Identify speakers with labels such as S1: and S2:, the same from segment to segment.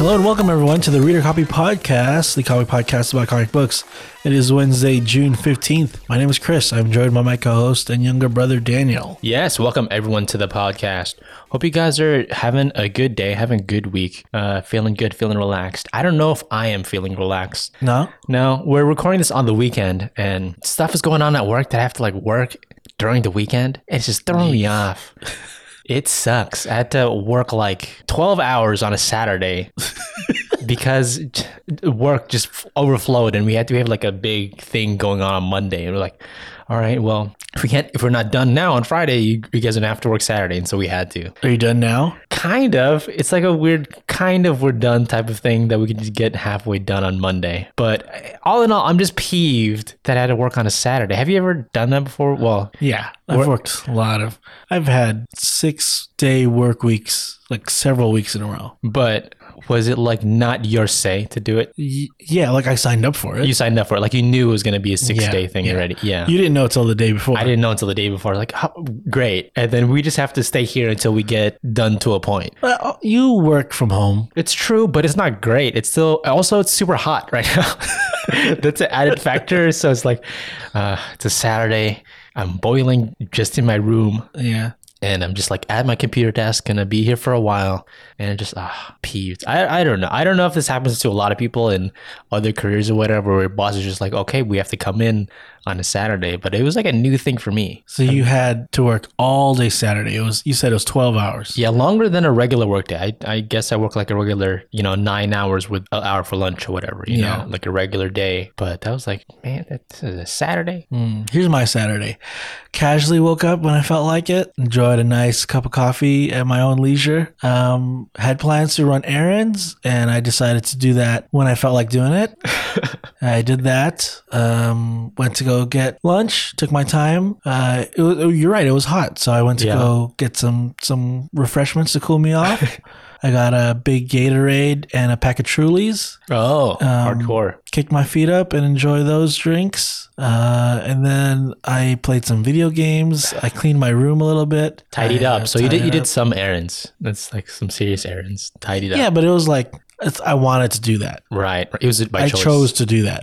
S1: Hello and welcome everyone to the Reader Copy Podcast, the comic podcast about comic books. It is Wednesday, June 15th. My name is Chris. I'm joined by my co-host and younger brother Daniel.
S2: Yes, welcome everyone to the podcast. Hope you guys are having a good day, having a good week, uh, feeling good, feeling relaxed. I don't know if I am feeling relaxed.
S1: No?
S2: No, we're recording this on the weekend, and stuff is going on at work that I have to like work during the weekend. It's just throwing me off. It sucks. I had to work like 12 hours on a Saturday because t- work just f- overflowed and we had to have like a big thing going on on Monday. And we're like, all right, well, if we can't, if we're not done now on Friday, you, you guys are gonna have to work Saturday. And so we had to.
S1: Are you done now?
S2: Kind of. It's like a weird kind of we're done type of thing that we could just get halfway done on Monday. But uh, all in all, I'm just peeved that I had to work on a Saturday. Have you ever done that before? Well,
S1: Yeah. I've worked a lot of I've had six day work weeks, like several weeks in a row.
S2: but was it like not your say to do it?
S1: Y- yeah, like I signed up for it.
S2: You signed up for it. Like you knew it was going to be a six
S1: Yeah,
S2: day thing
S1: yeah.
S2: already. Yeah.
S1: You didn't know until the day before.
S2: I didn't know until the day before. Like, oh, great. And then we just have to stay here until we get done to a point.
S1: Well, Uh, oh, you work from home.
S2: It's true, but it's not great. It's still also it's super hot right now. That's an added factor. So it's like uh, it's a Saturday. I'm boiling just in my room,
S1: Yeah.
S2: and I'm just like at my computer desk, gonna be here for a while, and just ah peeved. I I don't know. I don't know if this happens to a lot of people in other careers or whatever, where boss is just like, okay, we have to come in on a Saturday, but it was like a new thing for me.
S1: So you had to work all day Saturday. It was you said it was twelve hours.
S2: Yeah, longer than a regular workday. I, I guess I work like a regular, you know, nine hours with an hour for lunch or whatever, you
S1: Yeah.
S2: know, like a regular day. But that was like, man, that's a Saturday.
S1: Mm, here's my Saturday. Casually woke up when I felt like it. Enjoyed a nice cup of coffee at my own leisure. Um, had plans to run errands, and I decided to do that when I felt like doing it. I did that. Um, went to go get lunch. Took my time. Uh, it was, oh, you're right. It was hot, so I went to
S2: Yeah.
S1: go get some some refreshments to cool me off. I got a big Gatorade and a pack of Trulies
S2: Oh,
S1: Um,
S2: hardcore.
S1: kick my feet up and enjoy those drinks. Uh, and then I played some video games. I cleaned my room a little bit.
S2: Tidied
S1: I, uh,
S2: up. So you did you
S1: tidied
S2: did
S1: up.
S2: some errands. That's like some serious errands. Tidied up.
S1: Yeah, but it was like it's, I wanted to do that.
S2: Right. It was by
S1: I
S2: choice. Mm.
S1: chose to do that.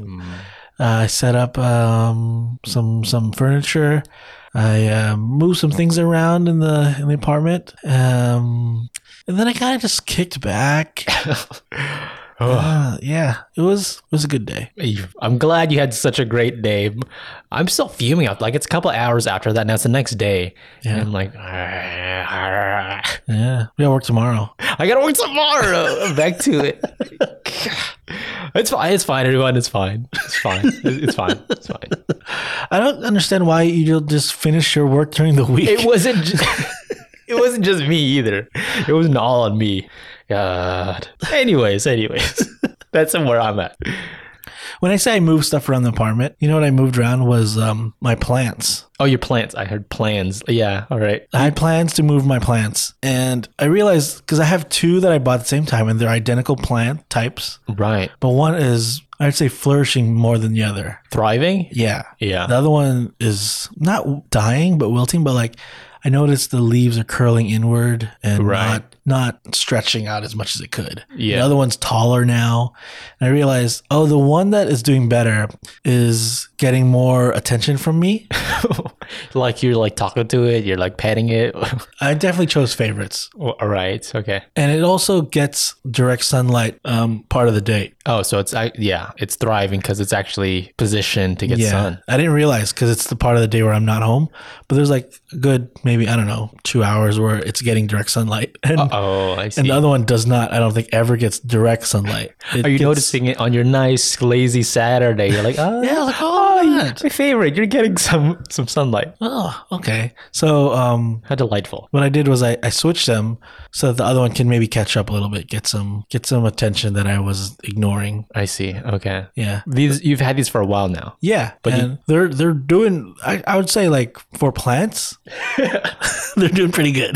S1: Uh, I set up um, some some furniture. I uh, moved some things around in the in the apartment. Um, and then I kind of just kicked back. Uh, yeah, it was it was a good day.
S2: I'm glad you had such a great day. I'm still fuming out. Like it's a couple hours after that. Now it's the next day. And I'm like, "Ah,
S1: Yeah, we got work tomorrow.
S2: I gotta work tomorrow. Back to it. It's fine. It's fine, everyone. It's fine. It's fine. It's fine. It's fine.
S1: I don't understand why you don't just finish your work during the week.
S2: It wasn't. ju- it wasn't just me either. It wasn't all on me. God. Anyways, anyways, that's where I'm at.
S1: when I say I moved stuff around the apartment, you know what I moved around was um, my plants.
S2: Oh, your plants. I heard plans. Yeah. All right.
S1: I had plans to move my plants, and I realized because I have two that I bought at the same time, and they're identical plant types,
S2: Right.
S1: but one is I'd say flourishing more than the other.
S2: Thriving.
S1: Yeah,
S2: Yeah.
S1: the other one is not dying but wilting, but like. I noticed the leaves are curling inward and
S2: Right.
S1: not not stretching out as much as it could.
S2: Yeah.
S1: The other one's taller now. And I realized, oh, the one that is doing better is getting more attention from me.
S2: like you're like talking to it. You're like petting it.
S1: I definitely chose favorites.
S2: all right. Okay.
S1: And it also gets direct sunlight um, part of the day.
S2: Oh, so it's I, yeah, it's thriving because it's actually positioned to get
S1: yeah.
S2: sun.
S1: I didn't realize because it's the part of the day where I'm not home, but there's like a good, maybe, I don't know, two hours where it's getting direct sunlight. And,
S2: Oh, I see.
S1: and the other one does not, I don't think, ever gets direct sunlight. It
S2: Are you
S1: gets-
S2: noticing it on your nice lazy Saturday? You're like, oh,
S1: Yeah, I was like, oh, yeah.
S2: my favorite. You're getting some some sunlight.
S1: oh, okay. So, um,
S2: How delightful.
S1: what I did was I, I switched them so that the other one can maybe catch up a little bit, get some get some attention that I was ignoring.
S2: I see. Okay.
S1: Yeah.
S2: These you've had these for a while now.
S1: Yeah. But
S2: But you-
S1: they're they're doing I, I would say like for plants they're doing pretty good.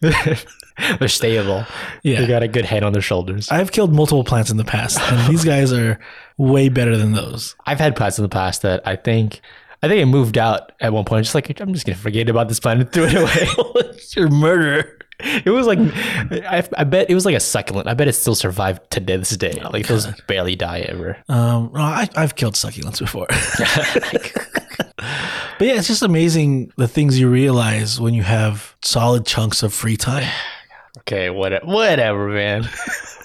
S2: They're stable.
S1: Yeah.
S2: They got a good head on their shoulders.
S1: I've killed multiple plants in the past and these guys are way better than those.
S2: I've had plants in the past that I think I think it moved out at one point. Just like I'm just gonna forget about this plant and threw it away.
S1: You're a murderer.
S2: It was like, I, I bet it was like a succulent. I bet it still survived to this day. like those barely die ever.
S1: Um, no, I, I've killed succulents before. but yeah, it's just amazing the things you realize when you have solid chunks of free time.
S2: Okay, whatever, whatever, man.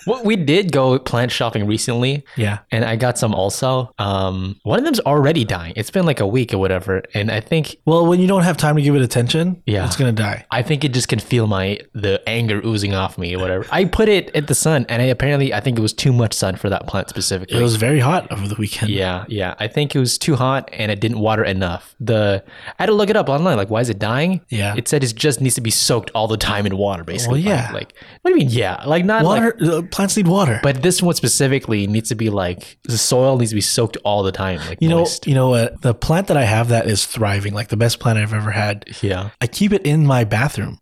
S2: what we did go plant shopping recently,
S1: Yeah.
S2: and I got some also. Um, one of them's already dying. It's been like a week or whatever, and I think
S1: Well, when you don't have time to give it attention,
S2: Yeah.
S1: it's gonna die.
S2: I think it just can feel my the anger oozing off me or whatever. I put it at the sun, and I apparently I think it was too much sun for that plant specifically.
S1: It was very hot over the weekend.
S2: yeah, yeah. I think it was too hot, and I didn't water enough. The I had to look it up online. Like, why is it dying?
S1: Yeah.
S2: it said it just needs to be soaked all the time in water,
S1: Well,
S2: basically.
S1: yeah.
S2: Like- Like, what do you mean? Yeah, like not like-
S1: Water. uh, plants need water.
S2: but this one specifically needs to be like the soil needs to be soaked all the time. Like
S1: you know,
S2: moist.
S1: you know what? The plant that I have that is thriving, like the best plant I've ever had.
S2: yeah.
S1: I keep it in my bathroom.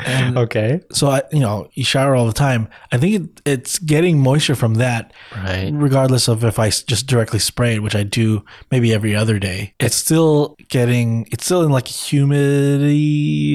S1: And
S2: Okay.
S1: so I, you know, you shower all the time. I think it, it's getting moisture from that,
S2: Right.
S1: Mm. regardless of if I s- just directly spray it, which I do maybe every other day. It's still getting, it's still in like a humid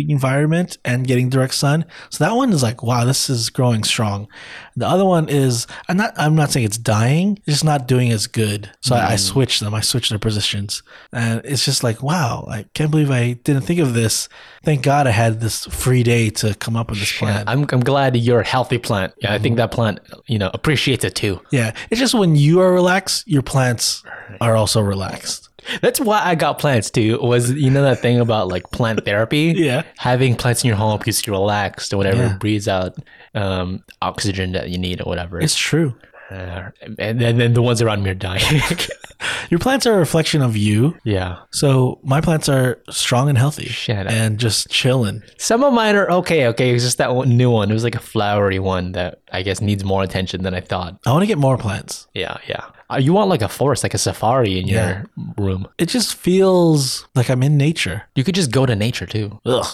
S1: environment and getting direct sun. So that one is like, wow, this is growing strong. The other one is, I'm not, I'm not saying it's dying, it's just not doing as good. So I, I switched them, I switched their positions, and it's just like, wow, I can't believe I didn't think of this. Thank God I had this free day to come up with this plan.
S2: I'm, I'm glad you're a healthy plant. Yeah, I think that plant, you know, appreciates it too.
S1: Yeah, it's just when you are relaxed, your plants are also relaxed.
S2: That's why I got plants too. Was you know that thing about like plant therapy?
S1: Yeah.
S2: having plants in your home keeps you relaxed or whatever.
S1: Yeah.
S2: It breathes out um, oxygen that you need or whatever.
S1: It's true.
S2: Uh, and, and then the ones around me are dying.
S1: Your plants are a reflection of you.
S2: yeah,
S1: So my plants are strong and healthy
S2: Shut up.
S1: and just chilling.
S2: some of mine are okay. Okay, it's just that one, new one. It was like a flowery one that I guess needs more attention than I thought.
S1: I want to get more plants.
S2: Yeah, yeah. Uh, you want like a forest, like a safari in
S1: Yeah.
S2: your room.
S1: It just feels like I'm in nature.
S2: You could just go to nature too.
S1: Ugh.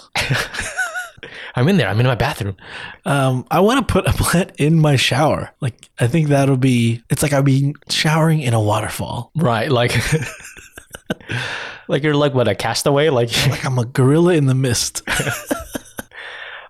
S2: I'm in there. I'm in my bathroom.
S1: Um, I want to put a plant in my shower. Like I think that'll be. It's like I'll be showering in a waterfall.
S2: Right, like, like you're like what a castaway. Like,
S1: Like I'm a gorilla in the mist.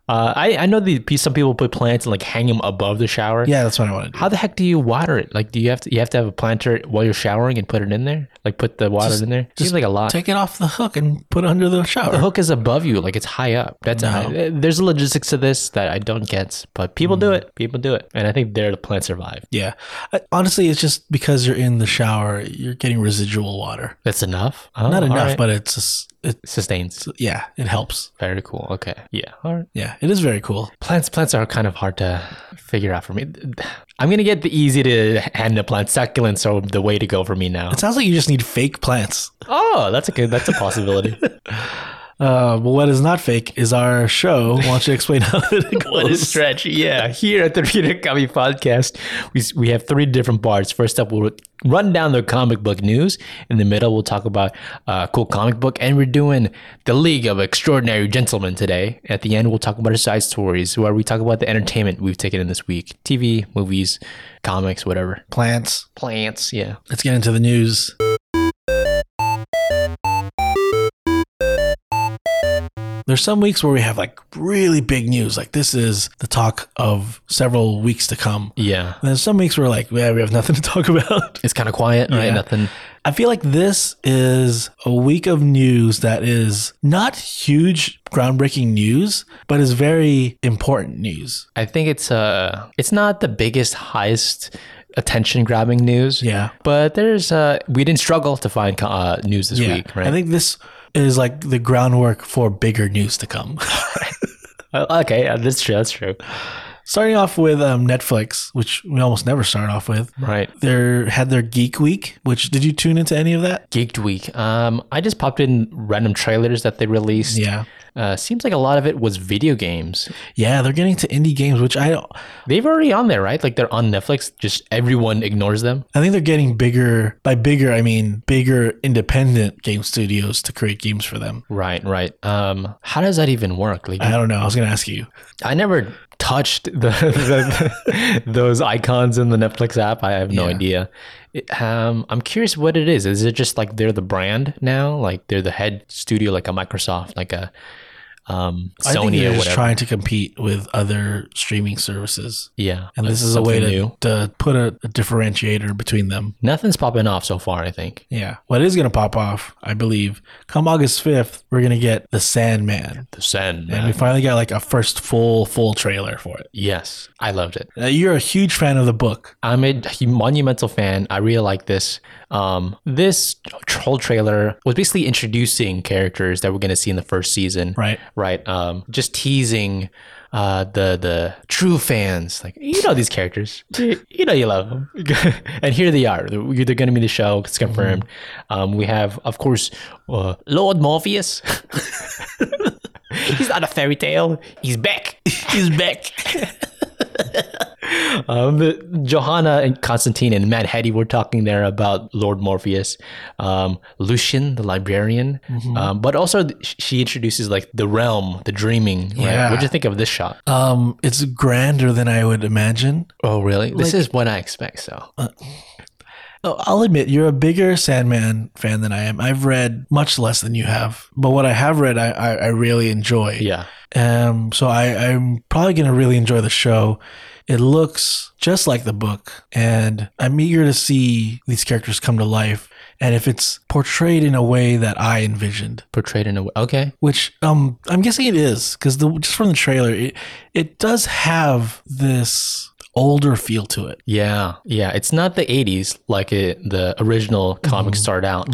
S2: uh, I I know the pe- some people put plants and like hang them above the shower.
S1: yeah, that's what I want to do.
S2: How the heck do you water it? Like, do you have to you have to have a planter while you're showering and put it in there? Like, put the water in there. Seems like a lot.
S1: Take it off the hook and put it under the
S2: the
S1: shower.
S2: hook is above you, like it's high up. That's a high, eh, there's logistics to this that I don't get, but people do it. People do it, and I think there the plants survive.
S1: Yeah. I, honestly, it's just because you're in the shower, you're getting residual water.
S2: That's enough. Oh,
S1: Not
S2: all
S1: enough,
S2: right.
S1: but it's just, it,
S2: sustains.
S1: yeah, it helps.
S2: Very cool. Okay. Yeah. All right.
S1: Yeah, it is very cool.
S2: Plants. Plants are kind of hard to figure out for me. I'm gonna get the easy to hand the plant succulents are the way to go for me now.
S1: It sounds like you just need fake plants.
S2: Oh, that's a good. That's a possibility.
S1: Uh, but what is not fake is our show. Why don't you explain how it goes?
S2: What a stretch. Yeah. Here at the Peter Kami podcast, we, we have three different parts. First up, we'll run down the comic book news. In the middle, we'll talk about uh, cool comic book. And we're doing The League of Extraordinary Gentlemen today. At the end, we'll talk about our side stories where we talk about the entertainment we've taken in this week TV, movies, comics, whatever.
S1: Plants.
S2: Plants. Yeah.
S1: Let's get into the news. There's some weeks where we have like really big news. Like this is the talk of several weeks to come.
S2: Yeah.
S1: And there's some weeks where like, yeah, we have nothing to talk about.
S2: It's kind of quiet, right?
S1: Yeah.
S2: Nothing.
S1: I feel like this is a week of news that is not huge, groundbreaking news, but is very important news.
S2: I think it's uh it's not the biggest, highest attention grabbing news.
S1: Yeah.
S2: But there's uh we didn't struggle to find co- uh, news this
S1: Yeah.
S2: week, right?
S1: I think this is like the groundwork for bigger news to come.
S2: Uh, okay, yeah, that's true. That's true.
S1: Starting off with um, Netflix, which we almost never start off with.
S2: Right.
S1: They had their Geek Week, which did you tune into any of that?
S2: Geeked week. Um, I just popped in random trailers that they released.
S1: Yeah.
S2: Uh, seems like a lot of it was video games.
S1: Yeah, they're getting to indie games, which I don't.
S2: They've already on there, right? Like they're on Netflix. Just everyone ignores them.
S1: I think they're getting bigger. By bigger, I mean bigger independent game studios to create games for them.
S2: Right. Right. Um, how does that even work? Like,
S1: I don't know. I was going to ask you.
S2: I never touched the, the, those icons in the Netflix app. I have no
S1: Yeah.
S2: idea. It- um, I'm curious what it is. Is it just like they're the brand now? Like they're the head studio, like a Microsoft, like a um,
S1: I think
S2: Sony
S1: they're
S2: or
S1: just
S2: whatever.
S1: trying to compete with other streaming services,
S2: yeah,
S1: and this
S2: That's
S1: is a way
S2: something
S1: to,
S2: new.
S1: to put a, a differentiator between them.
S2: Nothing's popping off so far. I think
S1: Yeah, what is going to pop off, I believe, come August fifth, we're going to get the Sandman,
S2: the Sandman.
S1: and we finally got like a first full full trailer for it.
S2: yes, I loved it.
S1: Now, you're a huge fan of the book.
S2: I'm a monumental fan. I really like this. Um, this troll trailer was basically introducing characters that we're going to see in the first season,
S1: Right.
S2: Right. Um, just teasing uh, the the true fans. Like you know these characters. You you know you love them, and here they are. They're, they're going to be in the show. It's confirmed. Um, we have, of course, uh, Lord Morpheus. He's not a fairy tale. He's back. He's back. Um, the- Johanna and Constantine and Matt Hattie were talking there about Lord Morpheus, um, Lucian, the librarian, um, but also th- she introduces like the realm, the dreaming. Right?
S1: Yeah.
S2: What'd you think of this shot?
S1: Um, it's grander than I would imagine.
S2: Oh, really? this is what I expect. So,
S1: Oh, I'll admit you're a bigger Sandman fan than I am. I've read much less than you have, but what I have read, I I, I really enjoy.
S2: yeah,
S1: Um, so I I'm probably gonna really enjoy the show. It looks just like the book, and I'm eager to see these characters come to life. And if it's portrayed in a way that I envisioned,
S2: portrayed in a way. Okay.
S1: which um I'm guessing it is because the just from the trailer, it it does have this older feel to it.
S2: Yeah, yeah. It's not the 80s like it, the original
S1: Mm-hmm.
S2: comics start out,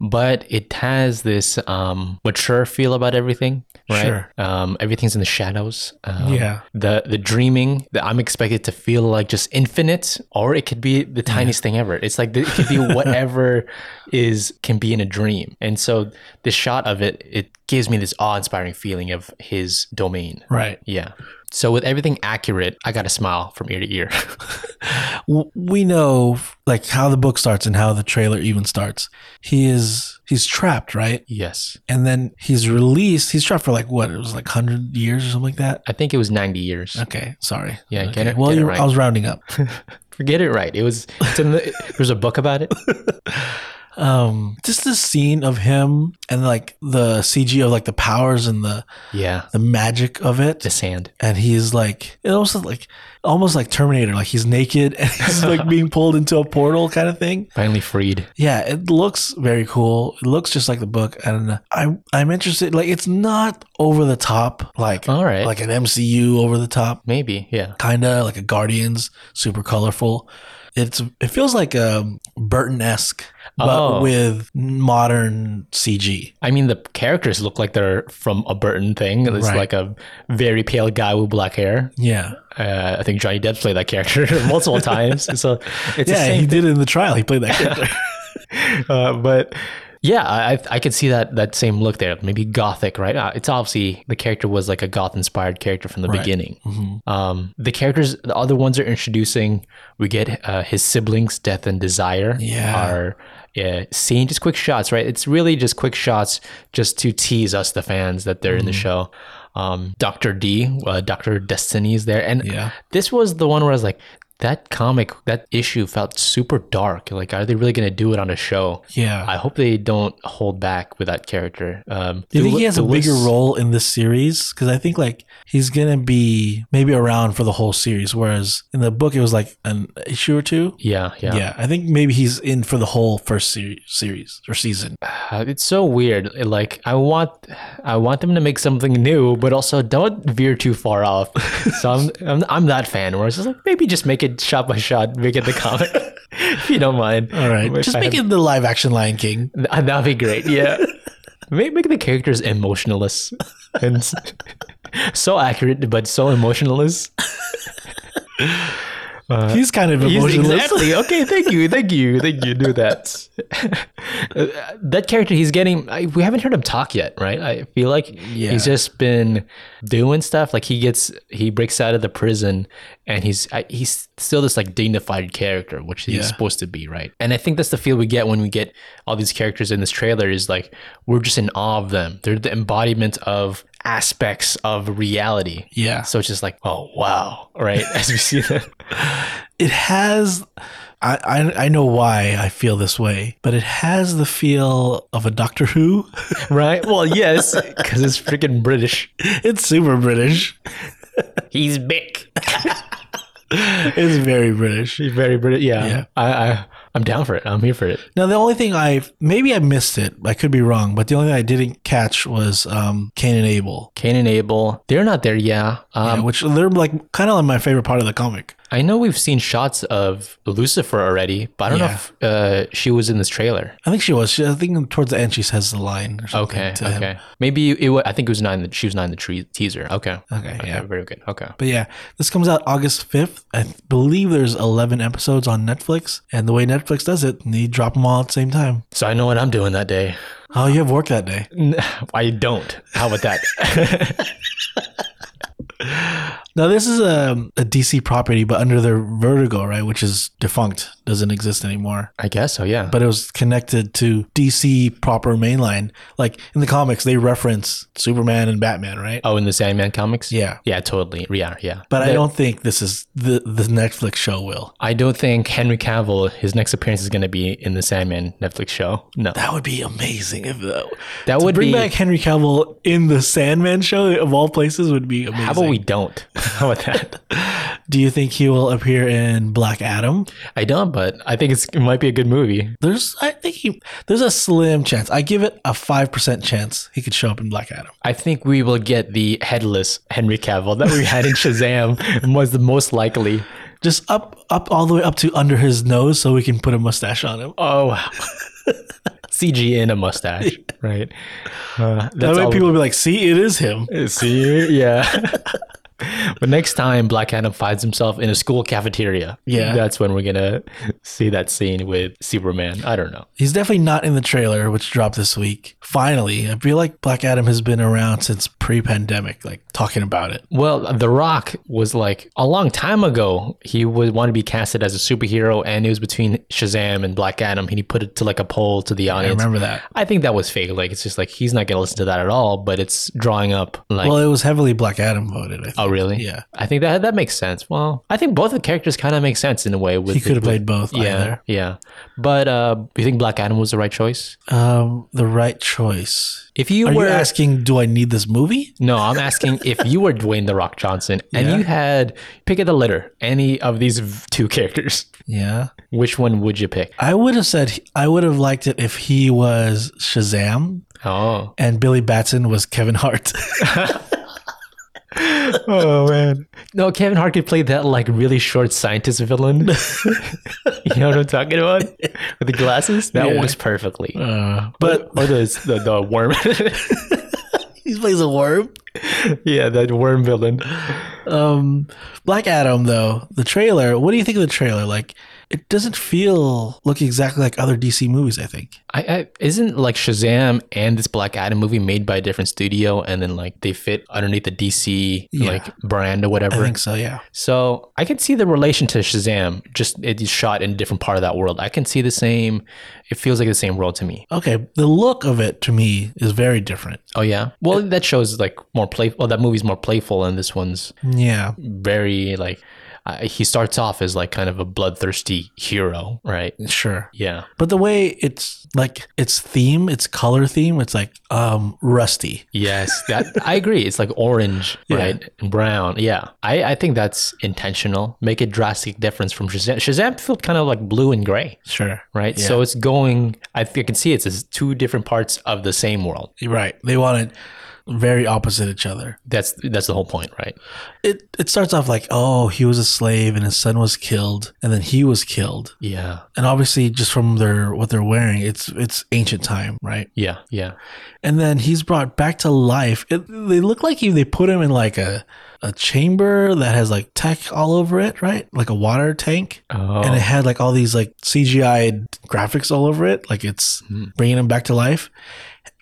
S2: but it has this um, mature feel about everything, right?
S1: Sure.
S2: Um, everything's in the shadows. Um,
S1: Yeah.
S2: The the dreaming that I'm expected to feel like just infinite, or it could be the tiniest thing ever. It's like the, it could be whatever is can be in a dream, and so the shot of it it gives me this awe inspiring feeling of his domain.
S1: Right.
S2: Yeah. So with everything accurate, I got a smile from ear to ear.
S1: w- we know like how the book starts and how the trailer even starts. He is he's trapped, right?
S2: Yes.
S1: And then he's released. He's trapped for like what? It was like hundred years or something like that.
S2: I think it was 90 years.
S1: Okay, sorry.
S2: Yeah,
S1: okay.
S2: get it-
S1: Well,
S2: get it
S1: you're,
S2: right.
S1: I was rounding up.
S2: Forget it right. It was it's in the, there's a book about it.
S1: Um, just the scene of him and like the CG of like the powers and the
S2: Yeah.
S1: the magic of it.
S2: The sand.
S1: and he's like it also like almost like Terminator, like he's naked and he's like being pulled into a portal kind of thing.
S2: Finally freed.
S1: Yeah, it looks very cool. It looks just like the book, and I I'm interested. Like it's not over the top, like
S2: All right.
S1: like an MCU over the top,
S2: Maybe. Yeah.
S1: kind of like a Guardians, super colorful. It's it feels like um Burton esque, but
S2: Oh.
S1: with modern CG.
S2: I mean, the characters look like they're from a Burton thing. It's
S1: Right.
S2: like a very pale guy with black hair.
S1: Yeah,
S2: Uh, I think Johnny Depp played that character multiple times. So it's the
S1: yeah,
S2: same
S1: he did it in the trial. He played that character.
S2: uh, but yeah, I I- I could see that that same look there. Maybe gothic, right? Uh, It's obviously the character was like a goth inspired character from the beginning.
S1: Mm-hmm.
S2: Um, the characters, the other ones are introducing. We get uh, his siblings, death and desire.
S1: Yeah.
S2: Are uh, seen just quick shots, right? It's really just quick shots, just to tease us, the fans, that they're in the
S1: Mm-hmm.
S2: show. Um, Doctor D, uh, Doctor Destiny is there, and
S1: Yeah.
S2: this was the one where I was like, that comic, that issue felt super dark. Like, are they really gonna do it on a show?
S1: Yeah.
S2: I hope they don't hold back with that character. Um,
S1: Do you think
S2: Dul-
S1: he has a
S2: Dulles-
S1: bigger role in this series? Because I think like he's gonna be maybe around for the whole series, whereas in the book it was like an issue or two.
S2: Yeah, yeah.
S1: Yeah, I think maybe he's in for the whole first ser- series or season.
S2: Uh, it's so weird. Like, I want, I want them to make something new, but also don't veer too far off. so I'm, I'm, I'm that fan where it's just like maybe just make it shot by shot, make it the comic, if you don't mind.
S1: All right,
S2: If
S1: just
S2: I
S1: make
S2: have-
S1: it the live action Lion King.
S2: Uh, That'd be great. Yeah. make, make the characters emotionless and s- so accurate, but so emotionless.
S1: he's kind of
S2: Uh, He's-
S1: emotionless.
S2: Exactly. Okay. Thank you. Thank you. Thank you. Do that. Uh, that character he's getting. I, we haven't heard him talk yet, right? I feel like he's just been doing stuff. Like he gets, he breaks out of the prison, and he's I, he's still this like dignified character, which he's
S1: Yeah.
S2: supposed to be, right? And I think that's the feel we get when we get all these characters in this trailer. Is like we're just in awe of them. They're the embodiment of aspects of reality.
S1: Yeah.
S2: So it's just like, oh wow, right? As we see them.
S1: It has I, I I know why I feel this way, but it has the feel of a Doctor Who.
S2: Right? Well, yes, because it's freaking British.
S1: it's super British.
S2: He's big.
S1: It's very British.
S2: He's very British. Yeah.
S1: Yeah.
S2: I, I I'm down for it. I'm here for it.
S1: Now the only thing I maybe I missed it. I could be wrong, but the only thing I didn't catch was um Cain and Abel.
S2: Cain and Abel, they're not there. Yeah. Um,
S1: Yeah, which they're like kind of like my favorite part of the comic.
S2: I know we've seen shots of Lucifer already, but I don't
S1: Yeah.
S2: know if uh, she was in this trailer.
S1: I think she was. She, I think towards the end she says the line. Or something
S2: Okay.
S1: to him.
S2: Okay. Maybe it was, I think it was not in the, she was not in the tree teaser. Okay.
S1: Okay, yeah.
S2: Very good. Okay.
S1: But yeah, this comes out August 5th. I th- believe there's 11 episodes on Netflix. And the way Netflix does it, they drop them all at the same time.
S2: So I know what I'm doing that day.
S1: Oh, you have work that day.
S2: N- I don't. How about that?
S1: Now, this is a, a DC property, but under their Vertigo, right? Which is defunct, doesn't exist anymore.
S2: I guess so. Yeah.
S1: But it was connected to DC proper mainline. Like in the comics, they reference Superman and Batman, right?
S2: oh, in the Sandman comics.
S1: Yeah.
S2: Yeah. Totally. Yeah. Yeah.
S1: But I
S2: The-
S1: don't think this is the, the Netflix show will.
S2: I don't think Henry Cavill, his next appearance is going to be in the Sandman Netflix show. No,
S1: That would be amazing if though.
S2: that
S1: To
S2: would
S1: bring
S2: be.
S1: back Henry Cavill in the Sandman show of all places would be amazing.
S2: how about we don't? How about that?
S1: Do you think he will appear in Black Adam?
S2: I don't, but I think it's, it might be a good movie.
S1: There's, I think he, there's a slim chance. I give it a five percent chance he could show up in Black Adam.
S2: I think we will get the headless Henry Cavill that we had in Shazam and was the most likely.
S1: Just up, up all the way up to under his nose, so we can put a mustache on him.
S2: Oh, wow. CG in a mustache, right? Uh,
S1: That
S2: that's
S1: way,
S2: all.
S1: people will be like, "See, it is him."
S2: Eh, See, yeah. But next time Black Adam finds himself in a school cafeteria,
S1: Yeah.
S2: that's when we're gonna see that scene with Superman. I don't know.
S1: He's definitely not in the trailer, which dropped this week. Finally, I feel like Black Adam has been around since pre-pandemic, like talking about it.
S2: Well, The Rock was like a long time ago. He would want to be casted as a superhero, and it was between Shazam and Black Adam. And he put it to like a poll to the
S1: I
S2: audience.
S1: remember that.
S2: I think that was fake. Like it's just like he's not gonna listen to that at all. But it's drawing up like.
S1: Well, it was heavily Black Adam voted. I think.
S2: Oh really?
S1: Yeah.
S2: I think that that makes sense. Well, I think both the characters kind of make sense in a way. With
S1: He could have
S2: with-
S1: played both.
S2: Yeah,
S1: Either.
S2: yeah. But uh, you think Black Adam was the right choice?
S1: Um, the right choice.
S2: If you
S1: Are
S2: were
S1: you asking, do I need this movie?
S2: no, I'm asking if you were Dwayne the Rock Johnson and you had pick of the litter, any of these v- two characters,
S1: Yeah.
S2: which one would you pick?
S1: I would have said I would have liked it if he was Shazam
S2: Oh,
S1: and Billy Batson was Kevin Hart.
S2: oh man, no, Kevin Hart could play that like really short scientist villain. you know what I'm talking about with the glasses? That
S1: Yeah.
S2: works perfectly.
S1: Uh, but
S2: or the the, the worm.
S1: he plays a worm.
S2: yeah, that worm villain.
S1: Um, Black Adam though, the trailer. What do you think of the trailer? Like, it doesn't feel look exactly like other DC movies. I think.
S2: I, I isn't like Shazam and this Black Adam movie made by a different studio, and then like they fit underneath the DC
S1: Yeah.
S2: like brand or
S1: I
S2: whatever.
S1: think so. Yeah.
S2: so I can see the relation to Shazam. Just it is shot in a different part of that world. I can see the same. It feels like the same world to me.
S1: Okay. The look of it to me is very different.
S2: Oh yeah. Well, that shows like more play. Well, that movie's more playful, and this one's
S1: Yeah.
S2: very like. Uh, he starts off as like kind of a bloodthirsty hero, right?
S1: Sure.
S2: Yeah.
S1: But the way it's like its theme, its color theme, it's like um rusty.
S2: Yes, that I agree. It's like orange, right? And brown. Yeah. I, I think that's intentional. Make a drastic difference from Shazam. Shazam felt kind of like blue and gray,
S1: Sure.
S2: right? So it's going I think I can see it's, it's two different parts of the same world.
S1: You're right. They want it very opposite each other.
S2: That's that's the whole point, right?
S1: It it starts off like, oh, he was a slave and his son was killed, and then he was killed.
S2: Yeah.
S1: And obviously just from their what they're wearing, it's it's ancient time, right?
S2: Yeah. Yeah.
S1: And then he's brought back to life. It, they look like he, they put him in like a a chamber that has like tech all over it, right? Like a water tank.
S2: Oh.
S1: and it had like all these like CGI graphics all over it, like it's bringing him back to life.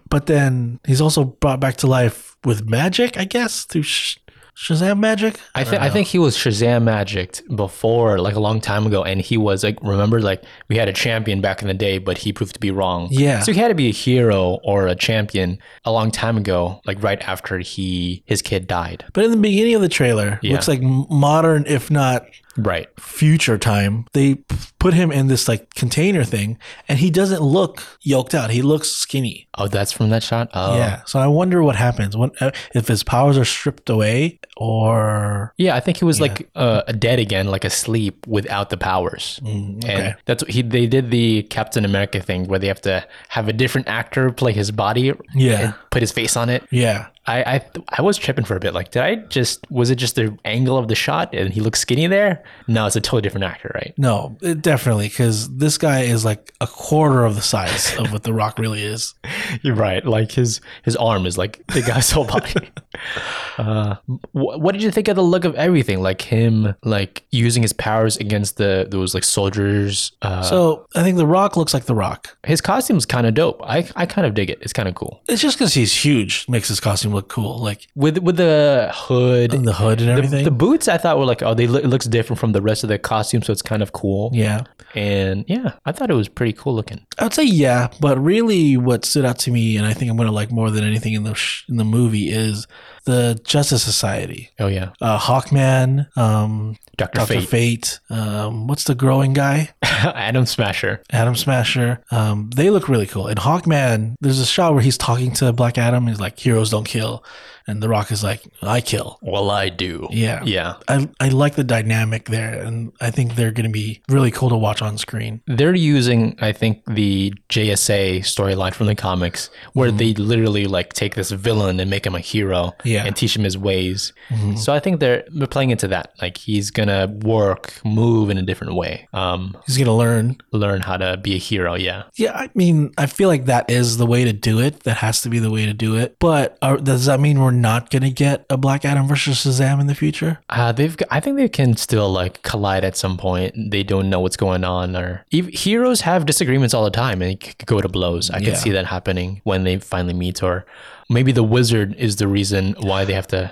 S1: But then he's also brought back to life with magic, I guess, through sh- Shazam magic?
S2: I think I think he was Shazam magicked before, like a long time ago, and he was like remember like we had a champion back in the day, but he proved to be wrong.
S1: Yeah.
S2: So he had to be a hero or a champion a long time ago, like right after he his kid died.
S1: But in the beginning of the trailer,
S2: Yeah.
S1: looks like m- modern, if not
S2: Right.
S1: future time. They p- put him in this like container thing, and he doesn't look yoked out. He looks skinny.
S2: Oh, that's from that shot? Oh.
S1: Yeah. So I wonder what happens when uh, if his powers are stripped away, or
S2: Yeah, I think he was like uh, dead again, like asleep without the powers.
S1: mm, okay.
S2: And that's what he they did the Captain America thing where they have to have a different actor play his body
S1: Yeah.
S2: and put his face on it.
S1: yeah,
S2: I, I I was tripping for a bit. Like, did I just was it just the angle of the shot and he looked skinny there? No, it's a totally different actor, right?
S1: no, it, definitely, because this guy is like a quarter of the size of what The Rock really is.
S2: You're right. Like his his arm is like the guy's whole body. uh, wh- what did you think of the look of everything? Like him, like using his powers against the those like soldiers. Uh,
S1: So I think The Rock looks like The Rock.
S2: his costume's kind of dope. I I kind of dig it. It's kind of cool
S1: It's just because he's huge makes his costume look cool, like
S2: with with the hood.
S1: in the hood and everything.
S2: The boots I thought were like oh they look, it looks different from the rest of the costume so it's kind of cool
S1: yeah.
S2: and yeah I thought it was pretty cool looking
S1: I would say yeah, but really, what stood out to me, and I think I'm gonna like more than anything in the sh- in the movie, is the Justice Society,
S2: oh yeah
S1: uh, Hawkman, um,
S2: Doctor
S1: Doctor
S2: Fate,
S1: Fate, um, what's the growing guy,
S2: Adam Smasher.
S1: Adam Smasher. Um, they look really cool. And Hawkman, there's a shot where he's talking to Black Adam. He's like, "Heroes don't kill," and The Rock is like, "I kill."
S2: Well, I do.
S1: Yeah.
S2: Yeah.
S1: I, I like the dynamic there, and I think they're going to be really cool to watch on screen.
S2: They're using, I think, the JSA storyline from the comics, where they literally like take this villain and make him a hero
S1: Yeah.
S2: and teach him his ways. So I think they're they're playing into that. Like he's gonna work, move in a different way, um,
S1: He's going to learn
S2: learn how to be a hero. Yeah.
S1: Yeah, I mean, I feel like that is the way to do it. That has to be the way to do it. But are, does that mean we're not going to get a Black Adam versus Shazam in the future?
S2: Uh, they've. g- I think they can still like collide at some point. They don't know what's going on, or ev heroes have disagreements all the time, and it could go to blows. I
S1: Yeah.
S2: can see that happening when they finally meet, or maybe the wizard is the reason why they have to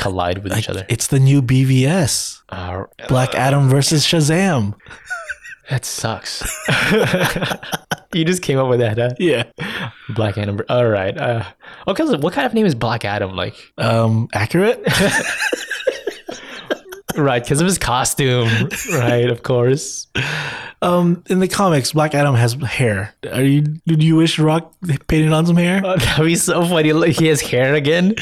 S2: collide with each other.
S1: It's the new BVS
S2: Uh,
S1: Black Adam versus Shazam.
S2: that sucks. you just came up with that, huh?
S1: Yeah.
S2: Black Adam. All right. Uh, okay. so What kind of name is Black Adam? Like,
S1: Um, accurate?
S2: right? Because of his costume, right? Of course.
S1: um, in the comics, Black Adam has hair. Are you? Did you wish Rock painted on some hair?
S2: Oh, that'd be so funny. Look, He has hair again.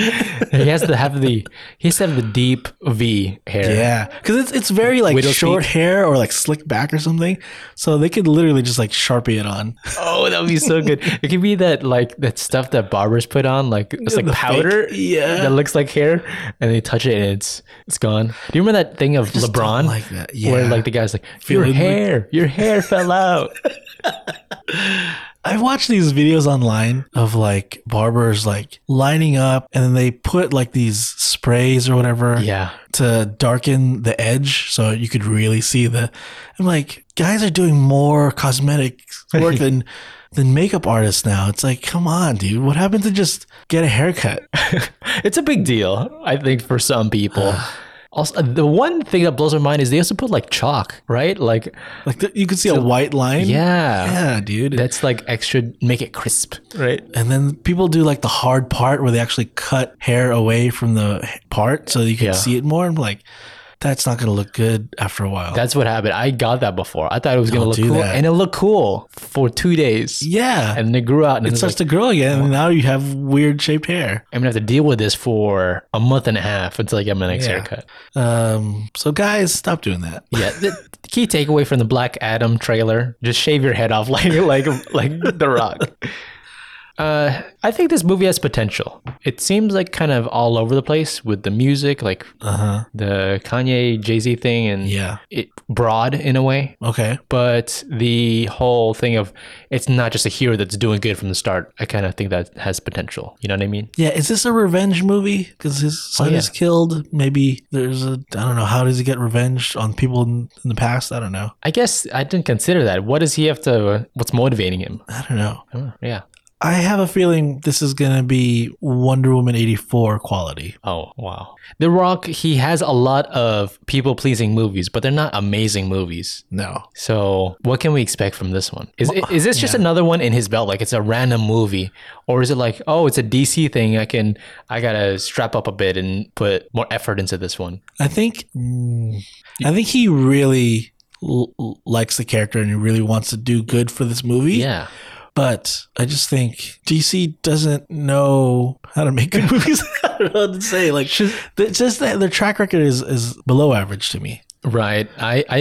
S2: he has to have the he has to have the deep V hair.
S1: Yeah, because it's it's very like
S2: Widow's
S1: short hair or like slick back or something. So they could literally just like sharpie it on.
S2: Oh, that would be so good. it could be that like that stuff that barbers put on, like it's like
S1: the
S2: powder.
S1: fake- yeah.
S2: That looks like hair. And they touch it and it's it's gone. Do you remember that thing of
S1: Just don't
S2: LeBron?
S1: like that. Yeah.
S2: Where like the guy's like,
S1: Feeling
S2: Your
S1: like-
S2: hair, your hair fell out.
S1: I watched these videos online of like barbers like lining up and then they put like these sprays or whatever
S2: yeah.
S1: to darken the edge so you could really see the I'm like guys are doing more cosmetic work than than makeup artists now. It's like come on dude, what happened to just get a haircut?
S2: It's a big deal, I think, for some people. Also, the one thing that blows my mind is they also put like chalk, right? Like,
S1: Like th- you could see a white line.
S2: yeah,
S1: Yeah, dude.
S2: That's like extra, make it crisp, right?
S1: and then people do like the hard part where they actually cut hair away from the h- part so you can
S2: Yeah.
S1: see it more. I'm like, that's not gonna look good after a while.
S2: That's what happened. I got that before. I thought it was gonna
S1: Don't
S2: look
S1: do
S2: cool,
S1: that.
S2: and it looked cool for two days,
S1: yeah,
S2: and then it grew out. And
S1: it
S2: it's like,
S1: starts to grow again, and now you have weird shaped hair.
S2: I'm gonna have to deal with this for a month and a half until I get my next
S1: Yeah.
S2: haircut.
S1: Um, so guys, stop doing that.
S2: Yeah. The the key takeaway from the Black Adam trailer: just shave your head off like like like The Rock. Uh, I think this movie has potential. It seems like kind of all over the place with the music, like
S1: Uh
S2: Uh-huh.
S1: huh.
S2: the Kanye Jay Z thing, and
S1: Yeah.
S2: it broad in a way.
S1: Okay.
S2: but the whole thing of it's not just a hero that's doing good from the start. I kind of think that has potential. You know what I mean?
S1: Yeah, is this a revenge movie? Because his son
S2: Oh, yeah.
S1: is killed. Maybe there's a I don't know. How does he get revenge on people in, in the past? I don't know.
S2: I guess I didn't consider that. What does he have to? What's motivating him?
S1: I don't know.
S2: Oh, yeah.
S1: I have a feeling this is going to be Wonder Woman 84 quality.
S2: Oh, wow. The Rock, he has a lot of people pleasing movies, but they're not amazing movies.
S1: No.
S2: So, what can we expect from this one? Is,
S1: Well,
S2: is this just
S1: yeah.
S2: another one in his belt? Like, it's a random movie? Or is it like, oh, it's a DC thing. I can, I gotta strap up a bit and put more effort into this one?
S1: I think mm, I think he really l- l- likes the character and he really wants to do good for this movie.
S2: Yeah.
S1: But I just think DC doesn't know how to make good movies. I don't know what to say. Like, th- just that their track record is, is below average to me.
S2: Right. I, I,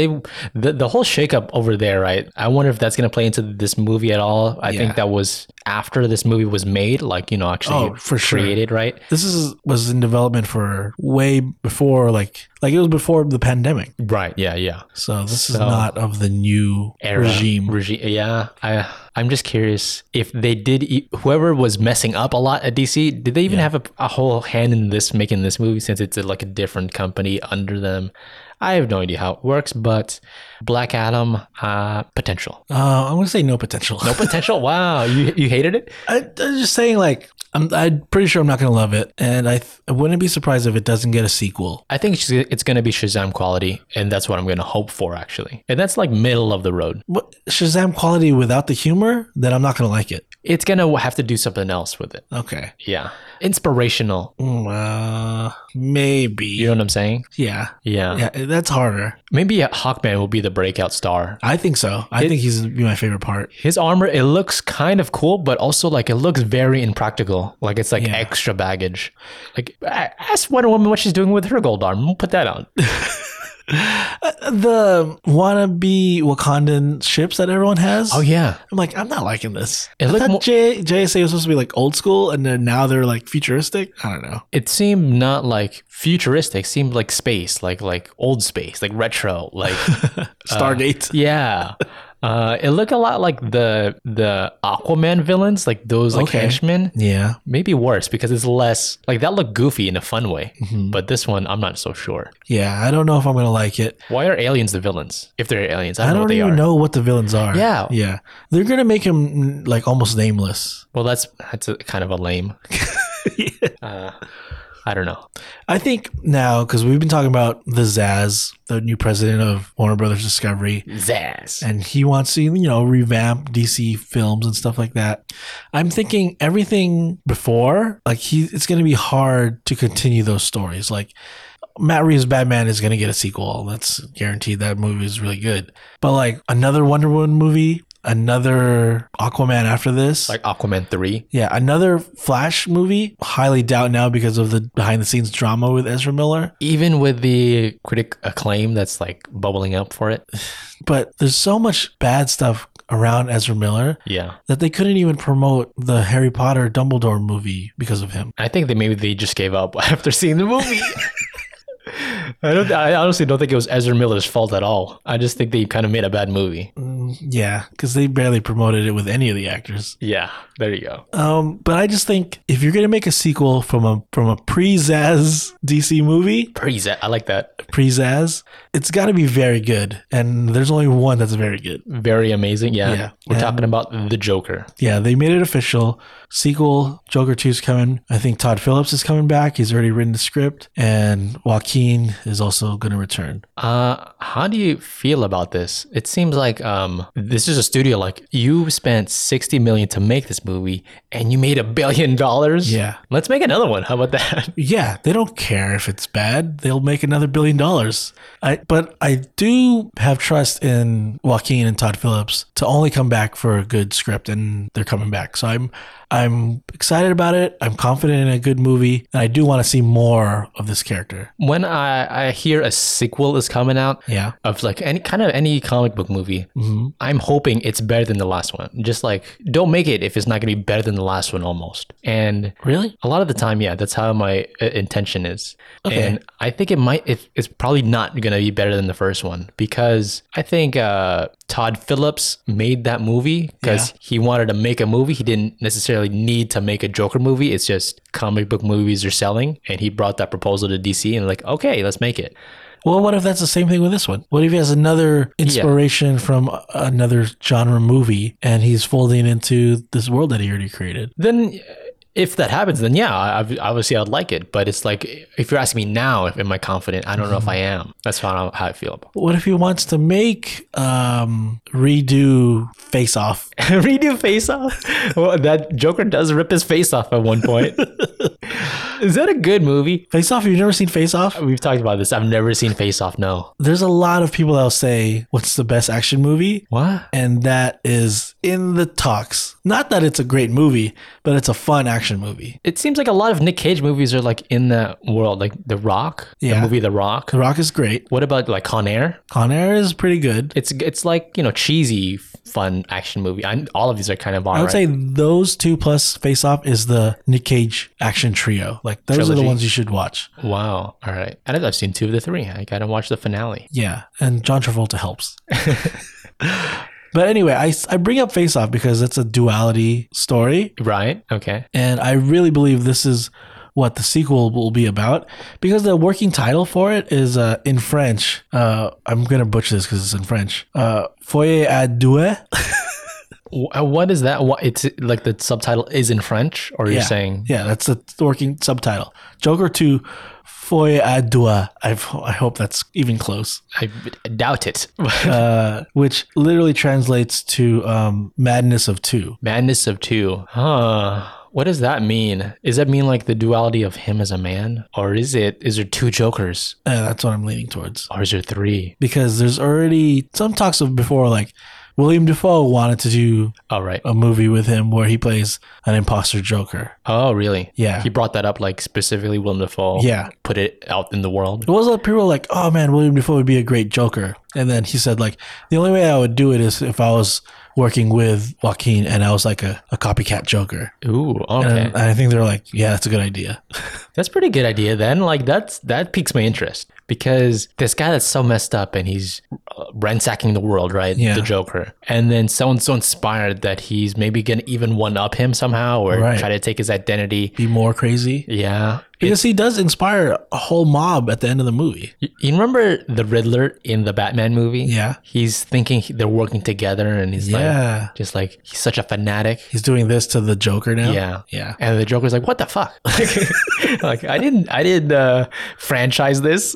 S2: the, the whole shakeup over there, right? I wonder if that's going to play into this movie at all. I
S1: Yeah.
S2: think that was after this movie was made, like, you know, actually
S1: Oh, for sure.
S2: created, right?
S1: This is was in development for way before, like, like it was before the pandemic.
S2: Right. Yeah. Yeah.
S1: So this is
S2: So-
S1: not of the new
S2: Era.
S1: regime.
S2: Regi- yeah. I, I'm just curious if they did, e- whoever was messing up a lot at DC, did they even have a, a whole hand in this, making this movie since it's like a different company under them? I have no idea how it works, but Black Adam, uh, potential.
S1: Uh, I'm gonna say no potential.
S2: No potential. wow. You, you hated it?
S1: I, I'm just saying, like, I'm, I'm pretty sure I'm not going to love it. And I, th- I wouldn't be surprised if it doesn't get a sequel.
S2: I think it's, it's going to be Shazam quality, and that's what I'm going to hope for, actually. And that's like middle of the road.
S1: What, Shazam quality without the humor, then I'm not going to like it.
S2: It's going to have to do something else with it.
S1: Okay.
S2: Yeah. Inspirational.
S1: Mm, uh, maybe.
S2: You know what I'm saying?
S1: yeah.
S2: Yeah.
S1: Yeah. That's harder.
S2: Maybe Hawkman will be the breakout star.
S1: I think so. I think he's gonna be my favorite part.
S2: His armor, it looks kind of cool, but also like it looks very impractical. Like it's like
S1: Yeah.
S2: extra baggage. Like a- ask Wonder Woman what she's doing with her gold arm. We'll put that on.
S1: Uh, The wannabe Wakandan ships that everyone has.
S2: Oh yeah.
S1: I'm like, I'm not liking this.
S2: It
S1: I
S2: looked
S1: thought
S2: more-
S1: J- JSA was supposed to be like old school, and then now they're like futuristic. I don't know.
S2: It seemed not like futuristic. Seemed like space, like like old space, like retro, like
S1: Stargate.
S2: Yeah. Uh, it looked a lot like the the Aquaman villains, like those like
S1: Okay.
S2: henchmen.
S1: yeah.
S2: Maybe worse because it's less like that looked goofy in a fun way.
S1: Mm-hmm.
S2: But this one, I'm not so sure.
S1: Yeah, I don't know if I'm gonna like it.
S2: Why are aliens the villains? If they're aliens, I don't,
S1: I
S2: know what
S1: don't
S2: they
S1: even
S2: are.
S1: know what the villains are.
S2: Yeah.
S1: yeah, they're gonna make him mm, like almost nameless.
S2: Well, that's that's a, kind of a lame. uh, I don't know.
S1: I think now because we've been talking about the Zaz, the new president of Warner Brothers Discovery,
S2: Zazz.
S1: and he wants to you know revamp DC films and stuff like that. I'm thinking everything before, like he, it's gonna be hard to continue those stories. Like Matt Reeves' Batman is gonna get a sequel. That's guaranteed. That movie is really good. But like another Wonder Woman movie, another Aquaman after this,
S2: Like Aquaman three.
S1: yeah, another Flash movie. Highly doubt now because of the behind the scenes drama with Ezra Miller.
S2: Even with the critic acclaim that's like bubbling up for it.
S1: But there's so much bad stuff around Ezra Miller
S2: Yeah.
S1: that they couldn't even promote the Harry Potter Dumbledore movie because of him.
S2: I think that maybe they just gave up after seeing the movie. I don't. I honestly don't think it was Ezra Miller's fault at all. I just think they kind of made a bad movie.
S1: Mm, Yeah, because they barely promoted it with any of the actors.
S2: Yeah, there you go.
S1: Um, but I just think if you're gonna make a sequel from a from a pre-Zaz DC movie,
S2: Praise that. I like that.
S1: pre-Zaz, it's got to be very good. And there's only one that's very good.
S2: Very amazing. Yeah,
S1: Yeah.
S2: we're
S1: And-
S2: talking about the Joker.
S1: Yeah, they made it official. Sequel, Joker 2 is coming. I think Todd Phillips is coming back. He's already written the script. And Joaquin is also going to return.
S2: Uh, how do you feel about this? It seems like um, this is a studio. Like you spent sixty million to make this movie, and you made a billion dollars.
S1: Yeah.
S2: let's make another one. How about that?
S1: Yeah, they don't care if it's bad. They'll make another billion dollars. I, but I do have trust in Joaquin and Todd Phillips to only come back for a good script, and they're coming back. So I'm I'm excited about it. I'm confident in a good movie, and I do want to see more of this character.
S2: when I I hear a sequel is coming out,
S1: Yeah.
S2: of like any kind of any comic book movie, I'm hoping it's better than the last one. Just like don't make it if it's not going to be better than the last one almost. And
S1: Really?
S2: a lot of the time, yeah, that's how my uh, intention is.
S1: Okay.
S2: And I think it might it, it's probably not going to be better than the first one because I think uh Todd Phillips made that movie because he wanted to make a movie. He didn't necessarily need to make a Joker movie. It's just comic book movies are selling and he brought that proposal to DC and like, "Okay, let's make it."
S1: Well, what if that's the same thing with this one? What if he has another inspiration from another genre movie and he's folding into this world that he already created?
S2: Then, if that happens, then yeah, I, I've- obviously I'd like it. But it's like, if you're asking me now, if am I confident? I don't know if I am. That's how, how I feel about
S1: What if he wants to make um, redo Face Off?
S2: Redo face off. Well, that Joker does rip his face off at one point. Is that a good movie?
S1: Face Off? You've never seen Face Off?
S2: We've talked about this. I've never seen Face Off. No.
S1: There's a lot of people that'll say, "What's the best action movie?"
S2: What?
S1: and that is in the talks. Not that it's a great movie, but it's a fun action movie.
S2: It seems like a lot of Nick Cage movies are like in that world, like The Rock,
S1: Yeah.
S2: the movie The Rock.
S1: The Rock is great.
S2: What about like Con Air?
S1: Con Air is pretty good.
S2: It's it's like you know cheesy fun action movie. i all of these are kind of on.
S1: I would
S2: right?
S1: say those two plus Face Off is the Nick Cage action trio. Like those are
S2: Trilogy.
S1: the ones you should watch.
S2: wow. All right. I don't know, I've seen two of the three. I gotta watch the finale.
S1: Yeah, and John Travolta helps. but anyway, I, I bring up Face Off because it's a duality story.
S2: Right. Okay.
S1: And I really believe this is what the sequel will be about because the working title for it is uh, in French. Uh, I'm going to butcher this because it's in French. Uh, Foyer à deux.
S2: Wh- uh, What is that? What it's like the subtitle is in French, or
S1: Yeah.
S2: you're saying
S1: Yeah, that's the working subtitle. Joker 2 Foyer à deux. I've, I hope that's even close.
S2: I doubt it.
S1: Uh, which literally translates to um, Madness of Two.
S2: Madness of Two. Huh. What does that mean? Does that mean like the duality of him as a man, or is it is there two Jokers,
S1: Uh, that's what I'm leaning towards.
S2: or is there three?
S1: Because there's already some talks of before, like William Defoe wanted to do
S2: All Oh, right.
S1: a movie with him where he plays an imposter Joker.
S2: Oh, really?
S1: Yeah.
S2: He brought that up like specifically Willem Dafoe.
S1: Yeah.
S2: Put it out in the world.
S1: It was like people were like, "Oh man, William Defoe would be a great Joker," and then he said, "Like the only way I would do it is if I was working with Joaquin and I was like a, a copycat Joker."
S2: Ooh. Okay.
S1: And I think they're like, "Yeah, that's a good idea."
S2: That's a pretty good idea then. Like that's that piques my interest because this guy that's so messed up and he's uh, ransacking the world, right?
S1: Yeah.
S2: The Joker. And then someone's so inspired that he's maybe going to even one up him somehow or
S1: Right.
S2: try to take his identity.
S1: Be more crazy
S2: Yeah.
S1: because he does inspire a whole mob at the end of the movie.
S2: You you remember the Riddler in the Batman movie?
S1: Yeah.
S2: He's thinking he- they're working together and he's
S1: Yeah.
S2: like just like he's such a fanatic.
S1: He's doing this to the Joker now.
S2: Yeah.
S1: yeah.
S2: And the Joker's like, "What the fuck? Like, like I didn't, I didn't uh, franchise this."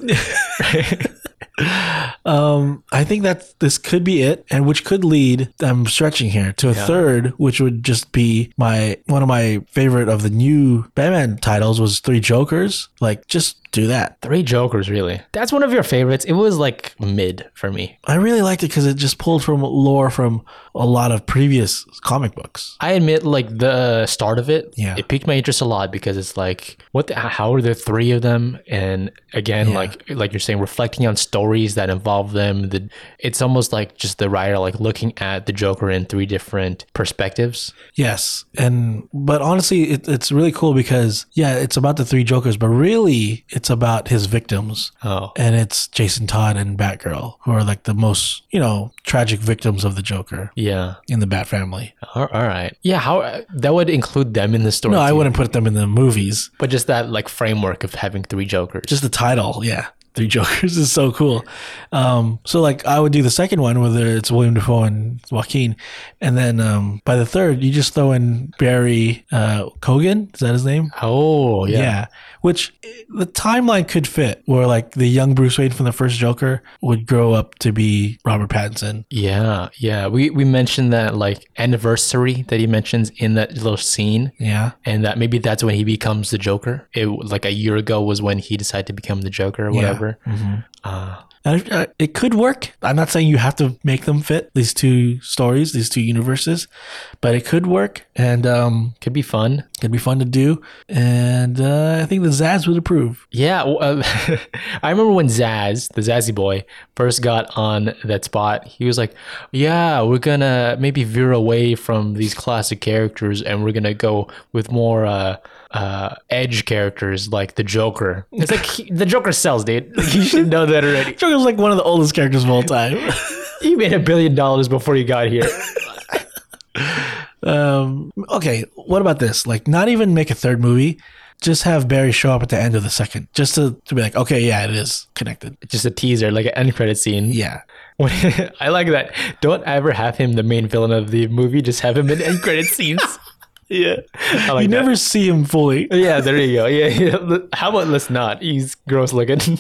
S1: Um, I think that this could be it, and which could lead. I'm stretching here to a third, which would just be my one of my favorite of the new Batman titles was Three Jokers. Like, just do that.
S2: Three Jokers, really. That's one of your favorites. It was like mid for me.
S1: I really liked it because it just pulled from lore from a lot of previous comic books.
S2: I admit, like the start of it,
S1: Yeah.
S2: it piqued my interest a lot because it's like, what? The, how are there three of them? And again, like like you're saying, reflecting on stories that involve them. The it's almost like just the writer like looking at the Joker in three different perspectives.
S1: Yes, and but honestly, it, it's really cool because yeah, it's about the Three Jokers, but really, it's about his victims.
S2: Oh,
S1: And it's Jason Todd and Batgirl, who are like the most, you know, tragic victims of the Joker
S2: yeah.
S1: in the Bat family.
S2: All all right. Yeah. How that would include them in the story?
S1: No, I
S2: too.
S1: wouldn't put them in the movies.
S2: But just that like framework of having three Jokers.
S1: Just the title, yeah. Three Jokers is so cool. Um, so like I would do the second one, whether it's William Defoe and Joaquin, and then um, by the third, you just throw in Barry uh, Cogan. Is that his name?
S2: oh, yeah.
S1: Which eh, the timeline could fit, where like the young Bruce Wayne from the first Joker would grow up to be Robert Pattinson.
S2: Yeah, yeah. We we mentioned that like anniversary that he mentions in that little scene,
S1: Yeah.
S2: and that maybe that's when he becomes the Joker. It like a year ago was when he decided to become the Joker or whatever. Uh,
S1: And if- uh, it could work. I'm not saying you have to make them fit these two stories, these two universes, but it could work and um,
S2: could be fun.
S1: could be fun to do. And uh, I think the Zads would approve.
S2: Yeah, w- uh, I remember when Zaz, the Zazzy boy, first got on that spot. He was like, "Yeah, we're gonna maybe veer away from these classic characters, and we're gonna go with more uh, uh, edge characters like the Joker." It's like he, the Joker sells, dude. Like, you should know that already.
S1: Joker's like one of the oldest characters of all time.
S2: He made a billion dollars before he got here.
S1: um, okay, what about this? Like, not even make a third movie. just have Barry show up at the end of the second, just to, to be like, okay, yeah, it is connected.
S2: Just a teaser, like an end credit scene.
S1: Yeah.
S2: When, I like that. Don't ever have him the main villain of the movie. Just have him in end credit scenes. Yeah, I like
S1: you
S2: that.
S1: never see him fully.
S2: Yeah, there you go. Yeah, yeah. How about let's not? He's gross looking.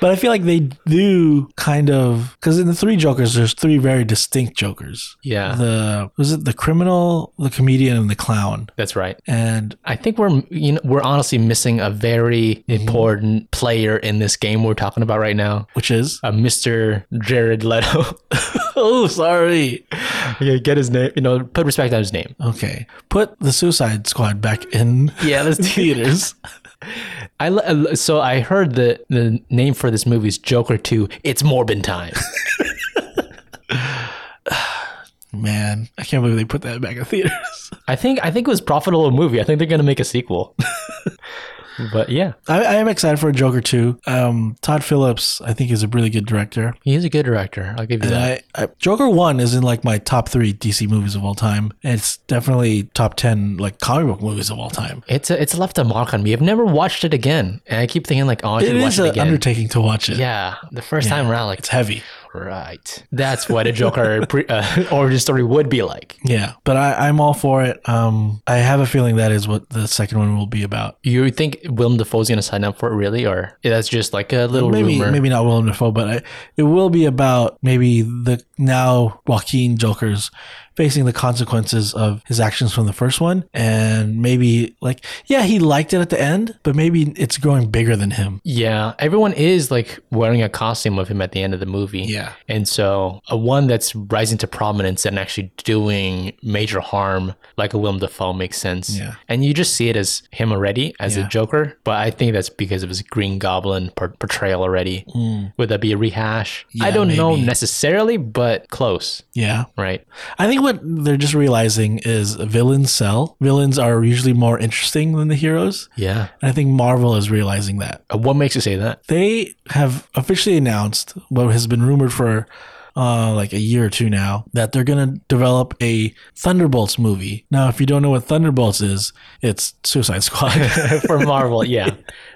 S1: But I feel like they do kind of because in the three Jokers, there's three very distinct Jokers.
S2: Yeah.
S1: The was it the criminal, the comedian, and the clown.
S2: That's right.
S1: And
S2: I think we're you know we're honestly missing a very important player in this game we're talking about right now.
S1: which is
S2: Uh, Mr. Jared Leto.
S1: oh sorry.
S2: yeah, get his name. You know, put respect on his name.
S1: Okay, put the Suicide Squad back in
S2: Yeah, let's
S1: theaters.
S2: I li- uh, so I heard the the name for this movie is Joker Two. It's Morbin time.
S1: Man, I can't believe they put that back in theaters.
S2: I think I think it was a profitable movie. I think they're gonna make a sequel. but yeah,
S1: I, I am excited for a Joker too. Um, Todd Phillips, I think, is a really good director.
S2: he is a good director. I'll give you
S1: And
S2: that.
S1: I, I, Joker One is in like my top three DC movies of all time. And it's definitely top ten like comic book movies of all time.
S2: It's a, it's left a mark on me. I've never watched it again, and I keep thinking like, oh, I
S1: It
S2: should watch
S1: is
S2: it
S1: an
S2: again.
S1: undertaking to watch it.
S2: yeah, the first time around, like
S1: It's heavy.
S2: right. That's what a Joker pre- uh, origin story would be like.
S1: Yeah, but I, I'm all for it. Um, I have a feeling that is what the second one will be about.
S2: You think Willem Dafoe's gonna sign up for it, really, or that's just like a little
S1: Maybe
S2: rumor?
S1: maybe not Willem Dafoe, but I, it will be about maybe the now Joaquin Jokers facing the consequences of his actions from the first one, and maybe like yeah, he liked it at the end, but maybe it's growing bigger than him.
S2: Yeah, everyone is like wearing a costume of him at the end of the movie.
S1: Yeah.
S2: And so, a one that's rising to prominence and actually doing major harm, like a Willem Dafoe, makes sense.
S1: Yeah.
S2: And you just see it as him already, as
S1: Yeah.
S2: a Joker. But I think that's because of his Green Goblin por- portrayal already.
S1: Hmm.
S2: Would that be a rehash? I
S1: Yeah,
S2: don't know
S1: maybe.
S2: necessarily, but close,
S1: Yeah,
S2: right?
S1: I think what they're just realizing is villains sell. Villains are usually more interesting than the heroes,
S2: Yeah.
S1: and I think Marvel is realizing that.
S2: Uh, What makes you say that?
S1: they have officially announced what has been rumored for uh, like a year or two now that they're going to develop a Thunderbolts movie. Now, if you don't know what Thunderbolts is, it's Suicide Squad.
S2: for Marvel, yeah.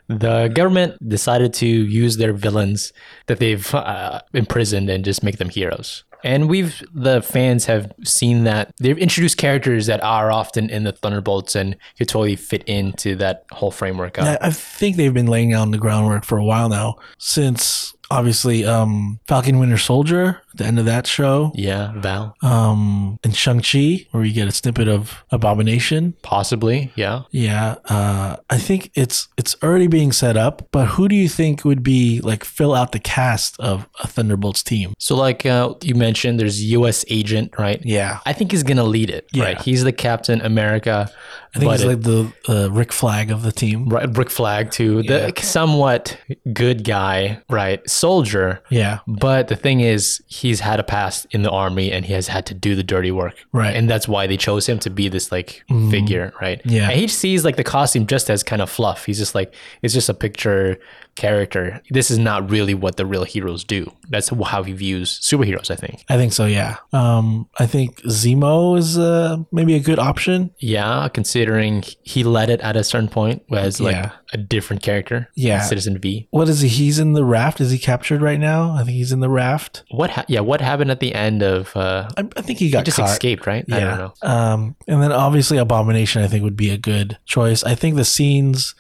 S2: The government decided to use their villains that they've uh, imprisoned and just make them heroes. And we've, the fans have seen that. They've introduced characters that are often in the Thunderbolts and could totally fit into that whole framework. Of,
S1: I I think they've been laying down the groundwork for a while now since obviously um, Falcon Winter Soldier, the end of that show,
S2: yeah, Val.
S1: um, and Shang-Chi, where you get a snippet of Abomination.
S2: Possibly, yeah.
S1: Yeah, uh, I think it's it's already being set up. But who do you think would be like fill out the cast of a Thunderbolts team?
S2: So, like uh, you mentioned, there's U.S. Agent, right?
S1: Yeah,
S2: I think he's going to lead it,
S1: Yeah.
S2: right? He's the Captain America.
S1: I think
S2: but
S1: it's
S2: it-
S1: like the uh, Rick Flag of the team.
S2: right, Brick Flag, too. The somewhat good guy, right? Soldier.
S1: Yeah,
S2: But the thing is, he's had a past in the army and he has had to do the dirty work.
S1: Right.
S2: And that's why they chose him to be this like figure, right?
S1: Yeah.
S2: And he sees like the costume just as kind of fluff. He's just like, it's just a picture character. This is not really what the real heroes do. That's how he views superheroes, I think.
S1: I think so. Yeah, um, I think Zemo is uh, maybe a good option.
S2: Yeah, considering he led it at a certain point as like
S1: Yeah.
S2: a different character.
S1: Yeah.
S2: Citizen V.
S1: What is he? He's in the raft. Is he captured right now? I think he's in the raft.
S2: What, ha- yeah, what happened at the end of, uh,
S1: I, I think he got
S2: just
S1: caught.
S2: escaped, right? I don't know.
S1: Um, and then obviously Abomination, I think, would be a good choice. I think the scenes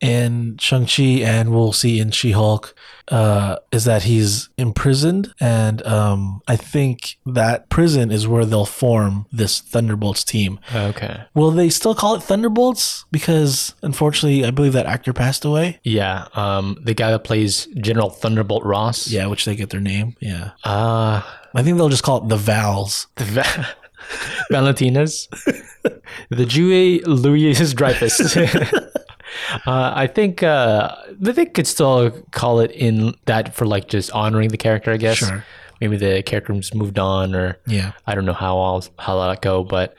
S1: in Shang-Chi and we'll see in She-Hulk uh, is that he's imprisoned. And um, I think that prison is where they'll form this Thunderbolts team.
S2: Okay.
S1: Will they still call it Thunderbolts? Because unfortunately, I believe that actor passed away.
S2: Yeah, um, the guy that plays General Thunderbolt Ross.
S1: Yeah, which they get their name. Yeah.
S2: Uh,
S1: I think they'll just call it the Vals.
S2: the va- Valentinas. the Jew Louis Dreyfus. uh, I think uh, but they could still call it in that for like just honoring the character, I guess.
S1: Sure.
S2: Maybe the character just moved on or
S1: Yeah.
S2: I don't know how all how that go, but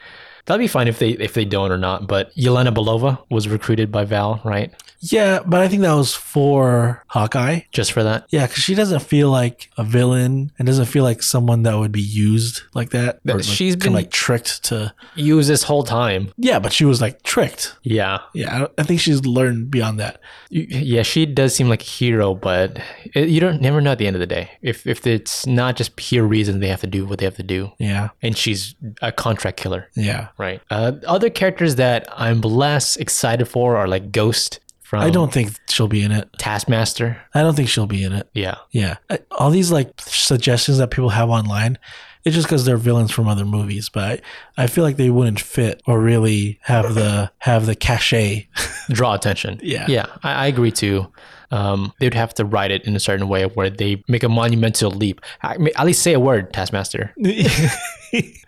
S2: That'd be fine if they if they don't or not. But Yelena Belova was recruited by Val, right?
S1: Yeah, but I think that was for Hawkeye.
S2: Just for that.
S1: Yeah, because she doesn't feel like a villain and doesn't feel like someone that would be used like that.
S2: That
S1: Or, like,
S2: she's
S1: kinda,
S2: been-
S1: like tricked to.
S2: Use this whole time.
S1: Yeah, but she was like tricked.
S2: Yeah.
S1: Yeah, I, don't, I think she's learned beyond that.
S2: Y- Yeah, she does seem like a hero, but it, you don't never know at the end of the day if if it's not just pure reason they have to do what they have to do,
S1: Yeah,
S2: and she's a contract killer,
S1: yeah.
S2: right? Uh, other characters that I'm less excited for are like Ghost from
S1: I don't think she'll be in it.
S2: Taskmaster.
S1: I don't think she'll be in it.
S2: Yeah,
S1: Yeah, I- all these like suggestions that people have online, it's just because they're villains from other movies. But I, I feel like they wouldn't fit or really have the have the cachet.
S2: draw attention.
S1: Yeah.
S2: yeah, I, I agree too. Um, they would have to write it in a certain way where they make a monumental leap. I mean, at least say a word, Taskmaster.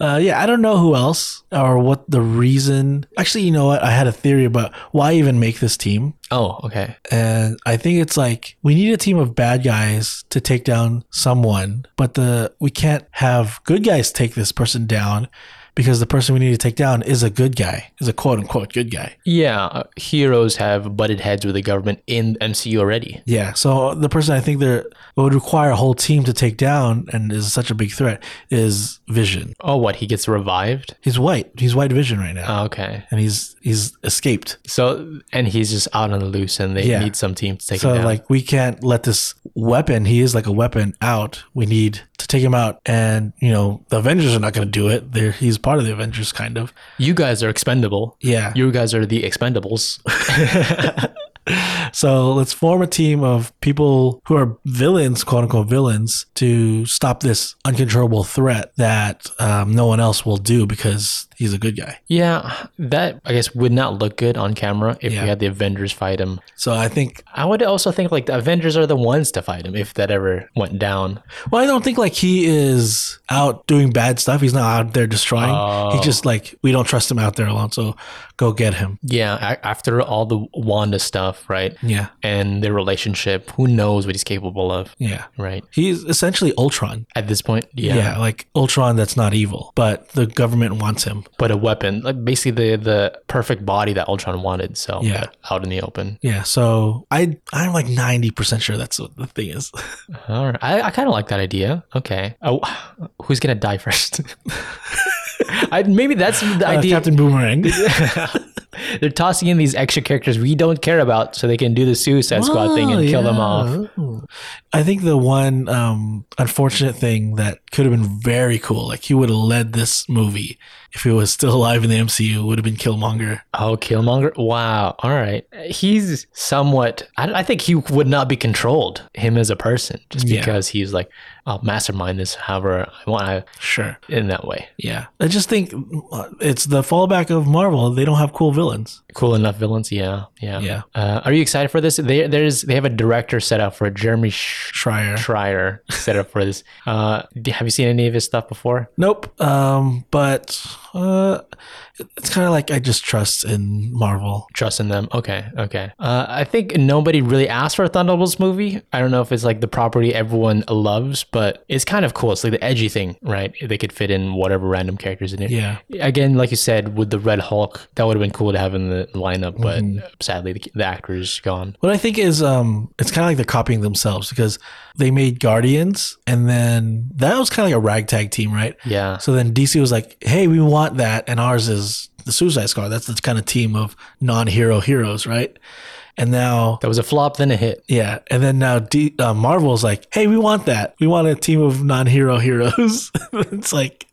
S1: Uh, yeah, I don't know who else or what the reason. Actually, you know what? I had a theory about why even make this team.
S2: Oh, okay.
S1: And I think it's like we need a team of bad guys to take down someone, but the we can't have good guys take this person down because the person we need to take down is a good guy, is a quote unquote good guy.
S2: Yeah, uh, heroes have butted heads with the government in MCU already.
S1: Yeah. So the person I think there would require a whole team to take down and is such a big threat is Vision.
S2: Oh, what? He gets revived?
S1: He's white. He's white Vision right now,
S2: Oh, okay.
S1: and he's he's escaped.
S2: So, and he's just out on the loose and they
S1: Yeah.
S2: need some team to take
S1: So
S2: him down.
S1: like we can't let this weapon. He is like a weapon out. We need to take him out, and you know the Avengers are not going to do it. They're, he's part of the Avengers, kind of.
S2: you guys are expendable.
S1: Yeah.
S2: You guys are the expendables.
S1: So let's form a team of people who are villains, quote unquote villains, to stop this uncontrollable threat that um, no one else will do because he's a good guy.
S2: yeah, that I guess would not look good on camera if
S1: Yeah.
S2: we had the Avengers fight him.
S1: So I think.
S2: I would also think like the Avengers are the ones to fight him if that ever went down.
S1: Well, I don't think like he is out doing bad stuff. He's not out there destroying. He just like we don't trust him out there alone. So go get him.
S2: Yeah, a- after all the Wanda stuff, right?
S1: Yeah.
S2: And their relationship, who knows what he's capable of,
S1: Yeah.
S2: right?
S1: He's essentially Ultron.
S2: At this point,
S1: Yeah. like Ultron that's not evil, but the government wants him.
S2: but a weapon, like basically the the perfect body that Ultron wanted. So
S1: Yeah.
S2: out in the open.
S1: Yeah, so I I'm like 90% sure that's what the thing is.
S2: All right, I, I kind of like that idea. Okay, oh, who's gonna die first? I, maybe that's the
S1: Uh,
S2: idea.
S1: Captain Boomerang.
S2: They're tossing in these extra characters we don't care about, so they can do the Suicide Squad thing and kill them
S1: Oh,
S2: off.
S1: off. I think the one um, unfortunate thing that could have been very cool, like he would have led this movie if he was still alive in the MCU, would have been Killmonger.
S2: Oh, Killmonger! Wow. All right, he's somewhat. I, I think he would not be controlled him as a person just
S1: Yeah.
S2: because he's like, I'll mastermind this however I want
S1: Sure.
S2: in that way.
S1: Yeah. I just think uh, it's the fallback of Marvel. They don't have cool villains.
S2: cool enough villains. Yeah, yeah,
S1: Yeah.
S2: Uh, are you excited for this? They there's they have a director set up for it, Jeremy Sh-
S1: Schreier.
S2: Schreier set up for this. Uh, d- have you seen any of his stuff before?
S1: Nope. Um, but uh, it's kind of like I just trust in Marvel.
S2: Trust in them. Okay, okay. Uh, I think nobody really asked for a Thunderbolts movie. I don't know if it's like the property everyone loves, but it's kind of cool. It's like the edgy thing, right? They could fit in whatever random characters in it.
S1: Yeah.
S2: Again, like you said, with the Red Hulk, that would have been cool to have in the lineup, but
S1: Mm-hmm.
S2: sadly, the, the actor's gone.
S1: What I think is, um, it's kind of like they're copying themselves because they made Guardians, and then that was kind of like a ragtag team, right?
S2: Yeah.
S1: So then DC was like, "Hey, we want that," and ours is the Suicide Squad. That's the kind of team of non-hero heroes, right? And now,
S2: That was a flop, then a hit.
S1: yeah, and then now D- uh, Marvel's like, "Hey, we want that. We want a team of non-hero heroes." it's like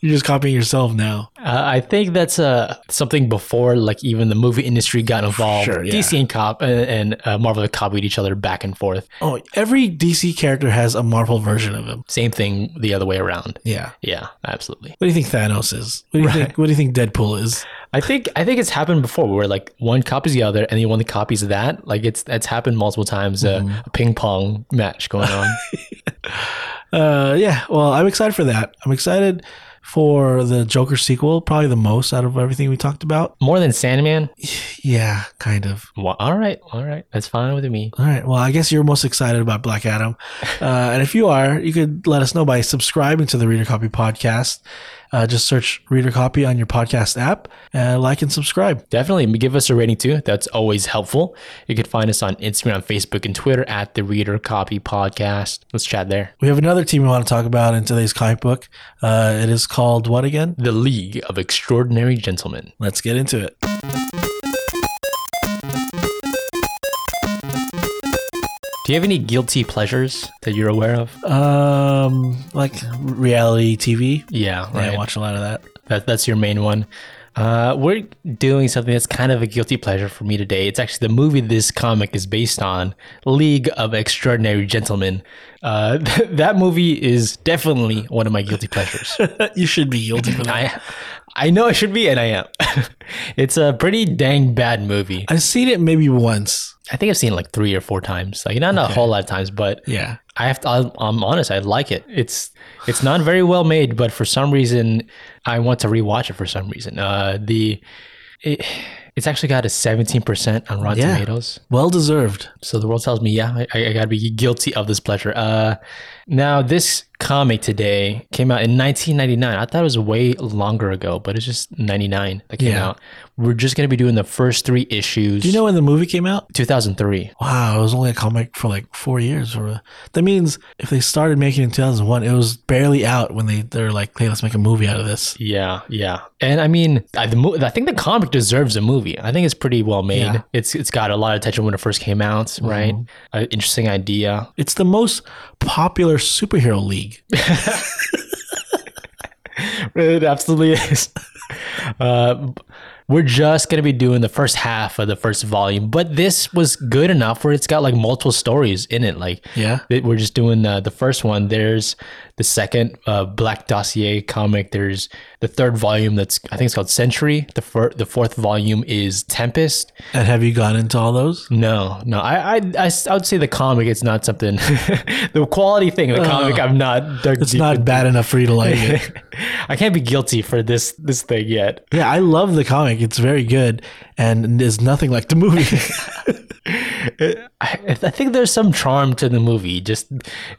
S1: you're just copying yourself now.
S2: Uh, I think that's uh, something before, like even the movie industry got involved.
S1: Sure, yeah.
S2: DC and cop and, and uh, Marvel copied each other back and forth.
S1: Oh, every DC character has a Marvel version of him.
S2: Same thing the other way around.
S1: Yeah.
S2: Yeah, absolutely.
S1: What do you think Thanos is? What do you think? What do you think Deadpool is?
S2: I think I think it's happened before, where like one copies the other, and the one that copies that, like it's that's happened multiple times. uh, a ping pong match going on.
S1: Uh, yeah. Well, I'm excited for that. I'm excited for the Joker sequel, probably the most out of everything we talked about.
S2: More than Sandman.
S1: Yeah, kind of.
S2: Wha all right, all right, that's fine with me.
S1: All right. Well, I guess you're most excited about Black Adam. Uh, and if you are, you could let us know by subscribing to the Reader Copy Podcast Uh, just search Reader Copy on your podcast app, and like and subscribe.
S2: Definitely give us a rating too. That's always helpful. You can find us on Instagram, Facebook, and Twitter at the Reader Copy Podcast. Let's chat there.
S1: We have another team we want to talk about in today's comic book. Uh, it is called what again?
S2: The League of Extraordinary Gentlemen.
S1: Let's get into it.
S2: Do you have any guilty pleasures that you're aware of?
S1: Um, like reality TV.
S2: Yeah,
S1: Yeah,
S2: right.
S1: I watch a lot of that.
S2: That, that's your main one. Uh, we're doing something that's kind of a guilty pleasure for me today. It's actually the movie this comic is based on, League of Extraordinary Gentlemen. Uh, that movie is definitely one of my guilty pleasures.
S1: you should be guilty for that.
S2: I, I know I should be, and I am. it's a pretty dang bad movie.
S1: I've seen it maybe once.
S2: I think I've seen it like three or four times, like not a whole lot of times, but
S1: Yeah.
S2: I have to. I'm, I'm honest. I like it. It's it's not very well made, but for some reason, I want to rewatch it. For some reason, uh, the it, it's actually got a 17% on Rotten
S1: Yeah.
S2: Tomatoes.
S1: Well deserved.
S2: So the world tells me, yeah, I, I got to be guilty of this pleasure. Uh, now this comic today came out in 1999. I thought it was way longer ago, but it's just 99 that came
S1: Yeah.
S2: out. We're just gonna be doing the first three issues.
S1: Do you know when the movie came out?
S2: 2003.
S1: Wow, it was only a comic for like four years. Or that means if they started making it in 2001, it was barely out when they they're like, hey, let's make a movie out of this.
S2: Yeah, yeah, and I mean, I, the mo- I think the comic deserves a movie. I think it's pretty well made.
S1: Yeah.
S2: It's it's got a lot of attention when it first came out, right? An interesting idea.
S1: It's the most popular superhero league.
S2: It absolutely is. uh, we're just gonna be doing the first half of the first volume, but this was good enough where it's got like multiple stories in it. Like,
S1: Yeah.
S2: that we're just doing uh, the first one. There's the second uh, Black Dossier comic. There's the third volume that's I think it's called Century. The fir- the fourth volume is Tempest.
S1: And have you gone into all those?
S2: No, no. I, I, I, s- I would say the comic is not something. the quality thing, the comic, I'm not. dug
S1: Uh-huh. It's
S2: deep
S1: not bad enough for you to like it.
S2: in. I can't be guilty for this this thing yet.
S1: Yeah, I love the comic. It's very good, and there's nothing like the movie.
S2: I, I think there's some charm to the movie. Just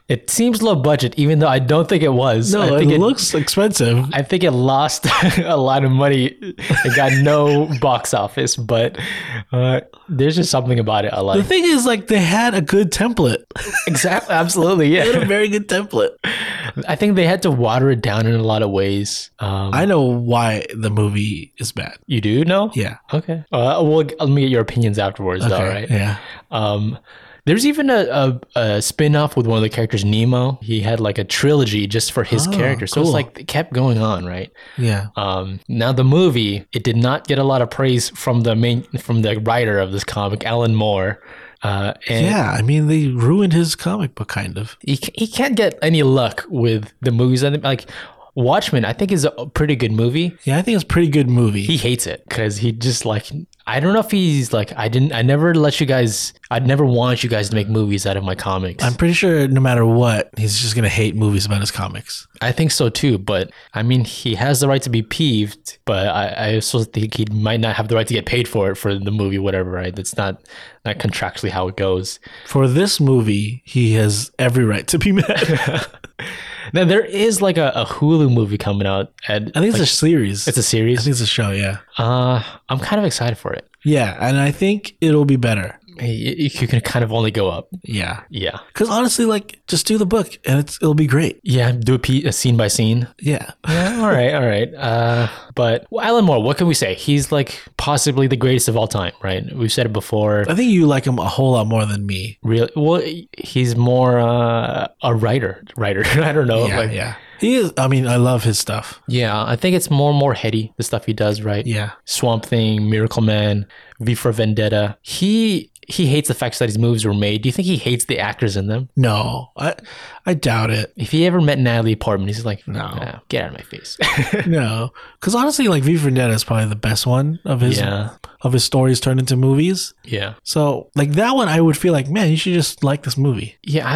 S2: it seems low budget, even though I don't think it was.
S1: No,
S2: I
S1: it
S2: think
S1: looks expensive.
S2: I think it lost a lot of money. It got no box office, but uh, there's just something about it I
S1: The
S2: like.
S1: thing is, like, they had a good template.
S2: exactly, absolutely,
S1: They had
S2: yeah.
S1: a very good template.
S2: I think they had to water it down in a lot of ways. Um,
S1: I know why the movie is bad.
S2: You do know?
S1: Yeah.
S2: Okay. Uh, well, let me get your opinions afterwards, though,
S1: Okay,
S2: right?
S1: Yeah.
S2: Um, there's even a, a, a spin off with one of the characters, Nemo. He had like a trilogy just for his
S1: Oh,
S2: character. So
S1: cool.
S2: it's like it kept going on, right?
S1: Yeah.
S2: Um, now the movie, it did not get a lot of praise from the main from the writer of this comic, Alan Moore. Uh, and
S1: Yeah. I mean, they ruined his comic book, kind of.
S2: he, ca- he can't get any luck with the movies. I think, Like Watchmen, I think is a pretty good movie.
S1: Yeah, I think it's a pretty good movie.
S2: He hates it because he just like I don't know if he's like I didn't I never let you guys I'd never want you guys to make movies out of my comics.
S1: I'm pretty sure no matter what, he's just going to hate movies about his comics.
S2: I think so too, but I mean, he has the right to be peeved, but I, I also think he might not have the right to get paid for it for the movie, whatever. Right? That's not not contractually how it goes.
S1: For this movie, he has every right to be mad.
S2: Now there is like a, a Hulu movie coming out, and
S1: I think it's a series.
S2: it's a
S1: I
S2: series.
S1: think it's a show, yeah.
S2: Uh, I'm kind of excited for it.
S1: Yeah, and I think it'll be better.
S2: You, you can kind of only go up.
S1: Yeah.
S2: Yeah,
S1: Because honestly, like, just do the book and it's, it'll be great.
S2: yeah. Do a, pe- a scene by scene.
S1: Yeah.
S2: Yeah, all right, all right. Uh, but well, Alan Moore, what can we say? He's like possibly the greatest of all time, right? We've said it before.
S1: I think you like him a whole lot more than me.
S2: Really? Well, he's more uh, a writer. Writer. I don't know.
S1: yeah,
S2: Oh, like-
S1: yeah. He is. I mean, I love his stuff.
S2: Yeah, I think it's more and more heady the stuff he does. Right.
S1: Yeah,
S2: Swamp Thing, Miracle Man, V for Vendetta. He he hates the fact that his movies were made. Do you think he hates the actors in them?
S1: no, I, I doubt it.
S2: If he ever met Natalie Portman, he's like,
S1: No.
S2: "Nah, get out of my face.
S1: No, because honestly, like V for Vendetta is probably the best one of his
S2: yeah,
S1: of his stories turned into movies.
S2: yeah,
S1: So like that one, I would feel like, man, you should just like this movie.
S2: yeah.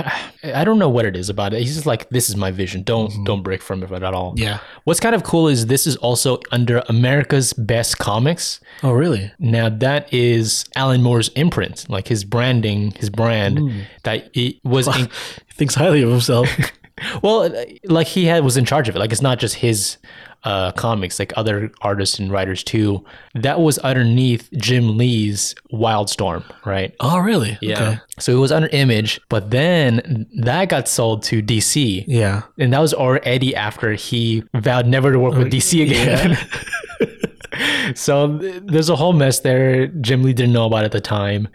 S2: I, I don't know what it is about it. He's just like, this is my vision. Don't don't break from it at all.
S1: Yeah.
S2: What's kind of cool is this is also under America's Best Comics.
S1: Oh, really?
S2: Now that is Alan Moore's imprint, like his branding, his brand that it was. in-
S1: He thinks highly of himself.
S2: well, like he had was in charge of it. Like it's not just his uh, comics, like other artists and writers too. That was underneath Jim Lee's Wildstorm, right?
S1: Oh, really?
S2: Yeah. So it was under Image, but then that got sold to DC.
S1: Yeah.
S2: And that was already after he vowed never to work with DC again. so th- there's a whole mess there. Jim Lee didn't know about at the time.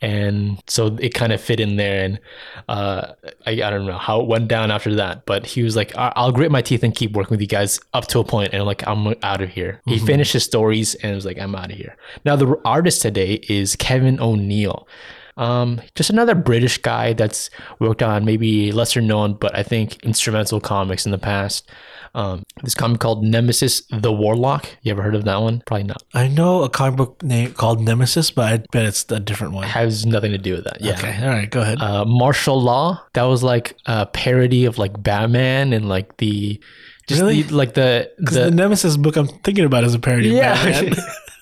S2: And so it kind of fit in there. And uh, I, I don't know how it went down after that, but he was like, I- I'll grit my teeth and keep working with you guys up to a point, And I'm like, I'm out of here. He finished his stories and was like, I'm out of here. Now, the artist today is Kevin O'Neill. Um, just another British guy that's worked on maybe lesser known, but I think instrumental comics in the past. Um, this comic called Nemesis the Warlock. You ever heard of that one? Probably not.
S1: I know a comic book name called Nemesis, but I bet it's a different one.
S2: Has nothing to do with that. Yeah.
S1: Okay. All right. Go ahead.
S2: Uh, martial law. That was like a parody of like Batman and like the just
S1: Really?
S2: the, like the
S1: 'Cause the, Nemesis book I'm thinking about is a parody. of Batman.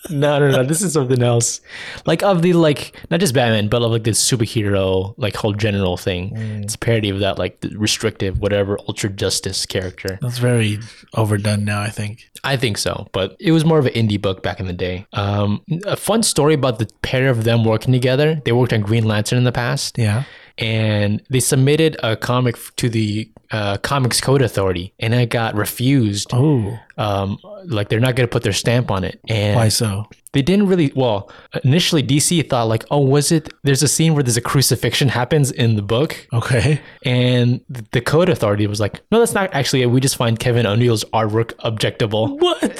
S2: no, no, no. This is something else. Like of the like, not just Batman, but of like the superhero like whole general thing.
S1: Mm.
S2: It's a parody of that like the restrictive, whatever, ultra justice character.
S1: That's very overdone now. I think.
S2: I think so, but it was more of an indie book back in the day. Um, a fun story about the pair of them working together. They worked on Green Lantern in the past
S1: Yeah.
S2: and they submitted a comic f- to the uh, Comics Code Authority, and it got refused.
S1: Oh.
S2: Um, like they're not going to put their stamp on it, and
S1: Why so?
S2: they didn't really. Well, initially DC thought like, oh, was it? There's a scene where there's a crucifixion happens in the book,
S1: Okay.
S2: and th- the Code Authority was like, no, that's not actually it. We just find Kevin O'Neill's artwork objectable. What?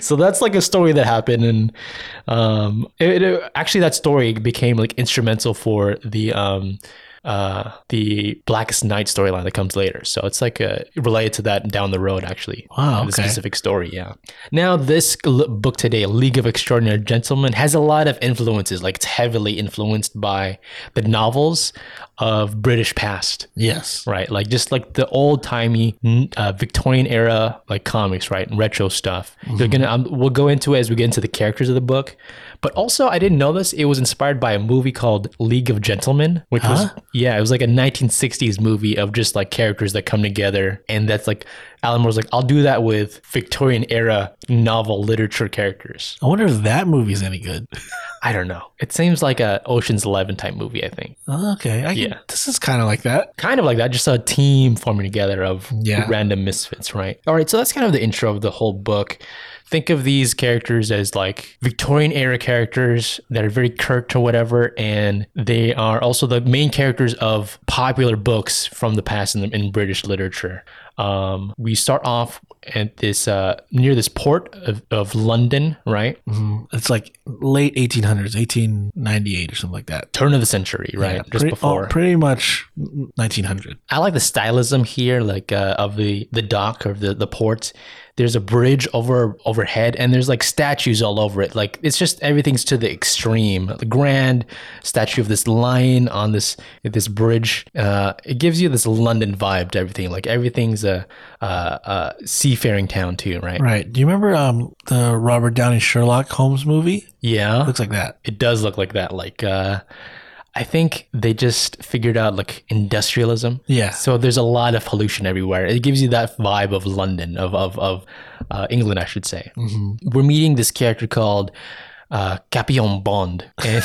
S2: so that's like a story that happened, and um, it, it- actually that story became like instrumental for the um, uh, the Blackest Night storyline that comes later. So it's like uh related to that down the road, actually.
S1: Wow,
S2: The
S1: okay.
S2: specific story, yeah. Now this l- book today, League of Extraordinary Gentlemen, has a lot of influences. Like it's heavily influenced by the novels of British past
S1: Yes.
S2: right? Like just like the old timey uh, Victorian era like comics, right? And retro stuff. You're gonna um, we'll go into it as we get into the characters of the book, but also I didn't know this. It was inspired by a movie called League of Gentlemen, which was yeah, it was like a 1960s movie of just like characters that come together, and that's like Alan Moore's like I'll do that with Victorian era novel literature characters.
S1: I wonder if that movie's any good.
S2: I don't know. It seems like a Ocean's Eleven type movie. I think.
S1: Oh, Okay. I
S2: Yeah.
S1: yeah. This is kind of like that.
S2: kind of like that, just a team forming together of
S1: Yeah.
S2: random misfits, right? All right, so that's kind of the intro of the whole book. Think of these characters as like Victorian era characters that are very curt or whatever, and they are also the main characters of popular books from the past in, in British literature. Um, we start off at this uh, near this port of, of London, right?
S1: Mhm. It's like late 1800s, 1898 or something like that.
S2: Turn of the century, right?
S1: Yeah,
S2: Just
S1: pretty,
S2: before.
S1: oh, pretty much 1900.
S2: I like the stylism here, like uh, of the the dock or the the port. There's a bridge over overhead, and there's like statues all over it. Like it's just everything's to the extreme. The grand statue of this lion on this this bridge. Uh, it gives you this London vibe to everything. Like everything's a, a, a seafaring town too, right?
S1: Right. Do you remember um, the Robert Downey Sherlock Holmes movie?
S2: Yeah.
S1: Looks like that.
S2: it does look like that like uh i think they just figured out like industrialism
S1: Yeah.
S2: so there's a lot of pollution everywhere it gives you that vibe of london of of, of uh, england i should say
S1: Mm-hmm.
S2: we're meeting this character called uh, Capillon Bond, and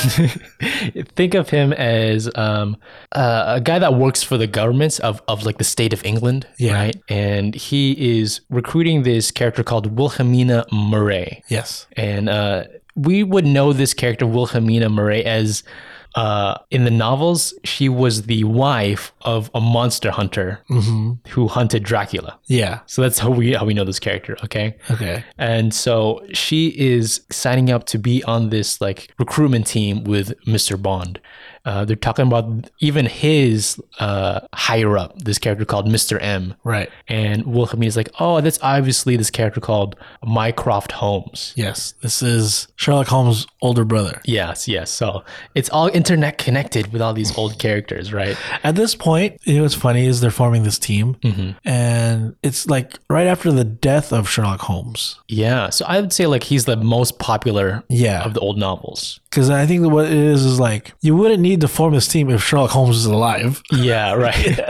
S2: think of him as um, uh, a guy that works for the governments of, of like the state of England,
S1: Yeah.
S2: right? And he is recruiting this character called Wilhelmina Murray,
S1: Yes.
S2: and uh, we would know this character Wilhelmina Murray as uh, in the novels she was the wife of a monster hunter who hunted Dracula.
S1: Yeah.
S2: So that's how we how we know this character. Okay.
S1: Okay.
S2: And so she is signing up to be on this like recruitment team with Mr. Bond. Uh, they're talking about even his uh, higher up, this character called Mr. M.
S1: Right.
S2: And Wilhelmina's like, oh, that's obviously this character called Mycroft Holmes.
S1: Yes. This is Sherlock Holmes' older brother.
S2: Yes, yes. So it's all internet connected with all these old characters, right?
S1: At this point, you know what's funny is they're forming this team,
S2: Mm-hmm.
S1: and it's like right after the death of Sherlock Holmes.
S2: Yeah. So I would say like he's the most popular
S1: Yeah,
S2: of the old novels.
S1: because I think that what it is is like you wouldn't need to form this team if Sherlock Holmes is alive.
S2: Yeah, right.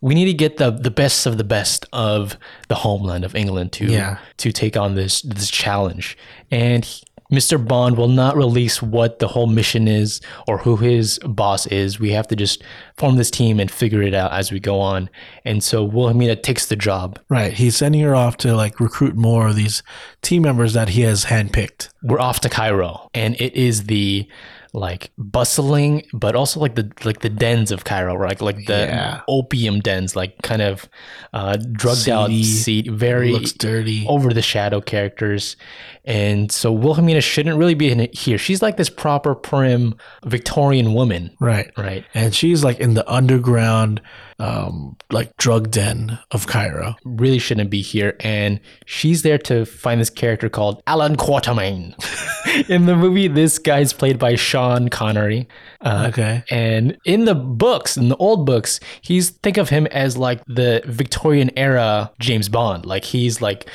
S2: we need to get the the best of the best of the homeland of England to
S1: Yeah.
S2: to take on this this challenge. And he- Mr. Bond will not release what the whole mission is or who his boss is. We have to just form this team and figure it out as we go on. And so Wilhelmina takes the job.
S1: Right. He's sending her off to like recruit more of these team members that he has handpicked.
S2: We're off to Cairo, and it is the like bustling, but also like the like the dens of Cairo, right? Like the
S1: Yeah.
S2: opium dens, like kind of uh, drugged out,
S1: Seedy,
S2: seat, very
S1: Looks dirty.
S2: over the shadow characters. And so Wilhelmina shouldn't really be in it here. She's like this proper prim Victorian woman,
S1: Right.
S2: right?
S1: And she's like in the underground, um, like drug den of Cairo.
S2: Really shouldn't be here. And she's there to find this character called Alan Quatermain. in the movie, this guy's played by Sean Connery. Uh,
S1: Okay.
S2: And in the books, in the old books, he's think of him as like the Victorian era James Bond. Like he's like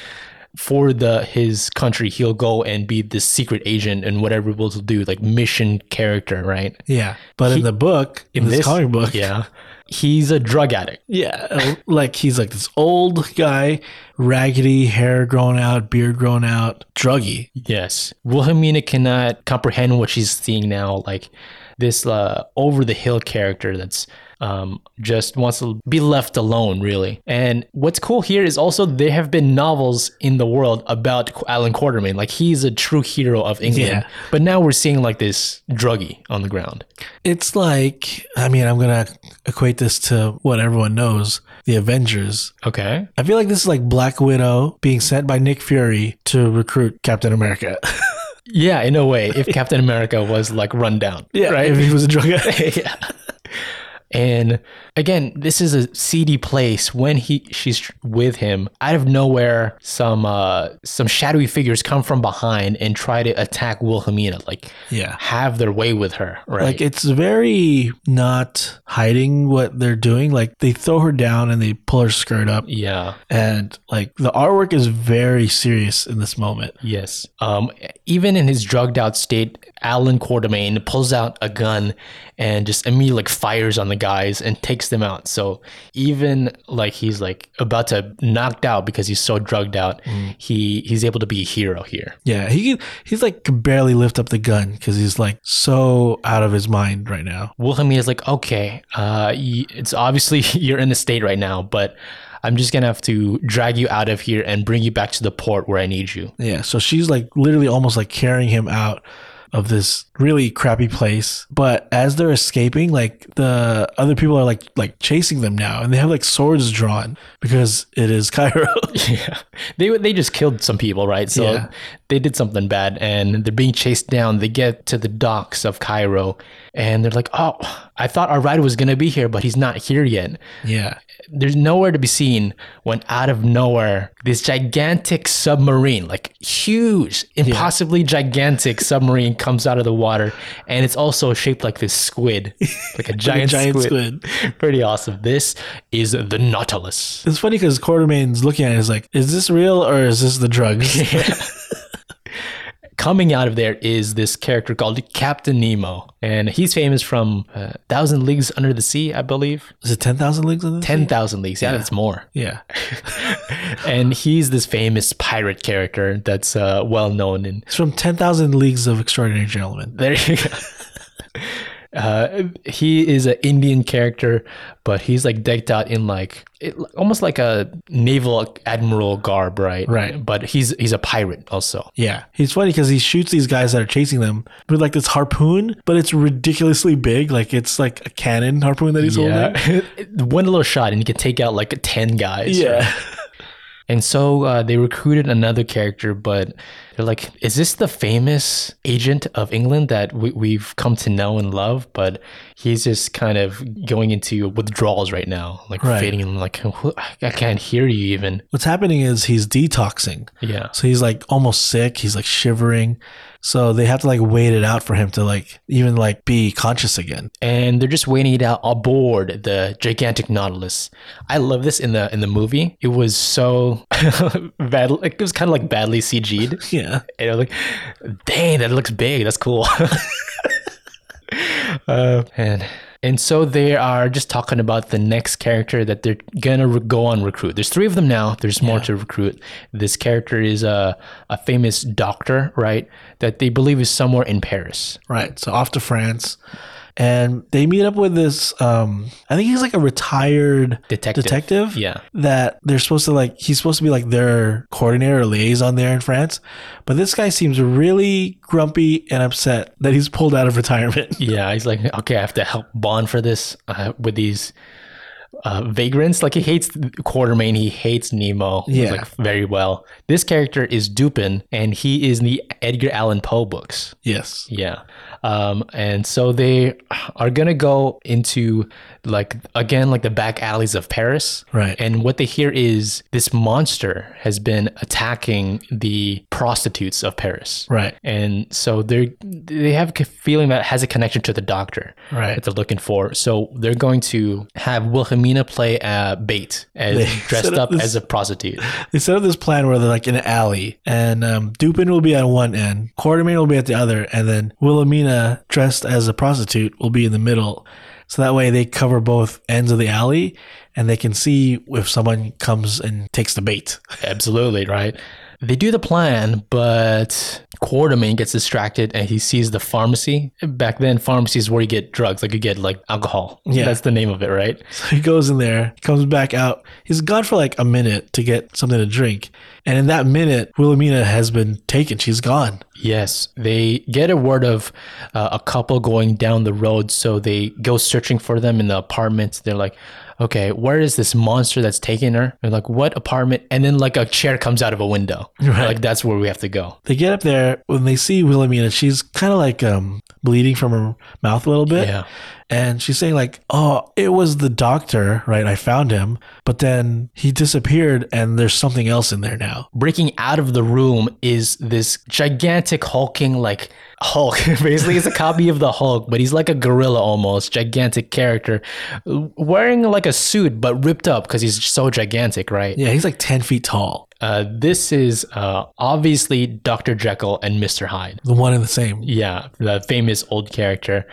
S2: for the his country, he'll go and be the secret agent and whatever will do, like mission character, right?
S1: Yeah. But in the book, in this,
S2: this-
S1: comic book,
S2: Yeah. He's a drug addict.
S1: yeah, like he's like this old guy, raggedy, hair grown out, beard grown out, druggy.
S2: Yes. Wilhelmina cannot comprehend what she's seeing now. Like this uh, over the hill character that's um, just wants to be left alone, really. And what's cool here is also there have been novels in the world about Qu- Alan Quartermain. Like he's a true hero of England.
S1: Yeah.
S2: But now we're seeing like this druggie on the ground.
S1: It's like, I mean, I'm going to equate this to what everyone knows the Avengers.
S2: Okay.
S1: I feel like this is like Black Widow being sent by Nick Fury to recruit Captain America.
S2: Yeah, in a way, if Captain America was like run down.
S1: Right? If he was a drug addict.
S2: yeah. And again, this is a seedy place. When he she's tr- with him, out of nowhere, some uh, some shadowy figures come from behind and try to attack Wilhelmina, like
S1: Yeah.
S2: have their way with her, right?
S1: Like it's very not hiding what they're doing. Like they throw her down and they pull her skirt up.
S2: yeah.
S1: And like the artwork is very serious in this moment.
S2: Yes. Um, even in his drugged out state, Alan Quatermain pulls out a gun and just immediately like, fires on the guys and takes them out. So even like he's like about to knocked out because he's so drugged out, he he's able to be a hero here.
S1: Yeah, he can, he's like can barely lift up the gun because he's like so out of his mind right now.
S2: Wilhelmina is like, okay, uh, y- it's obviously you're in the state right now, but I'm just gonna have to drag you out of here and bring you back to the port where I need you.
S1: Yeah, so she's like literally almost like carrying him out of this really crappy place. But as they're escaping, like the other people are like like chasing them now, and they have like swords drawn because it is Cairo.
S2: Yeah, they they just killed some people, right? So
S1: Yeah.
S2: they did something bad, and they're being chased down. They get to the docks of Cairo, and they're like, "Oh, I thought our ride was gonna be here, but he's not here yet."
S1: yeah,
S2: There's nowhere to be seen. When out of nowhere, this gigantic submarine, like huge, impossibly gigantic submarine, comes out of the water, and it's also shaped like this squid, like a
S1: like a
S2: giant,
S1: giant
S2: squid.
S1: squid.
S2: Pretty awesome. This is the Nautilus.
S1: It's funny because Quartermain's looking at it is like, is this real or is this the drugs?
S2: coming out of there is this character called Captain Nemo, and he's famous from uh, Thousand Leagues Under the Sea, I believe.
S1: is it ten thousand leagues in this?
S2: Ten Thousand Leagues, yeah, that's more.
S1: Yeah,
S2: and he's this famous pirate character that's uh, well known in
S1: it's from ten thousand leagues of extraordinary gentlemen.
S2: there. You go. Uh, he is an Indian character, but he's like decked out in like it, almost like a naval admiral garb, right?
S1: Right.
S2: But he's he's a pirate also.
S1: Yeah, he's funny because he shoots these guys that are chasing them with like this harpoon, but it's ridiculously big. Like it's like a cannon harpoon that he's holding.
S2: Yeah. One little shot and you can take out like 10 guys.
S1: Yeah,
S2: And so uh, they recruited another character, but they're like, is this the famous agent of England that we, we've come to know and love? But he's just kind of going into withdrawals right now, like
S1: Right.
S2: fading and like, "Who- I can't hear you even.
S1: what's happening is he's detoxing,
S2: Yeah.
S1: so he's like almost sick. He's like shivering, so they have to like wait it out for him to like even like be conscious again.
S2: and they're just waiting it out aboard the gigantic Nautilus. I love this in the in the movie. It was so bad. Like, it was kind of like badly CG'd.
S1: Yeah,
S2: And I was like, dang, that looks big. That's cool. uh, and And so they are just talking about the next character that they're gonna re- go on recruit. There's three of them now. There's more to recruit. This character is a a famous doctor, right? That they believe is somewhere in Paris.
S1: Right. So off to France. And they meet up with this um I think he's like a retired
S2: Detective.
S1: detective.
S2: Yeah.
S1: That they're supposed to like he's supposed to be like their coordinator or liaison there in France. But this guy seems really grumpy and upset that he's pulled out of retirement.
S2: Yeah, he's like, okay, I have to help Bond for this uh, with these uh, vagrants. Like he hates Quartermain, he hates Nemo.
S1: Yeah.
S2: like very well. This character is Dupin, and he is in the Edgar Allan Poe books.
S1: yes.
S2: Yeah, um, and so they are gonna go into like again like the back alleys of Paris.
S1: Right.
S2: And what they hear is this monster has been attacking the prostitutes of Paris.
S1: Right.
S2: And so they they have a feeling that it has a connection to the doctor
S1: Right.
S2: that they're looking for. So they're going to have Wilhelmina play uh, bait as
S1: They
S2: dressed
S1: set up
S2: up
S1: this-
S2: as a prostitute.
S1: They set up this plan where they're like in an alley, and um, Dupin will be on one end, Quartermain will be at the other, and then Wilhelmina, dressed as a prostitute, will be in the middle. So that way they cover both ends of the alley, and they can see if someone comes and takes the bait.
S2: Absolutely right. They do the plan, but Quartermain gets distracted and he sees the pharmacy. Back then, pharmacies where you get drugs, like you get like alcohol.
S1: Yeah.
S2: that's the name of it, right?
S1: So he goes in there, comes back out. He's gone for like a minute to get something to drink, and in that minute, Wilhelmina has been taken. She's gone.
S2: Yes, they get a word of uh, a couple going down the road, so they go searching for them in the apartments. They're like, "Okay, where is this monster that's taking her?" They're like, "What apartment?" And then like a chair comes out of a window. They're
S1: Right.
S2: Like that's where we have to go.
S1: They get up there when they see Wilhelmina. She's kind of like um, bleeding from her mouth a little bit.
S2: Yeah.
S1: And she's saying like, "Oh, it was the doctor, right? I found him, but then he disappeared, and there's something else in there now."
S2: breaking out of the room is this gigantic hulking like Hulk. Basically, it's a copy of the Hulk, but he's like a gorilla almost, gigantic character, wearing like a suit but ripped up because he's so gigantic, right?
S1: Yeah, he's like ten feet tall,
S2: Uh, this is uh, obviously Dr. Jekyll and Mr. Hyde.
S1: the one and the same.
S2: Yeah, the famous old character.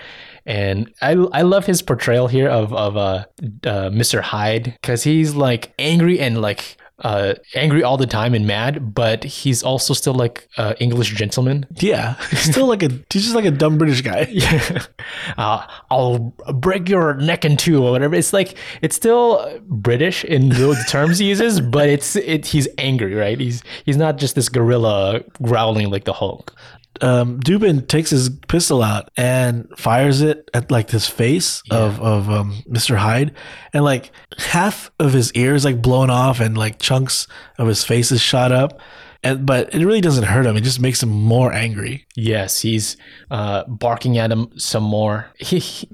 S2: And I, I love his portrayal here of, of uh, uh, Mr. Hyde because he's like angry and like uh, angry all the time and mad, but he's also still like uh, English gentleman.
S1: Yeah, he's still like a he's just like a dumb British guy.
S2: Yeah. uh, I'll break your neck in two or whatever. It's like it's still British in the terms he uses, but it's it, he's angry, right? He's he's not just this gorilla growling like the Hulk.
S1: Um, Dubin takes his pistol out and fires it at like this face of of um, Mr. Hyde, and like half of his ear is like blown off, and like chunks of his face is shot up. And, but it really doesn't hurt him. It just makes him more angry.
S2: Yes, he's uh, barking at him some more. He, he-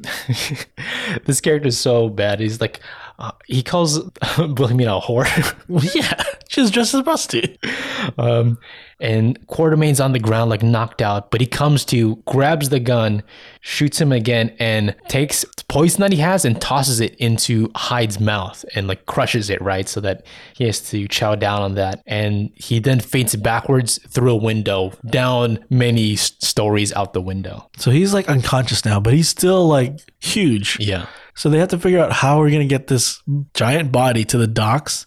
S2: this character is so bad. He's like, uh, he calls Wilhelmina a whore,
S1: yeah, she was dressed as a prostitute.
S2: um, and Quartermain's on the ground like knocked out. But he comes to, grabs the gun, shoots him again, and takes poison that he has and tosses it into Hyde's mouth and like crushes it right so that he has to chow down on that. And he then faints backwards through a window, down many s- stories out the window.
S1: So he's like unconscious now, but he's still like huge.
S2: Yeah.
S1: So they have to figure out how we're gonna get this giant body to the docks.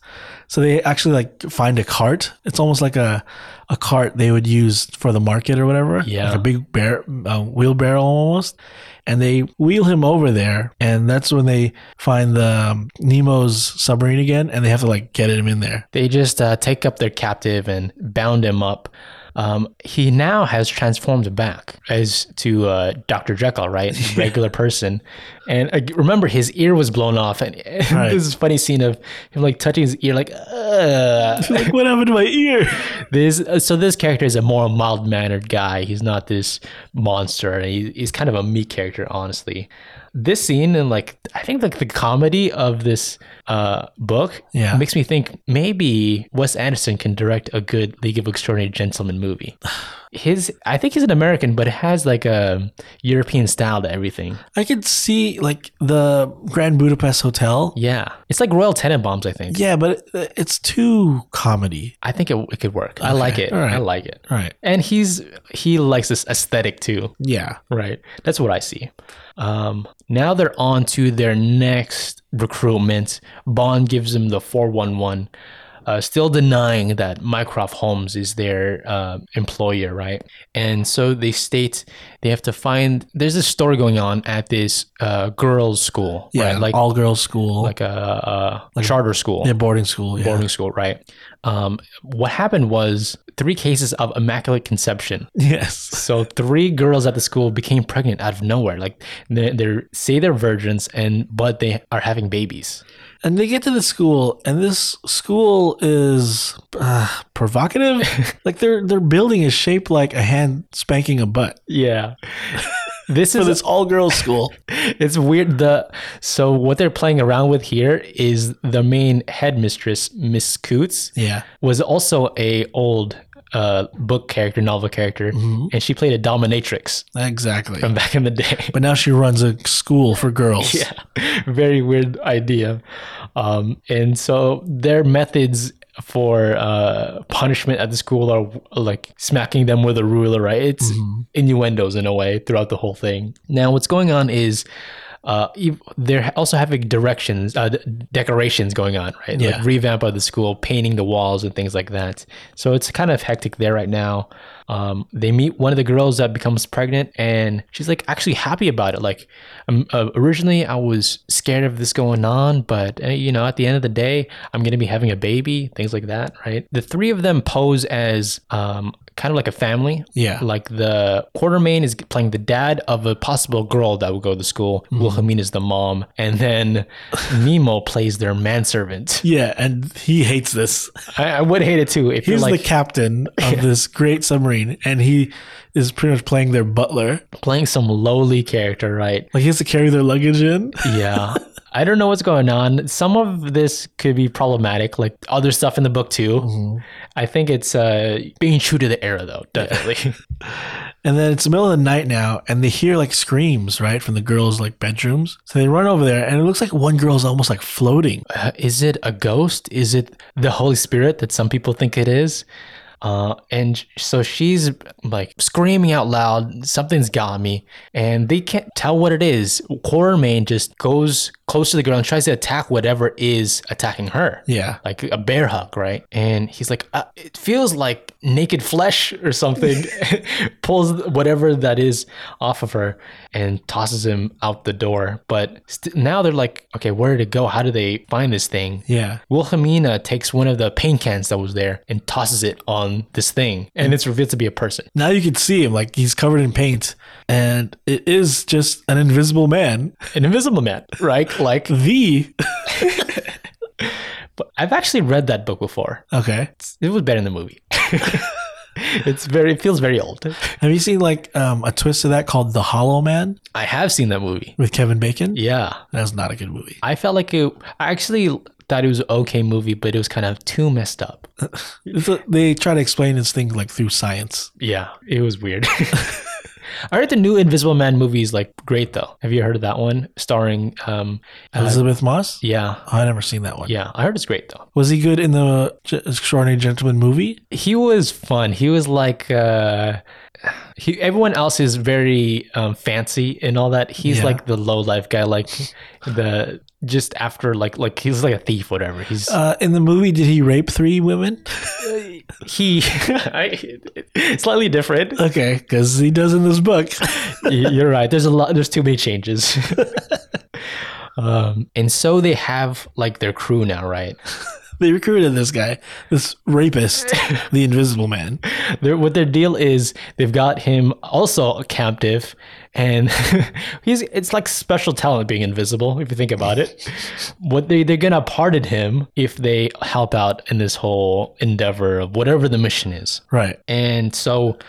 S1: So they actually like find a cart. It's almost like a a cart they would use for the market or whatever.
S2: Yeah.
S1: like a big bear uh, wheelbarrow almost. And they wheel him over there, and that's when they find the um, Nemo's submarine again, and they have to like get him in there.
S2: They just uh, take up their captive and bound him up. Um, he now has transformed back as to uh, Dr. Jekyll, right? Regular person. And uh, remember, his ear was blown off. And, and
S1: Right.
S2: this is a funny scene of him like touching his ear, like, Ugh.
S1: like what happened to my ear?
S2: this. uh, So this character is a more mild mannered guy. He's not this monster. And he, he's kind of a meek character, honestly. This scene and like I think like the comedy of this uh, book
S1: Yeah.
S2: makes me think maybe Wes Anderson can direct a good League of Extraordinary Gentlemen movie. His, I think he's an American, but it has like a European style to everything.
S1: I could see like the Grand Budapest Hotel.
S2: Yeah, it's like Royal Tenenbaums, I think.
S1: Yeah, but it, it's too comedy.
S2: I think it, it could work. I like it.
S1: all right.
S2: I like it.
S1: All right.
S2: And he's he likes this aesthetic too.
S1: Yeah.
S2: Right. That's what I see. Um, now they're on to their next recruitment. Bond gives them the 411, uh, still denying that Mycroft Holmes is their uh, employer, right? And so they state they have to find there's this story going on at this uh, girls' school,
S1: Yeah.
S2: right? Like,
S1: all girls school. Like
S2: like a, a charter school
S1: yeah, boarding school. Yeah.
S2: boarding school, right? Um, what happened was three cases of immaculate conception.
S1: Yes.
S2: So three girls at the school became pregnant out of nowhere. Like they they say they're virgins, and but they are having babies.
S1: And they get to the school, and this school is uh, provocative. like their their building is shaped like a hand spanking a butt.
S2: Yeah. This
S1: So
S2: is
S1: it's all girls school.
S2: it's weird. The so what they're playing around with here is the main headmistress, Miss Coots,
S1: yeah.
S2: was also a old uh, book character, novel character, and she played a dominatrix
S1: Exactly.
S2: from back in the day.
S1: But now she runs a school for girls.
S2: yeah very weird idea um, and so their methods for uh, punishment at the school are like smacking them with a ruler right it's innuendos in a way throughout the whole thing now what's going on is uh, ev- they're also having directions, uh, d- decorations going on, right?
S1: Yeah.
S2: Like revamp of the school, painting the walls and things like that. So it's kind of hectic there right now. Um, they meet one of the girls that becomes pregnant, and she's like actually happy about it. Like, um, uh, originally I was scared of this going on, but uh, you know, at the end of the day, I'm gonna be having a baby, things like that, right? The three of them pose as um, kind of like a family,
S1: Yeah.
S2: like the quartermain is playing the dad of a possible girl that would go to school. Wilhelmina is the mom, and then Nemo plays their manservant.
S1: Yeah, and he hates this.
S2: I, I would hate it too if
S1: He's
S2: you're
S1: the
S2: like
S1: captain of this great submarine, and he is pretty much playing their butler.
S2: playing some lowly character, right?
S1: Like he has to carry their luggage in.
S2: Yeah. I don't know what's going on. Some of this could be problematic, like other stuff in the book too. I think it's uh, being true to the era, though, definitely.
S1: And then it's the middle of the night now, and they hear like screams, right, from the girls' like bedrooms. So they run over there, and it looks like one girl's almost like floating.
S2: uh, is it a ghost? Is it the Holy Spirit that some people think it is? Uh, and so she's like screaming out loud, something's got me, and they can't tell what it is. Quartermain just goes close to the girl and tries to attack whatever is attacking her.
S1: Yeah.
S2: Like a bear hug, right? And he's like, uh, it feels like naked flesh or something. Pulls whatever that is off of her and tosses him out the door. But st- now they're like, okay, where did it go? How do they find this thing?
S1: Yeah.
S2: Wilhelmina takes one of the paint cans that was there and tosses it on this thing. And it's revealed to be a person.
S1: Now you can see him, like he's covered in paint, and it is just an invisible man.
S2: An invisible man, right? Like,
S1: The
S2: but I've actually read that book before.
S1: okay.
S2: It was better in the movie. it's very, it feels very old.
S1: Have you seen like um, a twist of that called The Hollow Man
S2: I have seen that movie.
S1: with Kevin Bacon?
S2: Yeah.
S1: That's not a good movie.
S2: I felt like it. I actually thought it was an okay movie, but it was kind of too messed up.
S1: It's a- they try to explain this thing like through science.
S2: Yeah, it was weird. I heard the new Invisible Man movie is like great though. Have you heard of that one starring? um
S1: Elizabeth Moss?
S2: Yeah,
S1: Oh, I never seen that one.
S2: yeah. I heard it's great though.
S1: Was he good in the G- Extraordinary Gentleman movie?
S2: He was fun. He was like. uh he, everyone else is very um, fancy and all that. He's
S1: Yeah.
S2: like the low life guy, like the just after like like he's like a thief, whatever. He's
S1: Uh, in the movie, did he rape three women?
S2: he I, slightly different.
S1: Okay, because he does in this book.
S2: Y- You're right. There's a lot. There's too many changes. um, and so they have like their crew now, right?
S1: they recruited this guy, this rapist, the Invisible Man.
S2: Their, what their deal is, they've got him also captive, and he's it's like special talent being invisible. If you think about it, what they they're gonna pardon him if they help out in this whole endeavor of whatever the mission is.
S1: Right.
S2: And so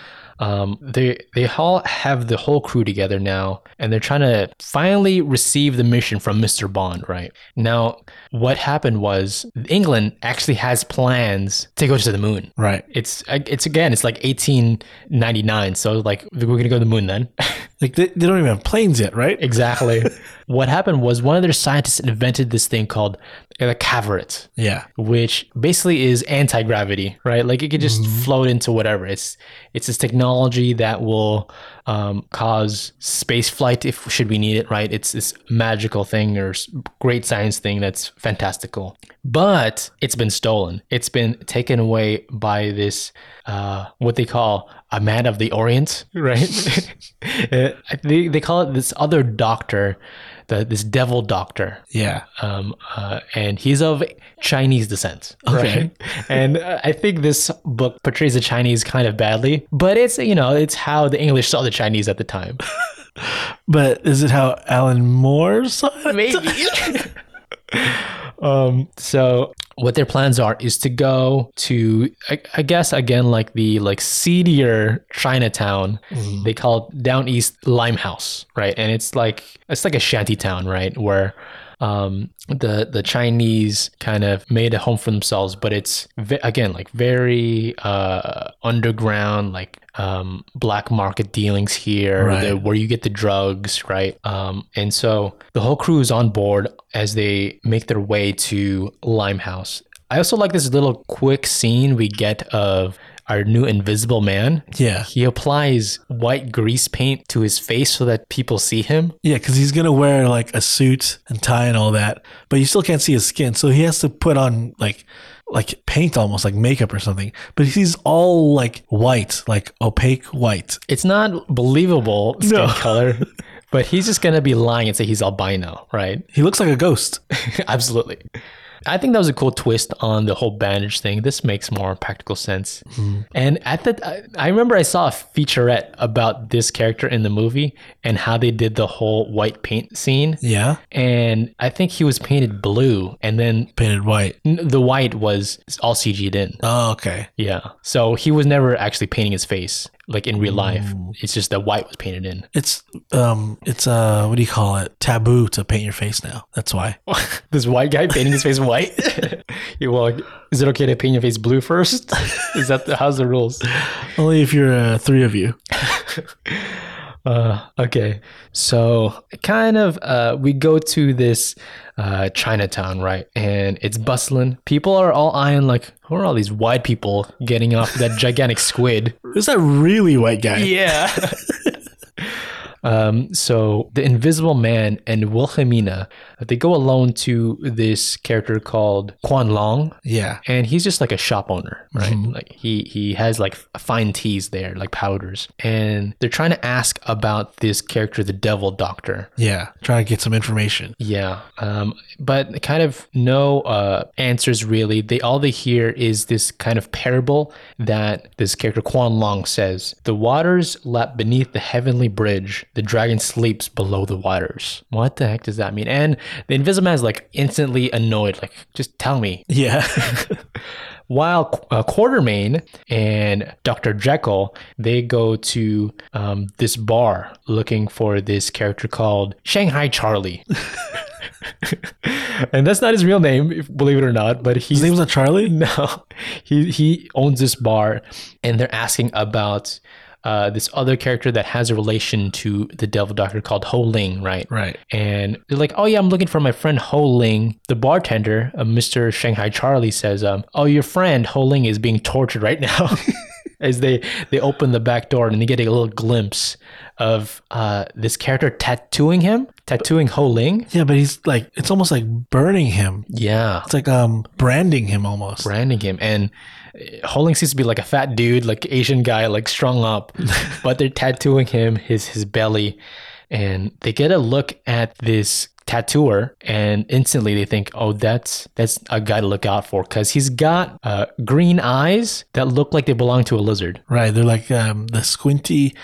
S2: Um, they they all have the whole crew together now, and they're trying to finally receive the mission from Mr. Bond. Right now, what happened was England actually has plans to go to the moon.
S1: Right.
S2: It's it's again, it's like 1899. So like we're gonna go to the moon then.
S1: Like they, they don't even have planes yet, right?
S2: exactly. what happened was one of their scientists invented this thing called uh, the caveret
S1: Yeah.
S2: which basically is anti-gravity, right? Like it could just float into whatever. It's it's this technology that will um, cause space flight if should we need it, right? It's this magical thing or s- great science thing that's fantastical, but it's been stolen. It's been taken away by this uh, what they call a man of the Orient, right? Uh, they they call it this other doctor, the, this devil doctor,
S1: Yeah.
S2: um, uh, and he's of Chinese descent.
S1: Okay.
S2: right? and uh, I think this book portrays the Chinese kind of badly, but it's you know it's how the English saw the Chinese at the time.
S1: But is it how Alan Moore saw it?
S2: Maybe. um. So what their plans are is to go to I, I guess again like the like seedier Chinatown. They call it down east Limehouse, right? And it's like it's like a shanty town, right? Where um the the chinese kind of made a home for themselves but it's ve- again like very uh underground like um black market dealings here
S1: Right.
S2: the- where you get the drugs right um and so the whole crew is on board as they make their way to limehouse i also like this little quick scene we get of our new invisible man
S1: Yeah.
S2: he applies white grease paint to his face so that people see him
S1: Yeah, because he's gonna wear like a suit and tie and all that, but you still can't see his skin, so he has to put on like like paint almost like makeup or something. But he's all like white, like opaque white.
S2: it's not believable skin
S1: No.
S2: color, but he's just gonna be lying and say he's albino, right?
S1: He looks like a ghost.
S2: Absolutely. I think that was a cool twist on the whole bandage thing. This makes more practical sense. And at the, I, I remember I saw a featurette about this character in the movie and how they did the whole white paint scene.
S1: Yeah,
S2: And I think he was painted blue, and then
S1: painted white.
S2: n- the white was all CG'd in.
S1: Oh, okay.
S2: Yeah. So he was never actually painting his face like in real life. It's just that white was painted in.
S1: It's um, it's uh, what do you call it? Taboo to paint your face now. That's why.
S2: this white guy painting his face white. you well, is it okay to paint your face blue first? Is that the, how's the rules?
S1: Only if you're uh, three of you.
S2: Uh, okay, so kind of uh, we go to this uh, Chinatown, right? And it's bustling. People are all eyeing like, who are all these white people getting off that gigantic squid?
S1: Is that really white guy?
S2: Yeah. um, so the Invisible Man and Wilhelmina, they go alone to this character called Quan Long.
S1: Yeah.
S2: and he's just like a shop owner right like he he has like fine teas there like powders and they're trying to ask about this character the devil doctor
S1: Yeah. Trying to get some information.
S2: yeah um but kind of no uh answers really they all they hear is this kind of parable that this character quan long says the waters lap beneath the heavenly bridge the dragon sleeps below the waters what the heck does that mean and the invisible man is like instantly annoyed like just tell me
S1: Yeah.
S2: while uh, Quartermain and Dr. Jekyll, they go to um, this bar looking for this character called Shanghai Charlie. and that's not his real name, if, believe it or not, but he's
S1: His name's not Charlie.
S2: no, he he owns this bar, and they're asking about uh, this other character that has a relation to the Devil Doctor called Ho Ling, right?
S1: Right.
S2: And they're like, "Oh yeah, I'm looking for my friend Ho Ling." The bartender, uh, Mr. Shanghai Charlie, says, um, "Oh, your friend Ho Ling is being tortured right now." As they they open the back door and they get a little glimpse of uh, this character tattooing him, tattooing Ho Ling.
S1: Yeah, but he's like, it's almost like burning him.
S2: Yeah,
S1: It's like um branding him almost.
S2: branding him. And uh, Holing seems to be like a fat dude, like Asian guy, like strung up, but they're tattooing him, his his belly, and they get a look at this tattooer and instantly they think oh that's that's a guy to look out for because he's got uh, green eyes that look like they belong to a lizard
S1: Right. They're like um the squinty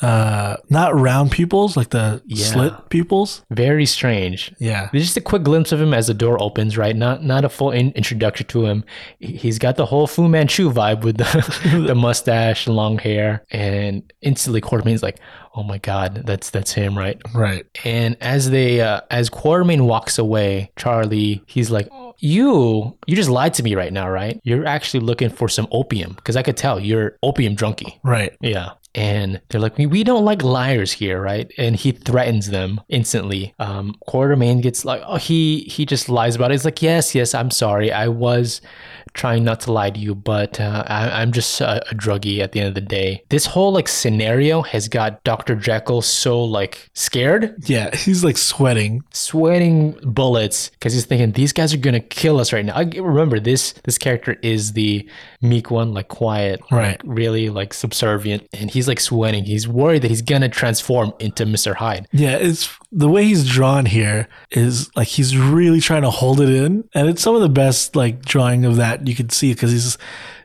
S1: uh, not round pupils, like the
S2: Yeah.
S1: slit pupils.
S2: Very strange.
S1: Yeah.
S2: There's just a quick glimpse of him as the door opens, right? Not not a full in- introduction to him. He- He's got the whole Fu Manchu vibe with the, the mustache, long hair, and instantly Quartermain's like, "Oh my god, that's that's him, right?"
S1: Right.
S2: And as they uh, as Quartermain walks away, Charlie, he's like, "You you just lied to me right now, right? You're actually looking for some opium because I could tell you're opium drunkie."
S1: Right.
S2: Yeah. And they're like, we, we don't like liars here, right? And he threatens them instantly. Um, Quartermain gets like, oh, he he just lies about it. He's like, yes, yes, I'm sorry, I was trying not to lie to you, but uh, I, I'm just a, a druggie at the end of the day. This whole like scenario has got Doctor Jekyll so like scared,
S1: Yeah. He's like sweating.
S2: sweating bullets because he's thinking these guys are gonna kill us right now. I remember this this character is the meek one, like quiet,
S1: Right.
S2: really like subservient and he's like sweating he's worried that he's gonna transform into mr hyde
S1: Yeah, it's the way he's drawn here is like he's really trying to hold it in, and it's some of the best like drawing of that you can see because he's.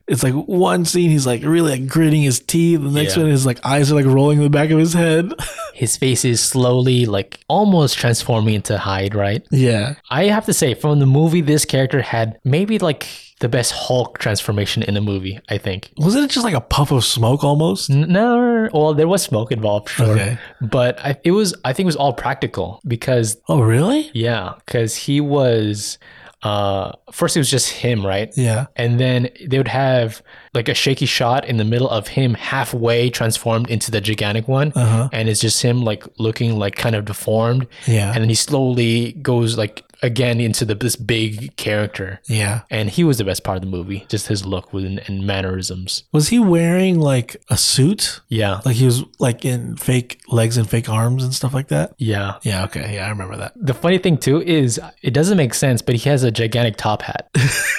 S1: It's like one scene he's like really like gritting his teeth, the next
S2: Yeah.
S1: one his like eyes are like rolling in the back of his head.
S2: his face is slowly like almost transforming into hyde right
S1: yeah,
S2: i have to say from the movie this character had maybe like the best hulk transformation in a movie i think
S1: wasn't it just like a puff of smoke almost?
S2: N- no well there was smoke involved sure
S1: Okay.
S2: but I, it was i think it was all practical because
S1: Oh really?
S2: yeah because he was uh first it was just him right
S1: Yeah,
S2: and then they would have like a shaky shot in the middle of him halfway transformed into the gigantic one
S1: Uh-huh.
S2: and it's just him like looking like kind of deformed
S1: yeah,
S2: and then he slowly goes like again into the this big character
S1: yeah.
S2: and he was the best part of the movie just his look with- and, and mannerisms
S1: Was he wearing like a suit?
S2: yeah
S1: Like he was like in fake legs and fake arms and stuff like that.
S2: yeah
S1: Yeah, okay, yeah, I remember that.
S2: the funny thing too is it doesn't make sense but he has a gigantic top hat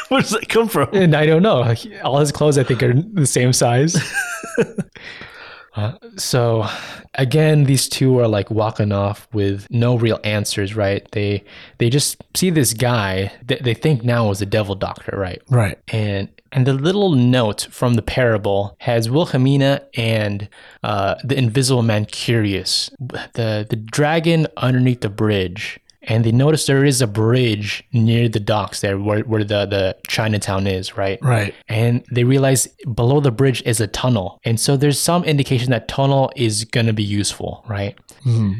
S1: Where does that come from?
S2: and i don't know all his clothes i think are the same size Uh, so again these two are like walking off with no real answers right they they just see this guy that they think now is the devil doctor right
S1: Right.
S2: and and the little note from the parable has Wilhelmina and uh, the Invisible Man curious. The the dragon underneath the bridge, and they notice there is a bridge near the docks there, where where the the Chinatown is, right?
S1: Right.
S2: And they realize below the bridge is a tunnel, and so there's some indication that tunnel is gonna be useful, right?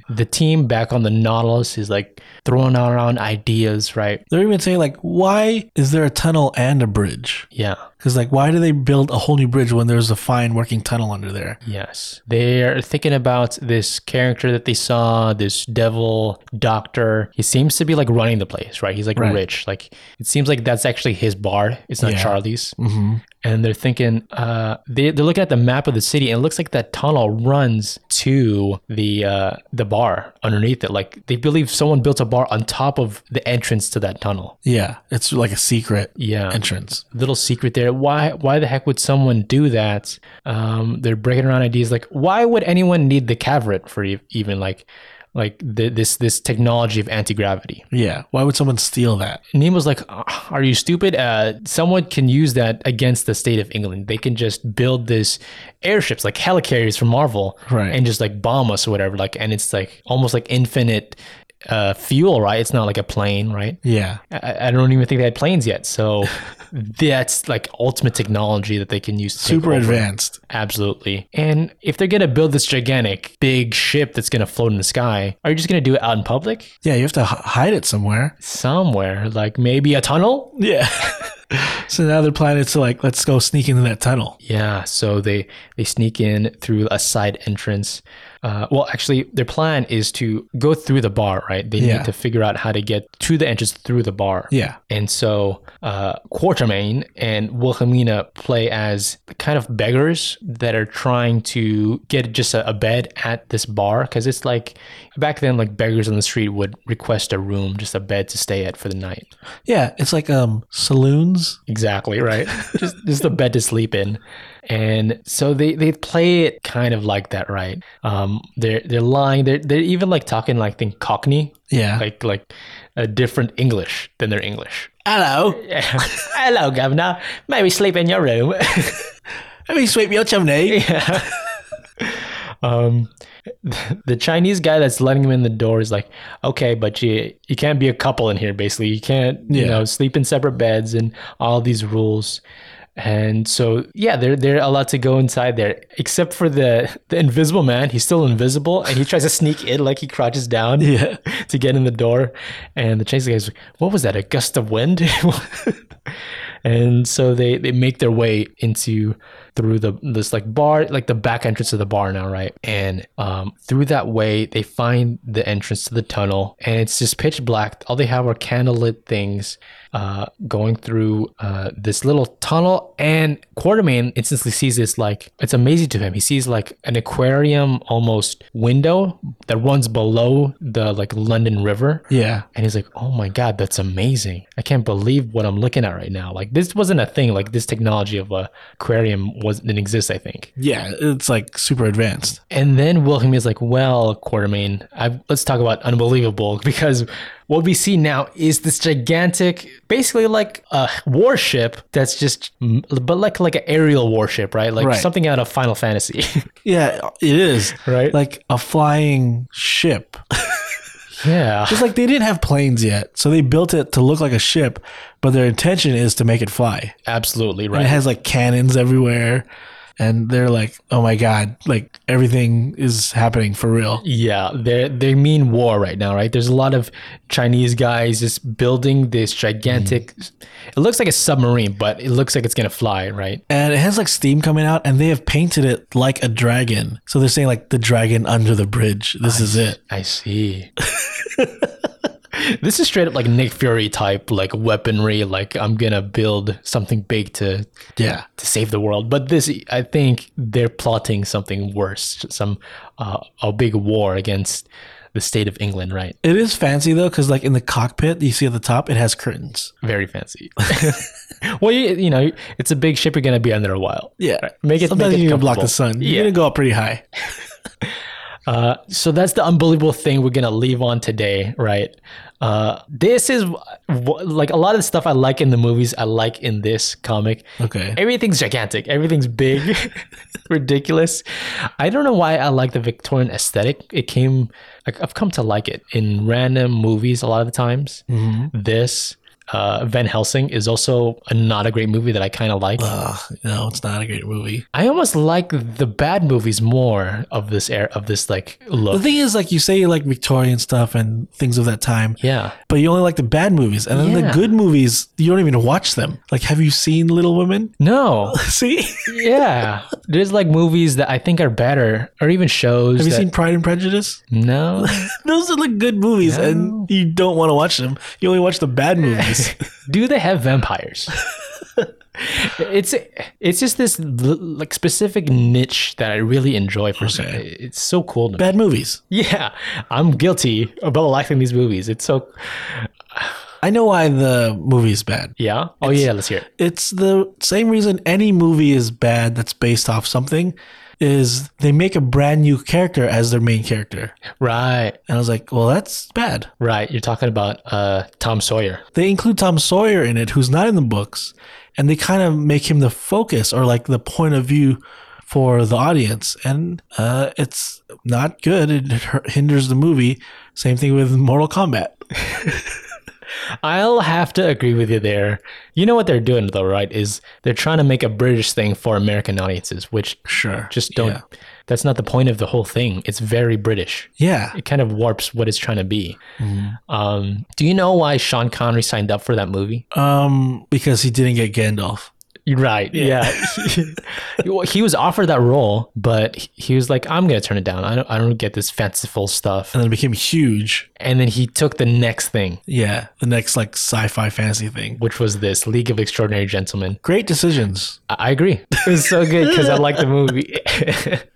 S2: The team back on the Nautilus is like throwing around ideas, right?
S1: They're even saying like, why is there a tunnel and a bridge?
S2: Yeah.
S1: Because like, why do they build a whole new bridge when there's a fine working tunnel under there?
S2: Yes. They're thinking about this character that they saw, this devil doctor. He seems to be like running the place, right? He's like
S1: Right.
S2: rich. Like it seems like that's actually his bar. It's not
S1: Yeah.
S2: Charlie's.
S1: Mm-hmm.
S2: And they're thinking, uh, they, they're looking at the map of the city, and it looks like that tunnel runs to the uh, the bar underneath it. Like they believe someone built a bar on top of the entrance to that tunnel.
S1: Yeah, it's like a secret
S2: Yeah
S1: entrance.
S2: little secret there. Why why the heck would someone do that? Um, they're breaking around ideas like why would anyone need the cavret for e- even like like th- this this technology of anti gravity?
S1: Yeah. Why would someone steal that?
S2: Nemo's like, are you stupid? Uh, someone can use that against the state of England. They can just build this airships like helicarriers from Marvel,
S1: Right.
S2: and just like bomb us or whatever. Like, and it's like almost like infinite uh fuel right it's not like a plane right
S1: Yeah.
S2: I, I don't even think they had planes yet. So that's like ultimate technology that they can use. To take
S1: Super
S2: over.
S1: advanced.
S2: Absolutely. And if they're going to build this gigantic, big ship that's going to float in the sky, are you just going to do it out in public?
S1: Yeah, you have to h- hide it somewhere.
S2: Somewhere, like maybe a tunnel?
S1: Yeah. so now they're planning to like, let's go sneak into that tunnel.
S2: Yeah, so they they sneak in through a side entrance. Uh, well, actually, their plan is to go through the bar, right? They
S1: Yeah.
S2: need to figure out how to get to the entrance through the bar.
S1: Yeah.
S2: And so uh, Quartermain and Wilhelmina play as kind of beggars that are trying to get just a, a bed at this bar because it's like back then, like beggars on the street would request a room, just a bed to stay at for the night.
S1: Yeah. It's like um saloons.
S2: Exactly right. just just a bed to sleep in, and so they they play it kind of like that, right? Um, they're they're lying. They're they're even like talking like think Cockney,
S1: Yeah.
S2: like like a different English than their English.
S1: hello.
S2: Hello, Governor. May we sleep in your room?
S1: Let me sweep your chimney.
S2: yeah. Um, the Chinese guy that's letting him in the door is like, okay, but you you can't be a couple in here. Basically, you can't you
S1: Yeah.
S2: know sleep in separate beds and all these rules. And so yeah, they're they're allowed to go inside there, except for the the invisible man. He's still invisible, and he tries to sneak in like he crouches down
S1: Yeah.
S2: to get in the door. And the Chinese guy's like, what was that? A gust of wind? and so they, they make their way into through the this like bar, like the back entrance of the bar now, right? And um, through that way, they find the entrance to the tunnel, and it's just pitch black. All they have are candlelit things uh, going through uh, this little tunnel. And Quartermain instantly sees this like it's amazing to him. He sees like an aquarium almost window that runs below the like London River.
S1: Yeah.
S2: And he's like, "Oh my god, that's amazing! I can't believe what I'm looking at right now. Like this wasn't a thing. Like this technology of a aquarium was didn't exist. I think."
S1: Yeah. It's like super advanced.
S2: And then Wilhelm is like, "Well, Quartermain, i let's talk about unbelievable because what we see now is this gigantic, basically like a warship that's just, but like like an aerial warship, right? Like
S1: Right.
S2: something out of Final Fantasy,
S1: Yeah, it is.
S2: right?
S1: Like a flying ship.
S2: yeah,
S1: It's like they didn't have planes yet, so they built it to look like a ship, but their intention is to make it fly.
S2: absolutely
S1: And
S2: right.
S1: it has like cannons everywhere, and they're like, "Oh my god, like everything is happening for real."
S2: Yeah, they they mean war right now, right? There's a lot of Chinese guys just building this gigantic. It looks like a submarine, but it looks like it's gonna fly, right?
S1: And it has like steam coming out, and they have painted it like a dragon. So they're saying like the dragon under the bridge. This is it.
S2: I see. this is straight up like Nick Fury type, like weaponry. Like I'm gonna build something big to
S1: Yeah,
S2: to save the world. But this, I think, they're plotting something worse, some uh, a big war against the state of England, right?
S1: it is fancy though, because like in the cockpit, you see at the top, it has curtains.
S2: Very fancy. well, you, you know, it's a big ship. You're gonna be under a while.
S1: Yeah,
S2: Make it-
S1: Sometimes
S2: make it
S1: you need to block
S2: comfortable.
S1: the sun.
S2: Yeah.
S1: You're gonna go up pretty high.
S2: Uh, so that's the unbelievable thing we're gonna leave on today, right? Uh, this is wh- like a lot of the stuff I like in the movies. I like in this comic.
S1: Okay.
S2: Everything's gigantic. Everything's big, ridiculous. I don't know why I like the Victorian aesthetic. It came. Like, I've come to like it in random movies a lot of the times.
S1: Mm-hmm.
S2: This. Uh, Van Helsing is also a, not a great movie that I kind of like.
S1: Ugh, no, it's not a great movie.
S2: I almost like the bad movies more of this air of this like
S1: The
S2: look.
S1: thing is, like you say, you like Victorian stuff and things of that time,
S2: Yeah.
S1: but you only like the bad movies, and then
S2: Yeah.
S1: the good movies you don't even watch them. Like, have you seen Little Women?
S2: No.
S1: See,
S2: Yeah. There's like movies that I think are better or even shows.
S1: have you
S2: that-
S1: seen Pride and Prejudice?
S2: No.
S1: Those are like good movies,
S2: No.
S1: and you don't want to watch them. You only watch the bad movies.
S2: Do they have vampires? it's it's just this l- like specific niche that I really enjoy for some.
S1: Okay.
S2: It's so cool. To me.
S1: bad movies.
S2: Yeah, I'm guilty about liking these movies. It's so
S1: I know why the movie is bad.
S2: yeah. Oh yeah, let's hear it.
S1: It's the same reason any movie is bad that's based off something is they make a brand new character as their main character.
S2: Right,
S1: And I was like, well, that's bad.
S2: right. You're talking about uh Tom Sawyer.
S1: They include Tom Sawyer in it, who's not in the books, and they kind of make him the focus or like the point of view for the audience. And uh, it's not good. It h- hinders the movie. Same thing with Mortal Kombat.
S2: I'll have to agree with you there. You know what they're doing though, right? Is they're trying to make a British thing for American audiences, which
S1: Sure.
S2: just don't
S1: Yeah.
S2: that's not the point of the whole thing it's very british
S1: Yeah.
S2: it kind of warps what it's trying to be um, do you know why sean connery signed up for that movie
S1: Um, because he didn't get Gandalf.
S2: You're right yeah, Well, he was offered that role but he was like i'm gonna turn it down i don't, I don't get this fanciful stuff
S1: And then became huge.
S2: and then he took the next thing
S1: Yeah. The next like sci-fi fantasy thing.
S2: which was this league of extraordinary gentlemen
S1: Great decisions.
S2: I I agree. It was so good because I like the movie.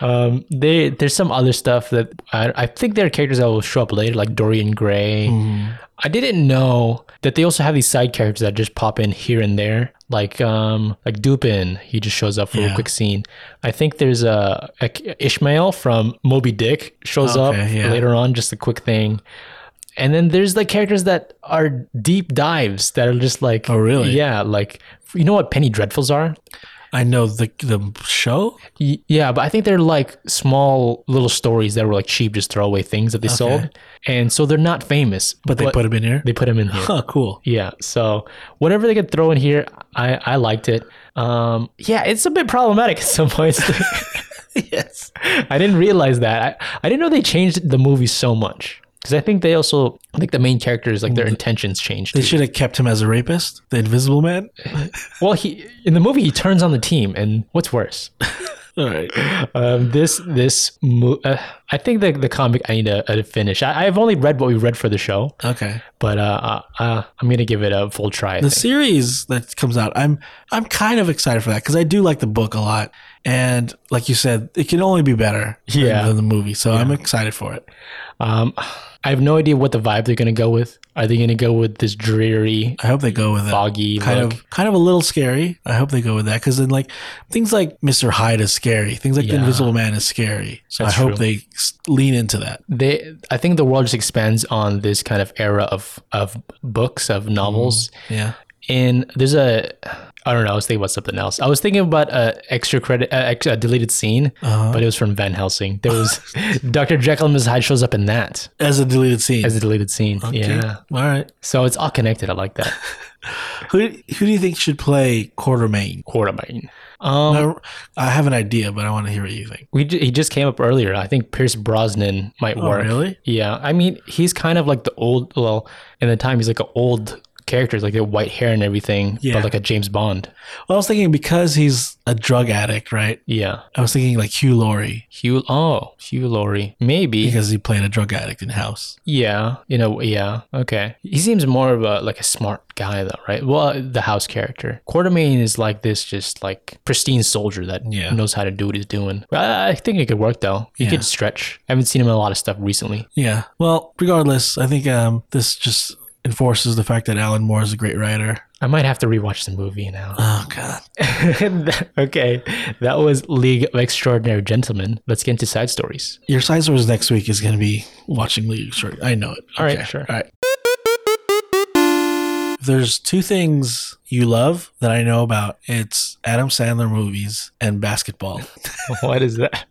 S2: um, they, there's some other stuff that I, I think there are characters that will show up later, like Dorian Gray.
S1: Mm-hmm.
S2: I didn't know that they also have these side characters that just pop in here and there, like um, like Dupin. He just shows up for a
S1: Yeah.
S2: quick scene. I think there's a, a Ishmael from Moby Dick shows up
S1: Okay, yeah.
S2: later on, just a quick thing. And then there's like characters that are deep dives that are just like,
S1: Oh, really?
S2: Yeah, like you know what Penny Dreadfuls are?
S1: I know the the show.
S2: Y- Yeah, but I think they're like small little stories that were like cheap, just throwaway things that they sold, and so they're not famous.
S1: But they put him in here.
S2: they put them in here.
S1: Huh, cool.
S2: yeah, so whatever they could throw in here, I I liked it. Um, yeah, it's a bit problematic at some points.
S1: yes.
S2: I didn't realize that. I, I didn't know they changed the movie so much because I think they also I think the main characters like their intentions changed.
S1: Mm. They
S2: too.
S1: should have kept him as a rapist, the Invisible Man.
S2: well, he in the movie he turns on the team, and what's worse,
S1: All right.
S2: um, this this mo- uh, I think the the comic I need to, uh, to finish. I, I've only read what we read for the show,
S1: Okay.
S2: but uh, uh, uh, I'm gonna give it a full try. I
S1: The
S2: think.
S1: series that comes out, I'm I'm kind of excited for that because I do like the book a lot, and like you said, it can only be better than-
S2: Yeah.
S1: than the movie. So I'm excited for it.
S2: Um, I have no idea what the vibe they're gonna go with. Are they gonna go with this dreary,
S1: I hope they go with it.
S2: foggy
S1: Uh, kind
S2: look?
S1: of kind of a little scary. I hope they go with that because then like things like Mr. Hyde is scary. Things like
S2: Yeah.
S1: the Invisible Man is scary. So
S2: That's
S1: I hope
S2: true.
S1: they s- lean into that.
S2: they i think the world just expands on this kind of era of of books of novels
S1: Yeah.
S2: and there's a i don't know i was thinking about something else i was thinking about a extra credit uh, ex, a deleted scene
S1: Uh-huh.
S2: but it was from van helsing there was dr jekyll and mrs hyde shows up in that
S1: As a deleted scene.
S2: as a deleted scene
S1: Okay.
S2: yeah
S1: All right.
S2: so it's all connected i like that
S1: Who who do you think should play Quartermain?
S2: quartermain um
S1: I, I have an idea, but I want to hear what you think.
S2: we ju- he just came up earlier i think pierce brosnan might
S1: Oh,
S2: work
S1: really?
S2: Yeah, I mean, he's kind of like the old. Well, in the time, he's like an old character, like the white hair and everything,
S1: Yeah.
S2: but like a James Bond.
S1: Well, I was thinking because he's a drug addict, right?
S2: Yeah,
S1: I was thinking like Hugh Laurie
S2: Hugh. Oh, Hugh Laurie, maybe.
S1: because he played a drug addict in House.
S2: yeah, you know. Yeah, okay. He seems more of a like a smart guy, though, right? Well, the house character Quartermain is like this, just like pristine soldier that
S1: Yeah.
S2: knows how to do what he's doing. I, I think it could work though. He
S1: Yeah.
S2: could stretch. I haven't seen him in a lot of stuff recently.
S1: Yeah. Well, regardless, I think um, this just enforces the fact that Alan Moore is a great writer.
S2: I might have to rewatch the movie now.
S1: Oh God.
S2: okay, that was League of Extraordinary Gentlemen. Let's get into side stories.
S1: Your side source next week is going to be watching League of Extraordinary. I know it.
S2: All right,
S1: Okay.
S2: sure.
S1: All right. If There's two things you love that I know about. It's Adam Sandler movies and basketball.
S2: what is that?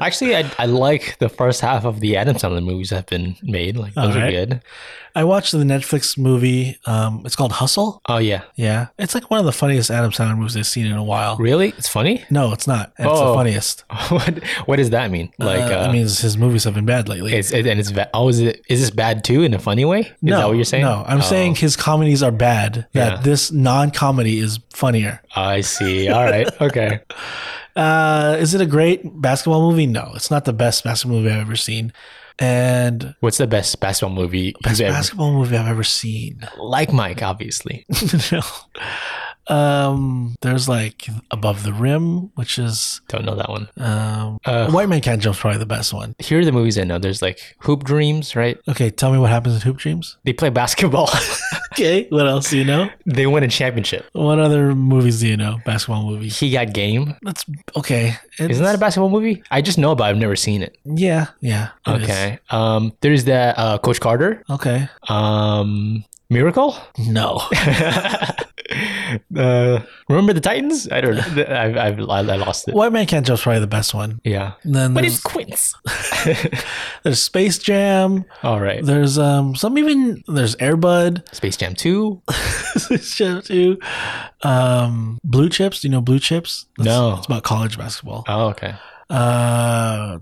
S2: Actually, I, I like the first half of the Adam Sandler movies that have been made. Like those
S1: All
S2: are
S1: right.
S2: good.
S1: I watched the Netflix movie. Um, it's called Hustle.
S2: Oh yeah,
S1: Yeah, it's like one of the funniest Adam Sandler movies I've seen in a while.
S2: really? It's funny.
S1: No, it's not. It's
S2: Oh.
S1: the funniest.
S2: what What does that mean? Like, uh,
S1: I mean, his movies have been bad lately.
S2: it's, it, and it's va- oh, is it is this bad too in a funny way? Is
S1: no,
S2: that what you're saying?
S1: No, I'm
S2: Oh,
S1: saying his comedies are bad. That
S2: Yeah.
S1: this non-comedy is funnier.
S2: I see. All right. Okay.
S1: Uh, is it a great basketball movie? No, it's not the best basketball movie I've ever seen. And
S2: What's the best basketball movie?
S1: best
S2: you've ever-
S1: basketball movie I've ever seen.
S2: Like Mike, obviously.
S1: no. Um, there's like Above the Rim, which is
S2: Don't know that one.
S1: um,
S2: Uh,
S1: White Man Can't Jump is probably the best one.
S2: Here are the movies I know. There's like Hoop Dreams, right?
S1: Okay, tell me what happens in Hoop Dreams.
S2: They play basketball.
S1: Okay, what else do you know?
S2: they win a championship.
S1: What other movies do you know? Basketball movies.
S2: He got game.
S1: That's okay. It's-
S2: Isn't that a basketball movie? I just know about. it. I've never seen it.
S1: yeah, yeah. it is.
S2: Okay. Um. There's that uh, Coach Carter.
S1: Okay.
S2: Um. Miracle.
S1: No.
S2: uh, remember the Titans? I don't know. I've, I've I lost it.
S1: White Man Can't Jump is probably the best one.
S2: Yeah.
S1: And then
S2: But
S1: there's,
S2: it's Quince.
S1: there's Space Jam.
S2: All right.
S1: There's um some even there's Airbud.
S2: Space Jam Two.
S1: too. Um, Blue Chips. Do you know Blue Chips? That's-
S2: No.
S1: It's about college basketball.
S2: Oh, okay.
S1: Uh,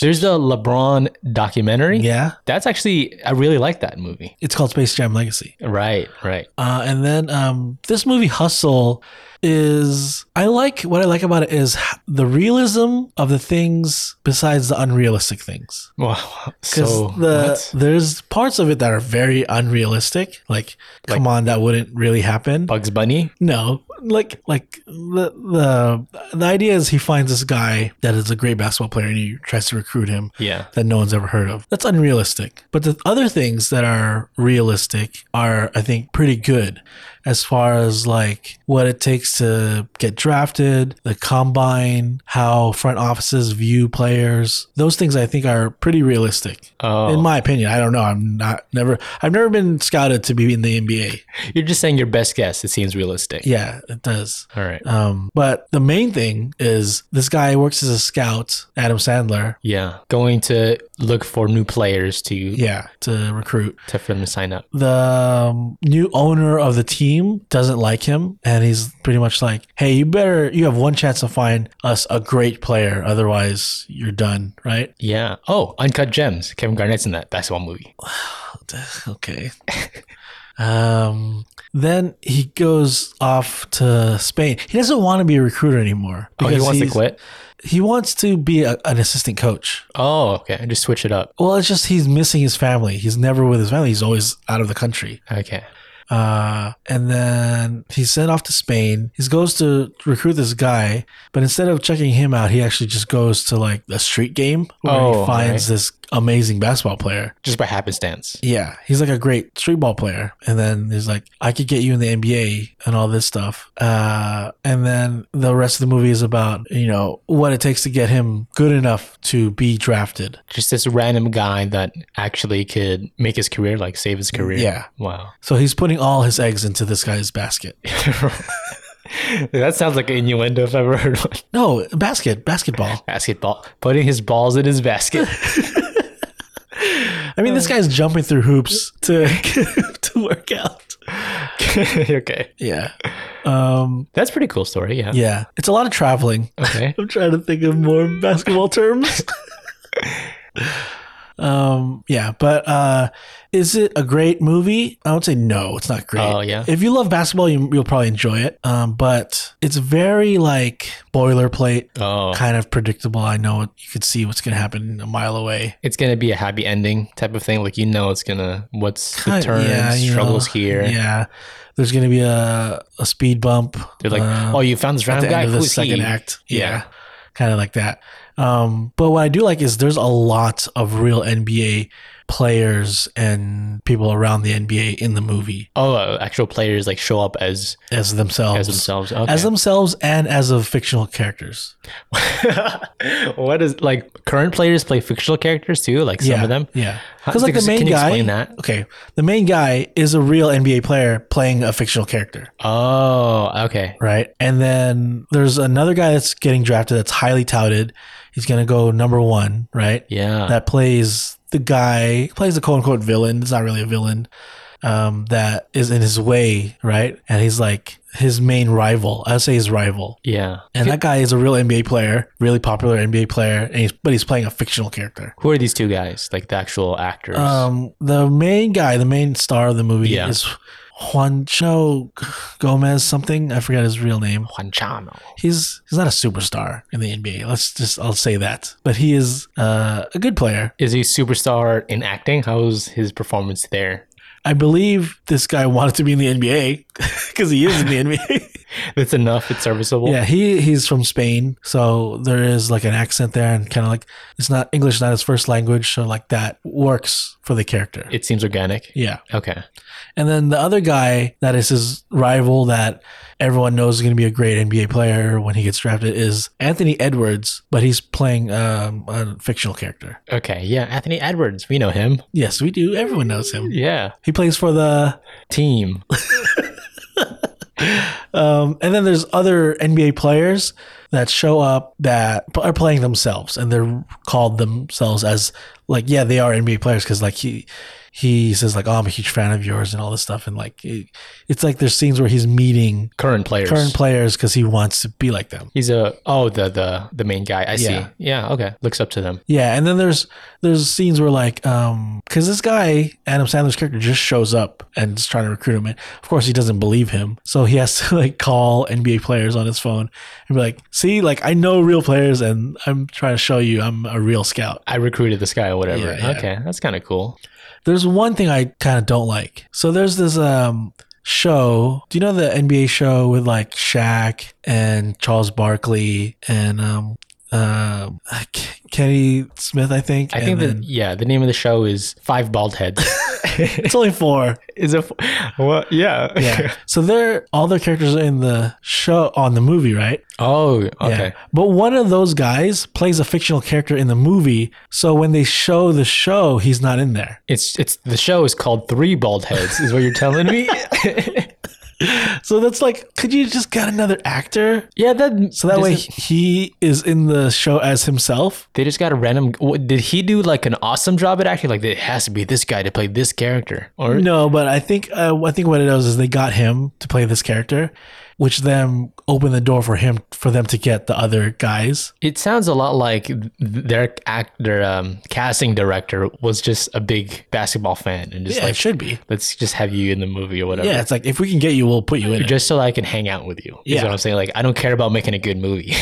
S2: There's the LeBron documentary.
S1: yeah.
S2: That's actually I really like that movie.
S1: It's called Space Jam Legacy.
S2: Right. Right.
S1: Uh, and then um, this movie Hustle is I like what I like about it is h- the realism of the things besides the unrealistic things.
S2: Wow.
S1: Because
S2: So
S1: the
S2: what?
S1: there's parts of it that are very unrealistic. Like,
S2: Like-
S1: come on, that wouldn't really happen.
S2: Bugs Bunny.
S1: No, like like the the the idea is he finds this guy that is a great basketball player and he tries to recruit him
S2: Yeah.
S1: that no one's ever heard of. That's unrealistic. But the other things that are realistic are, I think, pretty good. as far as like what it takes to get drafted, the combine, how front offices view players. Those things I think are pretty realistic.
S2: Oh,
S1: In my opinion, I don't know. I'm not never I've never been scouted to be in the NBA.
S2: you're just saying your best guess. It seems realistic.
S1: Yeah, it does.
S2: All right.
S1: Um, but the main thing is this guy works as a scout, Adam Sandler.
S2: Yeah, going to look for new players to
S1: Yeah, to recruit.
S2: to for them to sign up.
S1: The um, new owner of the team doesn't like him, and he's pretty much like, "Hey, you better. You have one chance to find us a great player, otherwise you're done." Right?
S2: Yeah. Oh, Uncut Gems. Kevin Garnett's in that. That's one movie.
S1: okay. um, then he goes off to Spain. He doesn't want to be a recruiter anymore.
S2: Oh, he
S1: because
S2: wants to
S1: he's-
S2: quit.
S1: He wants to be a, an assistant coach.
S2: Oh, okay. Just switch it up.
S1: Well, it's just he's missing his family. He's never with his family. He's always out of the country.
S2: Okay.
S1: Uh, and then he's sent off to Spain. He goes to recruit this guy, but instead of checking him out, he actually just goes to like a street game where
S2: Oh,
S1: he finds this amazing basketball player.
S2: Just by happenstance.
S1: Yeah, he's like a great street ball player. And then he's like, I could get you in the NBA and all this stuff. Uh, and then the rest of the movie is about, you know, what it takes to get him good enough to be drafted.
S2: Just this random guy that actually could make his career, like save his career.
S1: Yeah.
S2: Wow.
S1: So he's putting all his eggs into this guy's basket.
S2: that sounds like an innuendo if I've ever heard one.
S1: No, basket, basketball.
S2: Basketball. Putting his balls in his basket.
S1: I mean,
S2: Uh.
S1: this guy's jumping through hoops to to work out.
S2: okay.
S1: Yeah, um,
S2: That's a pretty cool story. Yeah.
S1: yeah. It's a lot of traveling.
S2: Okay.
S1: I'm trying to think of more basketball terms. um, yeah, but uh, is it a great movie? I would say no, it's not great.
S2: Oh, yeah.
S1: If you love basketball, you, you'll probably enjoy it. Um, but it's very like boilerplate.
S2: Oh.
S1: Kind of predictable. I know it- you could see what's going to happen a mile away.
S2: It's gonna be a happy ending type of thing. Like you know, it's gonna what's the
S1: Kind-
S2: turns,
S1: you
S2: struggles
S1: know,
S2: here.
S1: Yeah, there's gonna be a, a speed bump.
S2: They're like,
S1: uh,
S2: oh, you found this
S1: at
S2: random
S1: the
S2: guy.
S1: end of the
S2: Who's
S1: second
S2: he?
S1: act. Yeah,
S2: Yeah.
S1: kind of like that. Um, but what I do like is there's a lot of real NBA players and people around the NBA in the movie
S2: Oh, uh, actual players like show up as
S1: as themselves,
S2: as themselves. Okay.
S1: as themselves, and as of fictional characters.
S2: what is like current players play fictional characters too? Like some
S1: yeah,
S2: of them.
S1: Yeah,
S2: How-
S1: because like the
S2: can
S1: main
S2: you
S1: guy.
S2: Explain that.
S1: Okay, the main guy is a real NBA player playing a fictional character.
S2: Oh, okay.
S1: right? And then there's another guy that's getting drafted that's highly touted. He's going to go number one, right?
S2: Yeah.
S1: That plays the guy, plays the quote unquote villain. It's not really a villain um, that is in his way, right? And he's like his main rival. I would say his rival.
S2: yeah.
S1: And that guy is a real NBA player, really popular NBA player, and he's, but he's playing a fictional character.
S2: Who are these two guys? Like the actual actors.
S1: Um, the main guy, the main star of the movie
S2: Yeah.
S1: is Juancho Gomez something. I forgot his real name.
S2: Juanchano.
S1: he's he's not a superstar in the NBA. Let's just I'll say that. But he is uh, a good player.
S2: Is he a superstar in acting? How's his performance there?
S1: I believe this guy wanted to be in the NBA because he is in the NBA.
S2: It's enough. It's serviceable.
S1: yeah, he he's from Spain, so there is like an accent there, and kind of like it's not English, not his first language, so like that works for the character.
S2: It seems organic.
S1: yeah,
S2: Okay.
S1: and then the other guy that is his rival that everyone knows is going to be a great NBA player when he gets drafted is Anthony Edwards, but he's playing um, a fictional character.
S2: Okay. Yeah. Anthony Edwards. We know him.
S1: Yes, we do. Everyone knows him.
S2: Yeah.
S1: He plays for the.
S2: Team.
S1: Um, and then there's other NBA players that show up that are playing themselves, and they're called themselves as like, yeah, they are NBA players because like he he says like, oh, I'm a huge fan of yours and all this stuff, and like it, it's like there's scenes where he's meeting
S2: Current players.
S1: current players because he wants to be like them.
S2: He's a oh the the the main guy. I
S1: Yeah.
S2: see. Yeah. Okay. Looks up to them.
S1: Yeah, and then there's there's scenes where like um because this guy Adam Sandler's character just shows up and is trying to recruit him, and of course he doesn't believe him, so he has to like call NBA players on his phone and be like, "See, like I know real players, and I'm trying to show you I'm a real scout."
S2: I recruited this guy or whatever.
S1: Yeah, yeah.
S2: Okay. That's kind of cool.
S1: There's one thing I kind of don't like. So there's this um show. Do you know the NBA show with like Shaq and Charles Barkley and um uh Kenny Smith? I think.
S2: I
S1: And
S2: think
S1: then-
S2: that yeah, the name of the show is Five Bald Heads.
S1: It's only four.
S2: Is it? Well, yeah.
S1: Yeah. so they're all their characters are in the show on the movie, right?
S2: Oh, okay.
S1: But one of those guys plays a fictional character in the movie, so when they show the show, he's not in there.
S2: It's it's the show is called Three Bald Heads. Is what you're telling me?
S1: So that's like, could you just get another actor?
S2: yeah. That
S1: So that way he is in the show as himself.
S2: They just got a random. What, did he do like an awesome job at acting? Like it has to be this guy to play this character, or
S1: No, but I think uh, I think what it is is they got him to play this character, which then opened the door for him for them to get the other guys.
S2: it sounds a lot like th- their act, their um, casting director was just a big basketball fan and just
S1: Yeah, it
S2: like,
S1: should be.
S2: let's just have you in the movie or whatever,
S1: Yeah, it's like if we can get you, we'll put you in. It.
S2: just so I can hang out with you. Is
S1: Yeah.
S2: what I'm saying. Like I don't care about making a good movie.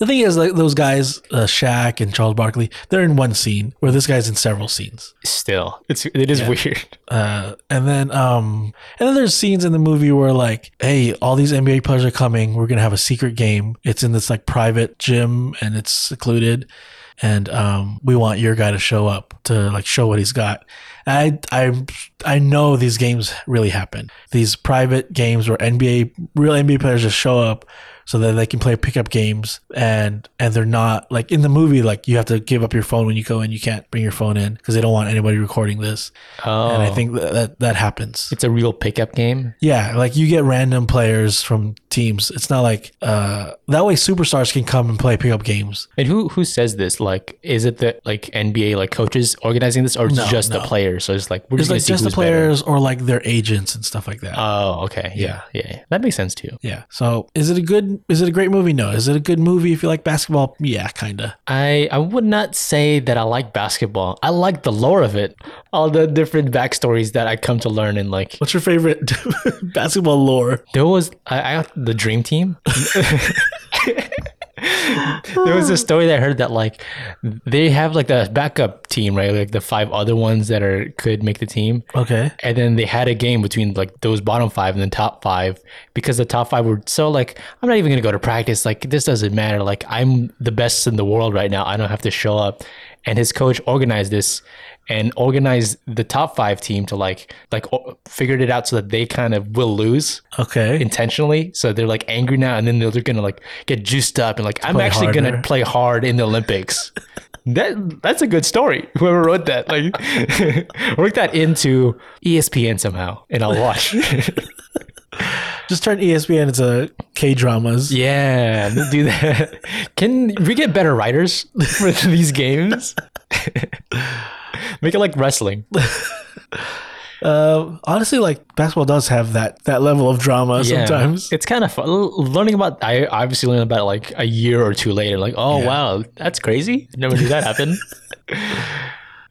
S1: The thing is, like those guys, uh, Shaq and Charles Barkley, they're in one scene where this guy's in several scenes.
S2: Still, it's it is weird.
S1: Uh, and then, um, and then there's scenes in the movie where like, hey, all these NBA players are coming. We're gonna have a secret game. It's in this like private gym and it's secluded, and um, we want your guy to show up to like show what he's got. And I I I know these games really happen. These private games where NBA real NBA players just show up so that they can play pickup games and and they're not like in the movie like you have to give up your phone when you go in you can't bring your phone in because they don't want anybody recording this
S2: Oh,
S1: and I think that that, that happens.
S2: it's a real pickup game.
S1: Yeah, like you get random players from teams. It's not like uh, that way superstars can come and play pickup games.
S2: And who who says this? Like, is it the like NBA like coaches organizing this, or it's
S1: No,
S2: just the
S1: no.
S2: players? So it's like we're
S1: It's
S2: just gonna
S1: like
S2: see
S1: just the
S2: who's better.
S1: players or like their agents and stuff like that.
S2: Oh, okay, yeah, yeah, yeah. that makes sense too.
S1: yeah. So is it a good? Is it a great movie? No. Is it a good movie if you like basketball? Yeah, kinda.
S2: I I would not say that I like basketball. I like the lore of it, all the different backstories that I come to learn. And like,
S1: What's your favorite basketball lore?
S2: there was I, I the dream team. there was a story that I heard that like they have like the backup team, right? Like the five other ones that are could make the team.
S1: Okay.
S2: and then they had a game between like those bottom five and the top five because the top five were so like i'm not even gonna go to practice like this doesn't matter like i'm the best in the world right now i don't have to show up and his coach organized this and organized the top five team to like like o- figured it out so that they kind of will lose
S1: Okay.
S2: intentionally so they're like angry now and then they're gonna like get juiced up and like i'm
S1: play
S2: actually
S1: harder.
S2: gonna play hard in the olympics that that's a good story whoever wrote that like work that into E espn somehow and i'll watch
S1: Just turn E ESPN into K dramas.
S2: yeah do that can we get better writers for these games make it like wrestling
S1: Uh, honestly, like basketball does have that that level of drama sometimes.
S2: it's kind of fun learning about i obviously learned about it like a year or two later like oh wow that's crazy never knew that happen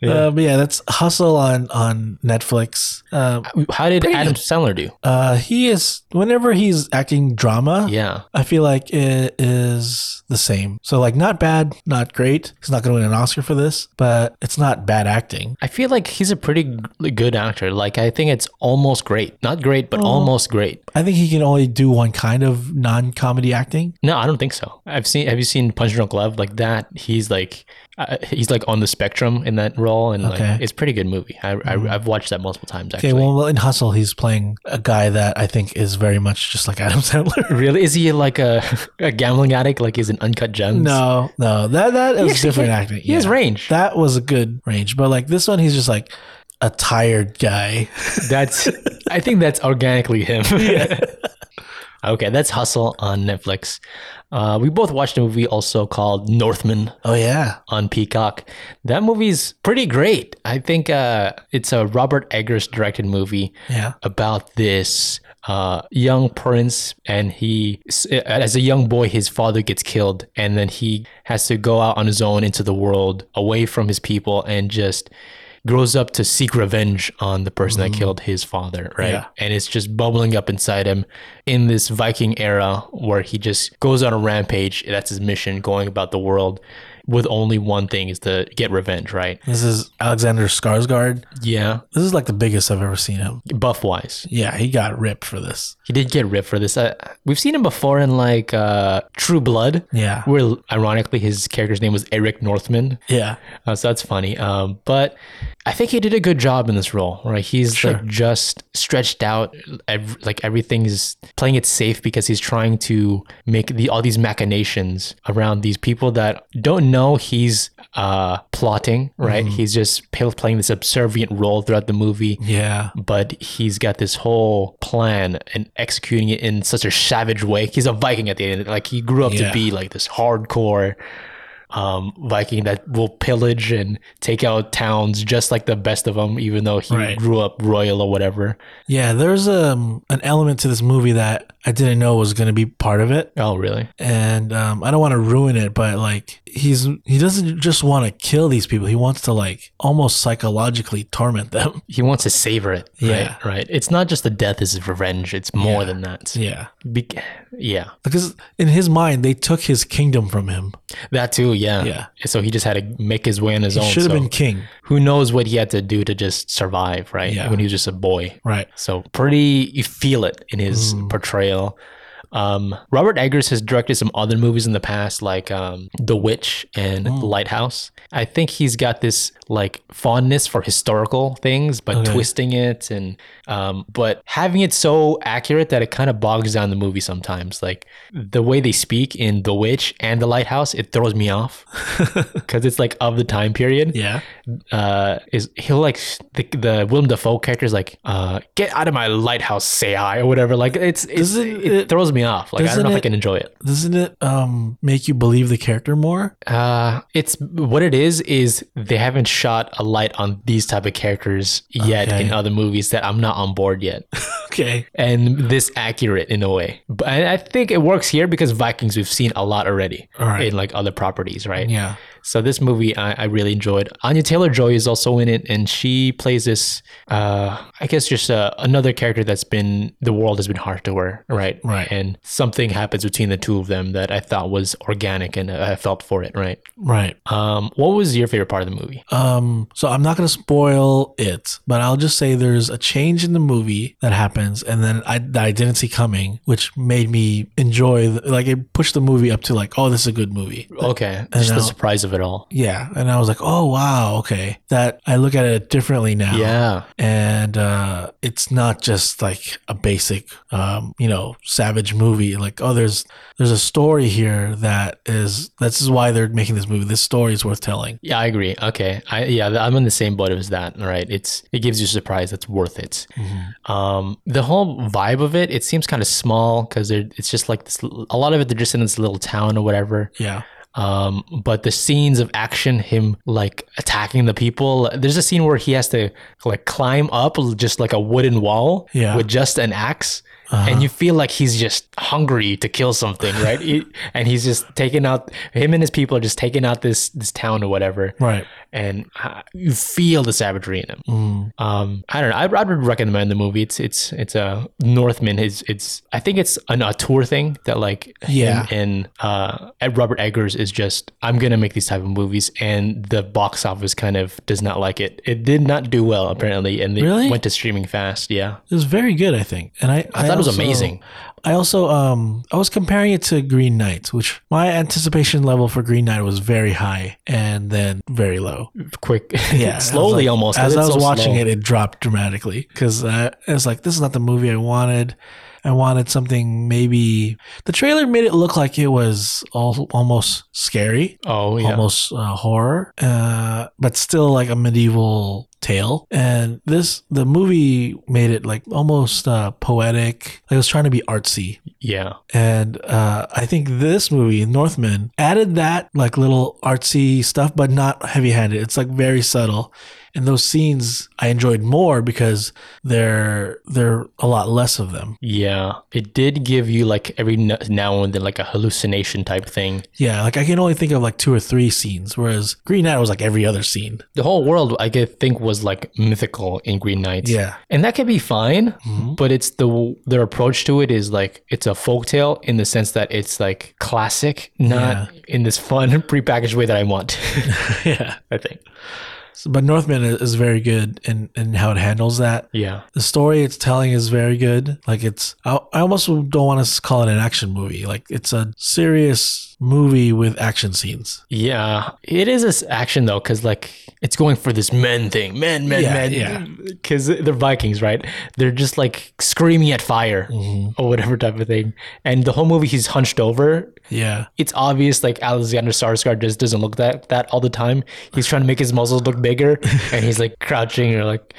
S1: Uh, but yeah, that's Hustle on on Netflix. Uh,
S2: How did Adam Sandler do?
S1: uh, he is whenever he's acting drama.
S2: Yeah.
S1: I feel like it is the same. So like, not bad, not great. He's not going to win an Oscar for this, but it's not bad acting.
S2: I feel like he's a pretty g- good actor. Like I think it's almost great. Not
S1: Oh.
S2: great, but almost great.
S1: I think he can only do one kind of non-comedy acting.
S2: No, I don't think so. I've seen have you seen Punch Drunk Love like that? He's like uh, he's like on the spectrum in that role and
S1: Okay. Mm.
S2: like it's a pretty good movie. I, I I've watched that multiple times actually.
S1: Okay, well in Hustle, he's playing a guy that I think is very much just like Adam Sandler.
S2: really is he like a, a gambling addict like he's an uncut gems?
S1: No, no, that that is
S2: actually
S1: different
S2: can-
S1: acting.
S2: He has
S1: Yeah.
S2: range.
S1: That was a good range, but like this one, he's just like a tired guy.
S2: That's I think that's organically him. okay, that's Hustle on Netflix. Uh, we both watched a movie also called Northman
S1: Oh yeah,
S2: on Peacock. That movie's pretty great. I think uh, it's a Robert Eggers directed movie
S1: yeah.
S2: about this uh, young prince, and he, uh, as a young boy, his father gets killed, and then he has to go out on his own into the world, away from his people, and just grows up to seek revenge on the person that killed his father, right?
S1: Yeah.
S2: And it's just bubbling up inside him in this Viking era where he just goes on a rampage. That's his mission, going about the world with only one thing is to get revenge, right?
S1: This is Alexander Skarsgård.
S2: Yeah.
S1: This is like the biggest I've ever seen him.
S2: Buff wise.
S1: Yeah, he got ripped for this.
S2: He did get ripped for this. Uh, we've seen him before in like uh, True Blood,
S1: Yeah,
S2: where ironically his character's name was Eric Northman.
S1: yeah.
S2: Uh, so that's funny. Um, but I think he did a good job in this role, right? He's
S1: Sure.
S2: like just stretched out, ev- like everything is playing it safe because he's trying to make the all these machinations around these people that don't know he's uh plotting, right? He's just pl- playing this subservient role throughout the movie.
S1: Yeah.
S2: But he's got this whole plan and executing it in such a savage way. He's a Viking at the end. Like he grew up
S1: Yeah.
S2: to be like this hardcore um, Viking that will pillage and take out towns just like the best of them, even though he
S1: Right.
S2: grew up royal or whatever.
S1: Yeah, there's um, an element to this movie that I didn't know was going to be part of it.
S2: Oh, really?
S1: And um, I don't want to ruin it, but like he's he doesn't just want to kill these people. He wants to like almost psychologically torment them.
S2: He wants to savor it.
S1: Yeah.
S2: Right. Right. It's not just the death is revenge. It's more
S1: Yeah.
S2: than that.
S1: Yeah.
S2: Be- yeah.
S1: Because in his mind, they took his kingdom from him.
S2: That too. Yeah.
S1: Yeah.
S2: So he just had to make his way on his
S1: He
S2: own.
S1: should have
S2: so
S1: been king.
S2: who knows what he had to do to just survive, right?
S1: Yeah.
S2: When he was just a boy.
S1: Right.
S2: So pretty, you feel it in his portrayal. Um, Robert Eggers has directed some other movies in the past, like um, The Witch and Lighthouse. I think he's got this like fondness for historical things, but
S1: Okay.
S2: twisting it and um, but having it so accurate that it kind of bogs down the movie sometimes. Like the way they speak in The Witch and The Lighthouse, it throws me off because it's like of the time period
S1: Yeah.
S2: uh, is he'll like the, the Willem Dafoe character is like, uh, get out of my lighthouse, say I or whatever. Like it's, it's it,
S1: Doesn't it-
S2: throws me off. Like I don't know if I
S1: doesn't it-
S2: can enjoy it.
S1: Doesn't it um make you believe the character more?
S2: Uh, it's what it is is they haven't shot a light on these type of characters yet
S1: Okay.
S2: in other movies that I'm not on board yet,
S1: Okay.
S2: and this accurate in a way. But I I think it works here because Vikings we've seen a lot already
S1: All right.
S2: in like other properties, right?
S1: Yeah.
S2: So this movie I, I really enjoyed. Anya Taylor Joy is also in it, and she plays this, uh, I guess, just uh, another character that's been the world has been hard to her, right?
S1: Right.
S2: And something happens between the two of them that I thought was organic, and I felt for it, right?
S1: Right.
S2: Um, what was your favorite part of the movie?
S1: Um, so I'm not gonna spoil it, but I'll just say there's a change in the movie that happens, and then I that I didn't see coming, which made me enjoy. The, like it pushed the movie up to like, oh, this is a good movie.
S2: Okay, just the
S1: now-
S2: surprise of it all.
S1: Yeah, and I was like, oh wow, okay. That I look at it differently now.
S2: Yeah,
S1: and uh, it's not just like a basic, um, you know, savage movie. Like, oh, there's there's a story here that is this is why they're making this movie. This story is worth telling.
S2: yeah, I agree. Okay, I yeah, I'm in the same boat as that. Right, it's it gives you a surprise that's worth it. Um, the whole vibe of it, it seems kind of small because it's just like this. A lot of it, they're just in this little town or whatever.
S1: Yeah,
S2: Um, but the scenes of action, him like attacking the people. There's a scene where he has to like climb up just like a wooden wall
S1: Yeah.
S2: with just an ax And you feel like he's just hungry to kill something, right? He- and he's just taking out him and his people are just taking out this this town or whatever,
S1: right.
S2: and uh, you feel the savagery in him.
S1: Mm.
S2: Um, I don't know. I, I would recommend the movie. It's it's it's a Northman. It's it's I think it's an auteur thing that like
S1: Yeah.
S2: And uh, Ed- Robert Eggers is just I'm gonna make these type of movies, and the box office kind of does not like it. It did not do well apparently, and they
S1: Really?
S2: went to streaming fast. Yeah.
S1: It was very good, I think, and I
S2: I thought it was amazing.
S1: I also um I was comparing it to Green Knight, which my anticipation level for Green Knight was very high and then very low.
S2: Quick,
S1: Yeah, I was
S2: slowly
S1: like-
S2: almost.
S1: As I was watching
S2: it.
S1: it, it dropped dramatically because uh, I was like, "This is not the movie I wanted." I wanted something maybe. The trailer made it look like it was all, almost scary,
S2: Oh yeah.
S1: almost uh, horror, uh, but still like a medieval tale. And this, the movie made it like almost uh, poetic. Like it was trying to be artsy.
S2: Yeah.
S1: And uh, I think this movie, Northman, added that like little artsy stuff, but not heavy handed. It's like very subtle. And those scenes I enjoyed more because they're they're a lot less of them.
S2: Yeah, it did give you like every n- now and then like a hallucination type thing.
S1: Yeah, like I can only think of like two or three scenes, whereas Green Knight was like every other scene.
S2: The whole world, I g- think, was like mythical in Green Knights.
S1: Yeah.
S2: and that can be fine,
S1: Mhm.
S2: but it's the their approach to it is like it's a folktale in the sense that it's like classic, not in this fun prepackaged way that I want.
S1: yeah.
S2: I think.
S1: So- but Northman is is very good in, in how it handles that.
S2: Yeah.
S1: The story it's telling is very good. Like it's, I, I almost don't want to call it an action movie. Like it's a serious movie with action scenes.
S2: Yeah. It is this action though, because like it's going for this men thing. Men, men,
S1: Yeah,
S2: men.
S1: yeah.
S2: Because they're Vikings, right? They're just like screaming at fire
S1: Mm.
S2: or whatever type of thing. And the whole movie, he's hunched over.
S1: Yeah.
S2: It's obvious like Alexander Sarsgaard just doesn't look that that all the time. He's trying to make his muscles look bigger and he's like crouching or like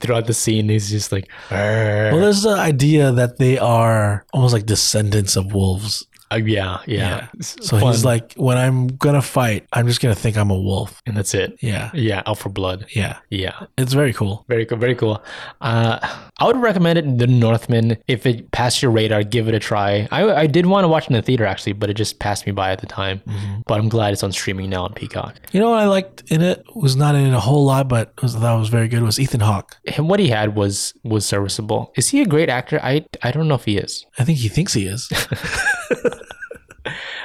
S2: throughout the scene he's just like
S1: Well, there's the idea that they are almost like descendants of wolves.
S2: "Uh, yeah, yeah.
S1: Yeah. So he's
S2: Fun.
S1: like, when I'm gonna fight, I'm just gonna think I'm a wolf.
S2: and that's it.
S1: Yeah.
S2: Yeah, out for blood.
S1: Yeah.
S2: Yeah.
S1: It's very cool.
S2: Very cool, very cool. Uh, I would recommend it, The Northman. If it passed your radar, give it a try. I, I did want to watch it in the theater actually, but it just passed me by at the time.
S1: Mm-hmm.
S2: But I'm glad it's on streaming now on Peacock.
S1: You know what I liked in it was not in it a whole lot, but was, I thought was very good was Ethan Hawke.
S2: And what he had was was serviceable. Is he a great actor? I I don't know if he is.
S1: I think he thinks he is.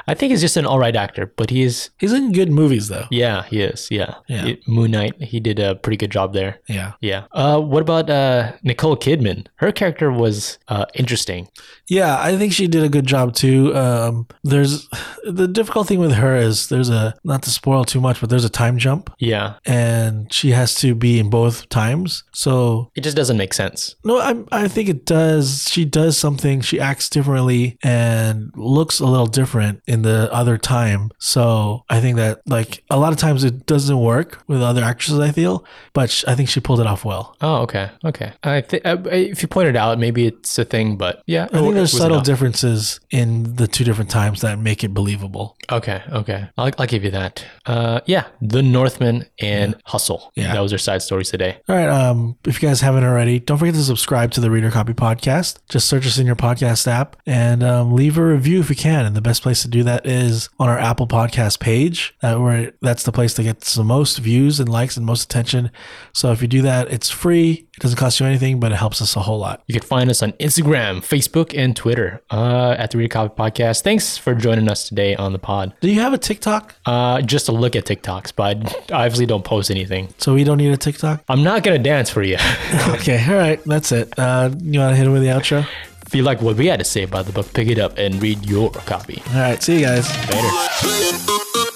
S2: I think he's just an all right actor, but he is.
S1: He's in good movies though.
S2: Yeah, he is. Yeah.
S1: Yeah.
S2: It- Moon Knight. He did a pretty good job there.
S1: Yeah.
S2: Yeah. Uh, what about uh, Nicole Kidman? Her character was uh, interesting.
S1: Yeah, I think she did a good job too. Um, there's the difficult thing with her is there's a not to spoil too much, but there's a time jump
S2: Yeah.
S1: and she has to be in both times. So
S2: It just doesn't make sense.
S1: No, I I think it does. She does something. She acts differently and looks a little different in the other time. So I think that like a lot of times it doesn't work with other actresses. I feel, but sh- I think she pulled it off well.
S2: Oh, okay, okay. I think if you point it out, maybe it's a thing, but yeah,
S1: I think there's
S2: it was
S1: subtle
S2: enough.
S1: differences in the two different times that make it believable.
S2: okay, okay. I'll, I'll give you that. Uh, yeah, The Northman and Hustle.
S1: Yeah.
S2: that was their side stories today.
S1: All right. Um, if you guys haven't already, don't forget to subscribe to the Reader Copy Podcast. Just search us in your podcast app and um, leave a review if you can. And the best place to do that is on our Apple Podcast page. That where that's the place that gets the most views and likes and most attention. So if you do that, it's free. It doesn't cost you anything, but it helps us a whole lot.
S2: You can find us on Instagram, Facebook, and Twitter uh, at the Read a Copy Podcast. Thanks for joining us today on the pod.
S1: Do you have a TikTok?
S2: Uh, just to look at TikToks, but I obviously don't post anything.
S1: So we don't need a TikTok.
S2: I'm not gonna dance for you.
S1: okay. All right. That's it. Uh, you want to hit it with the outro?
S2: if you like what we had to say about the book, pick it up and read your copy.
S1: All right. See you guys.
S2: Later.
S3: Later.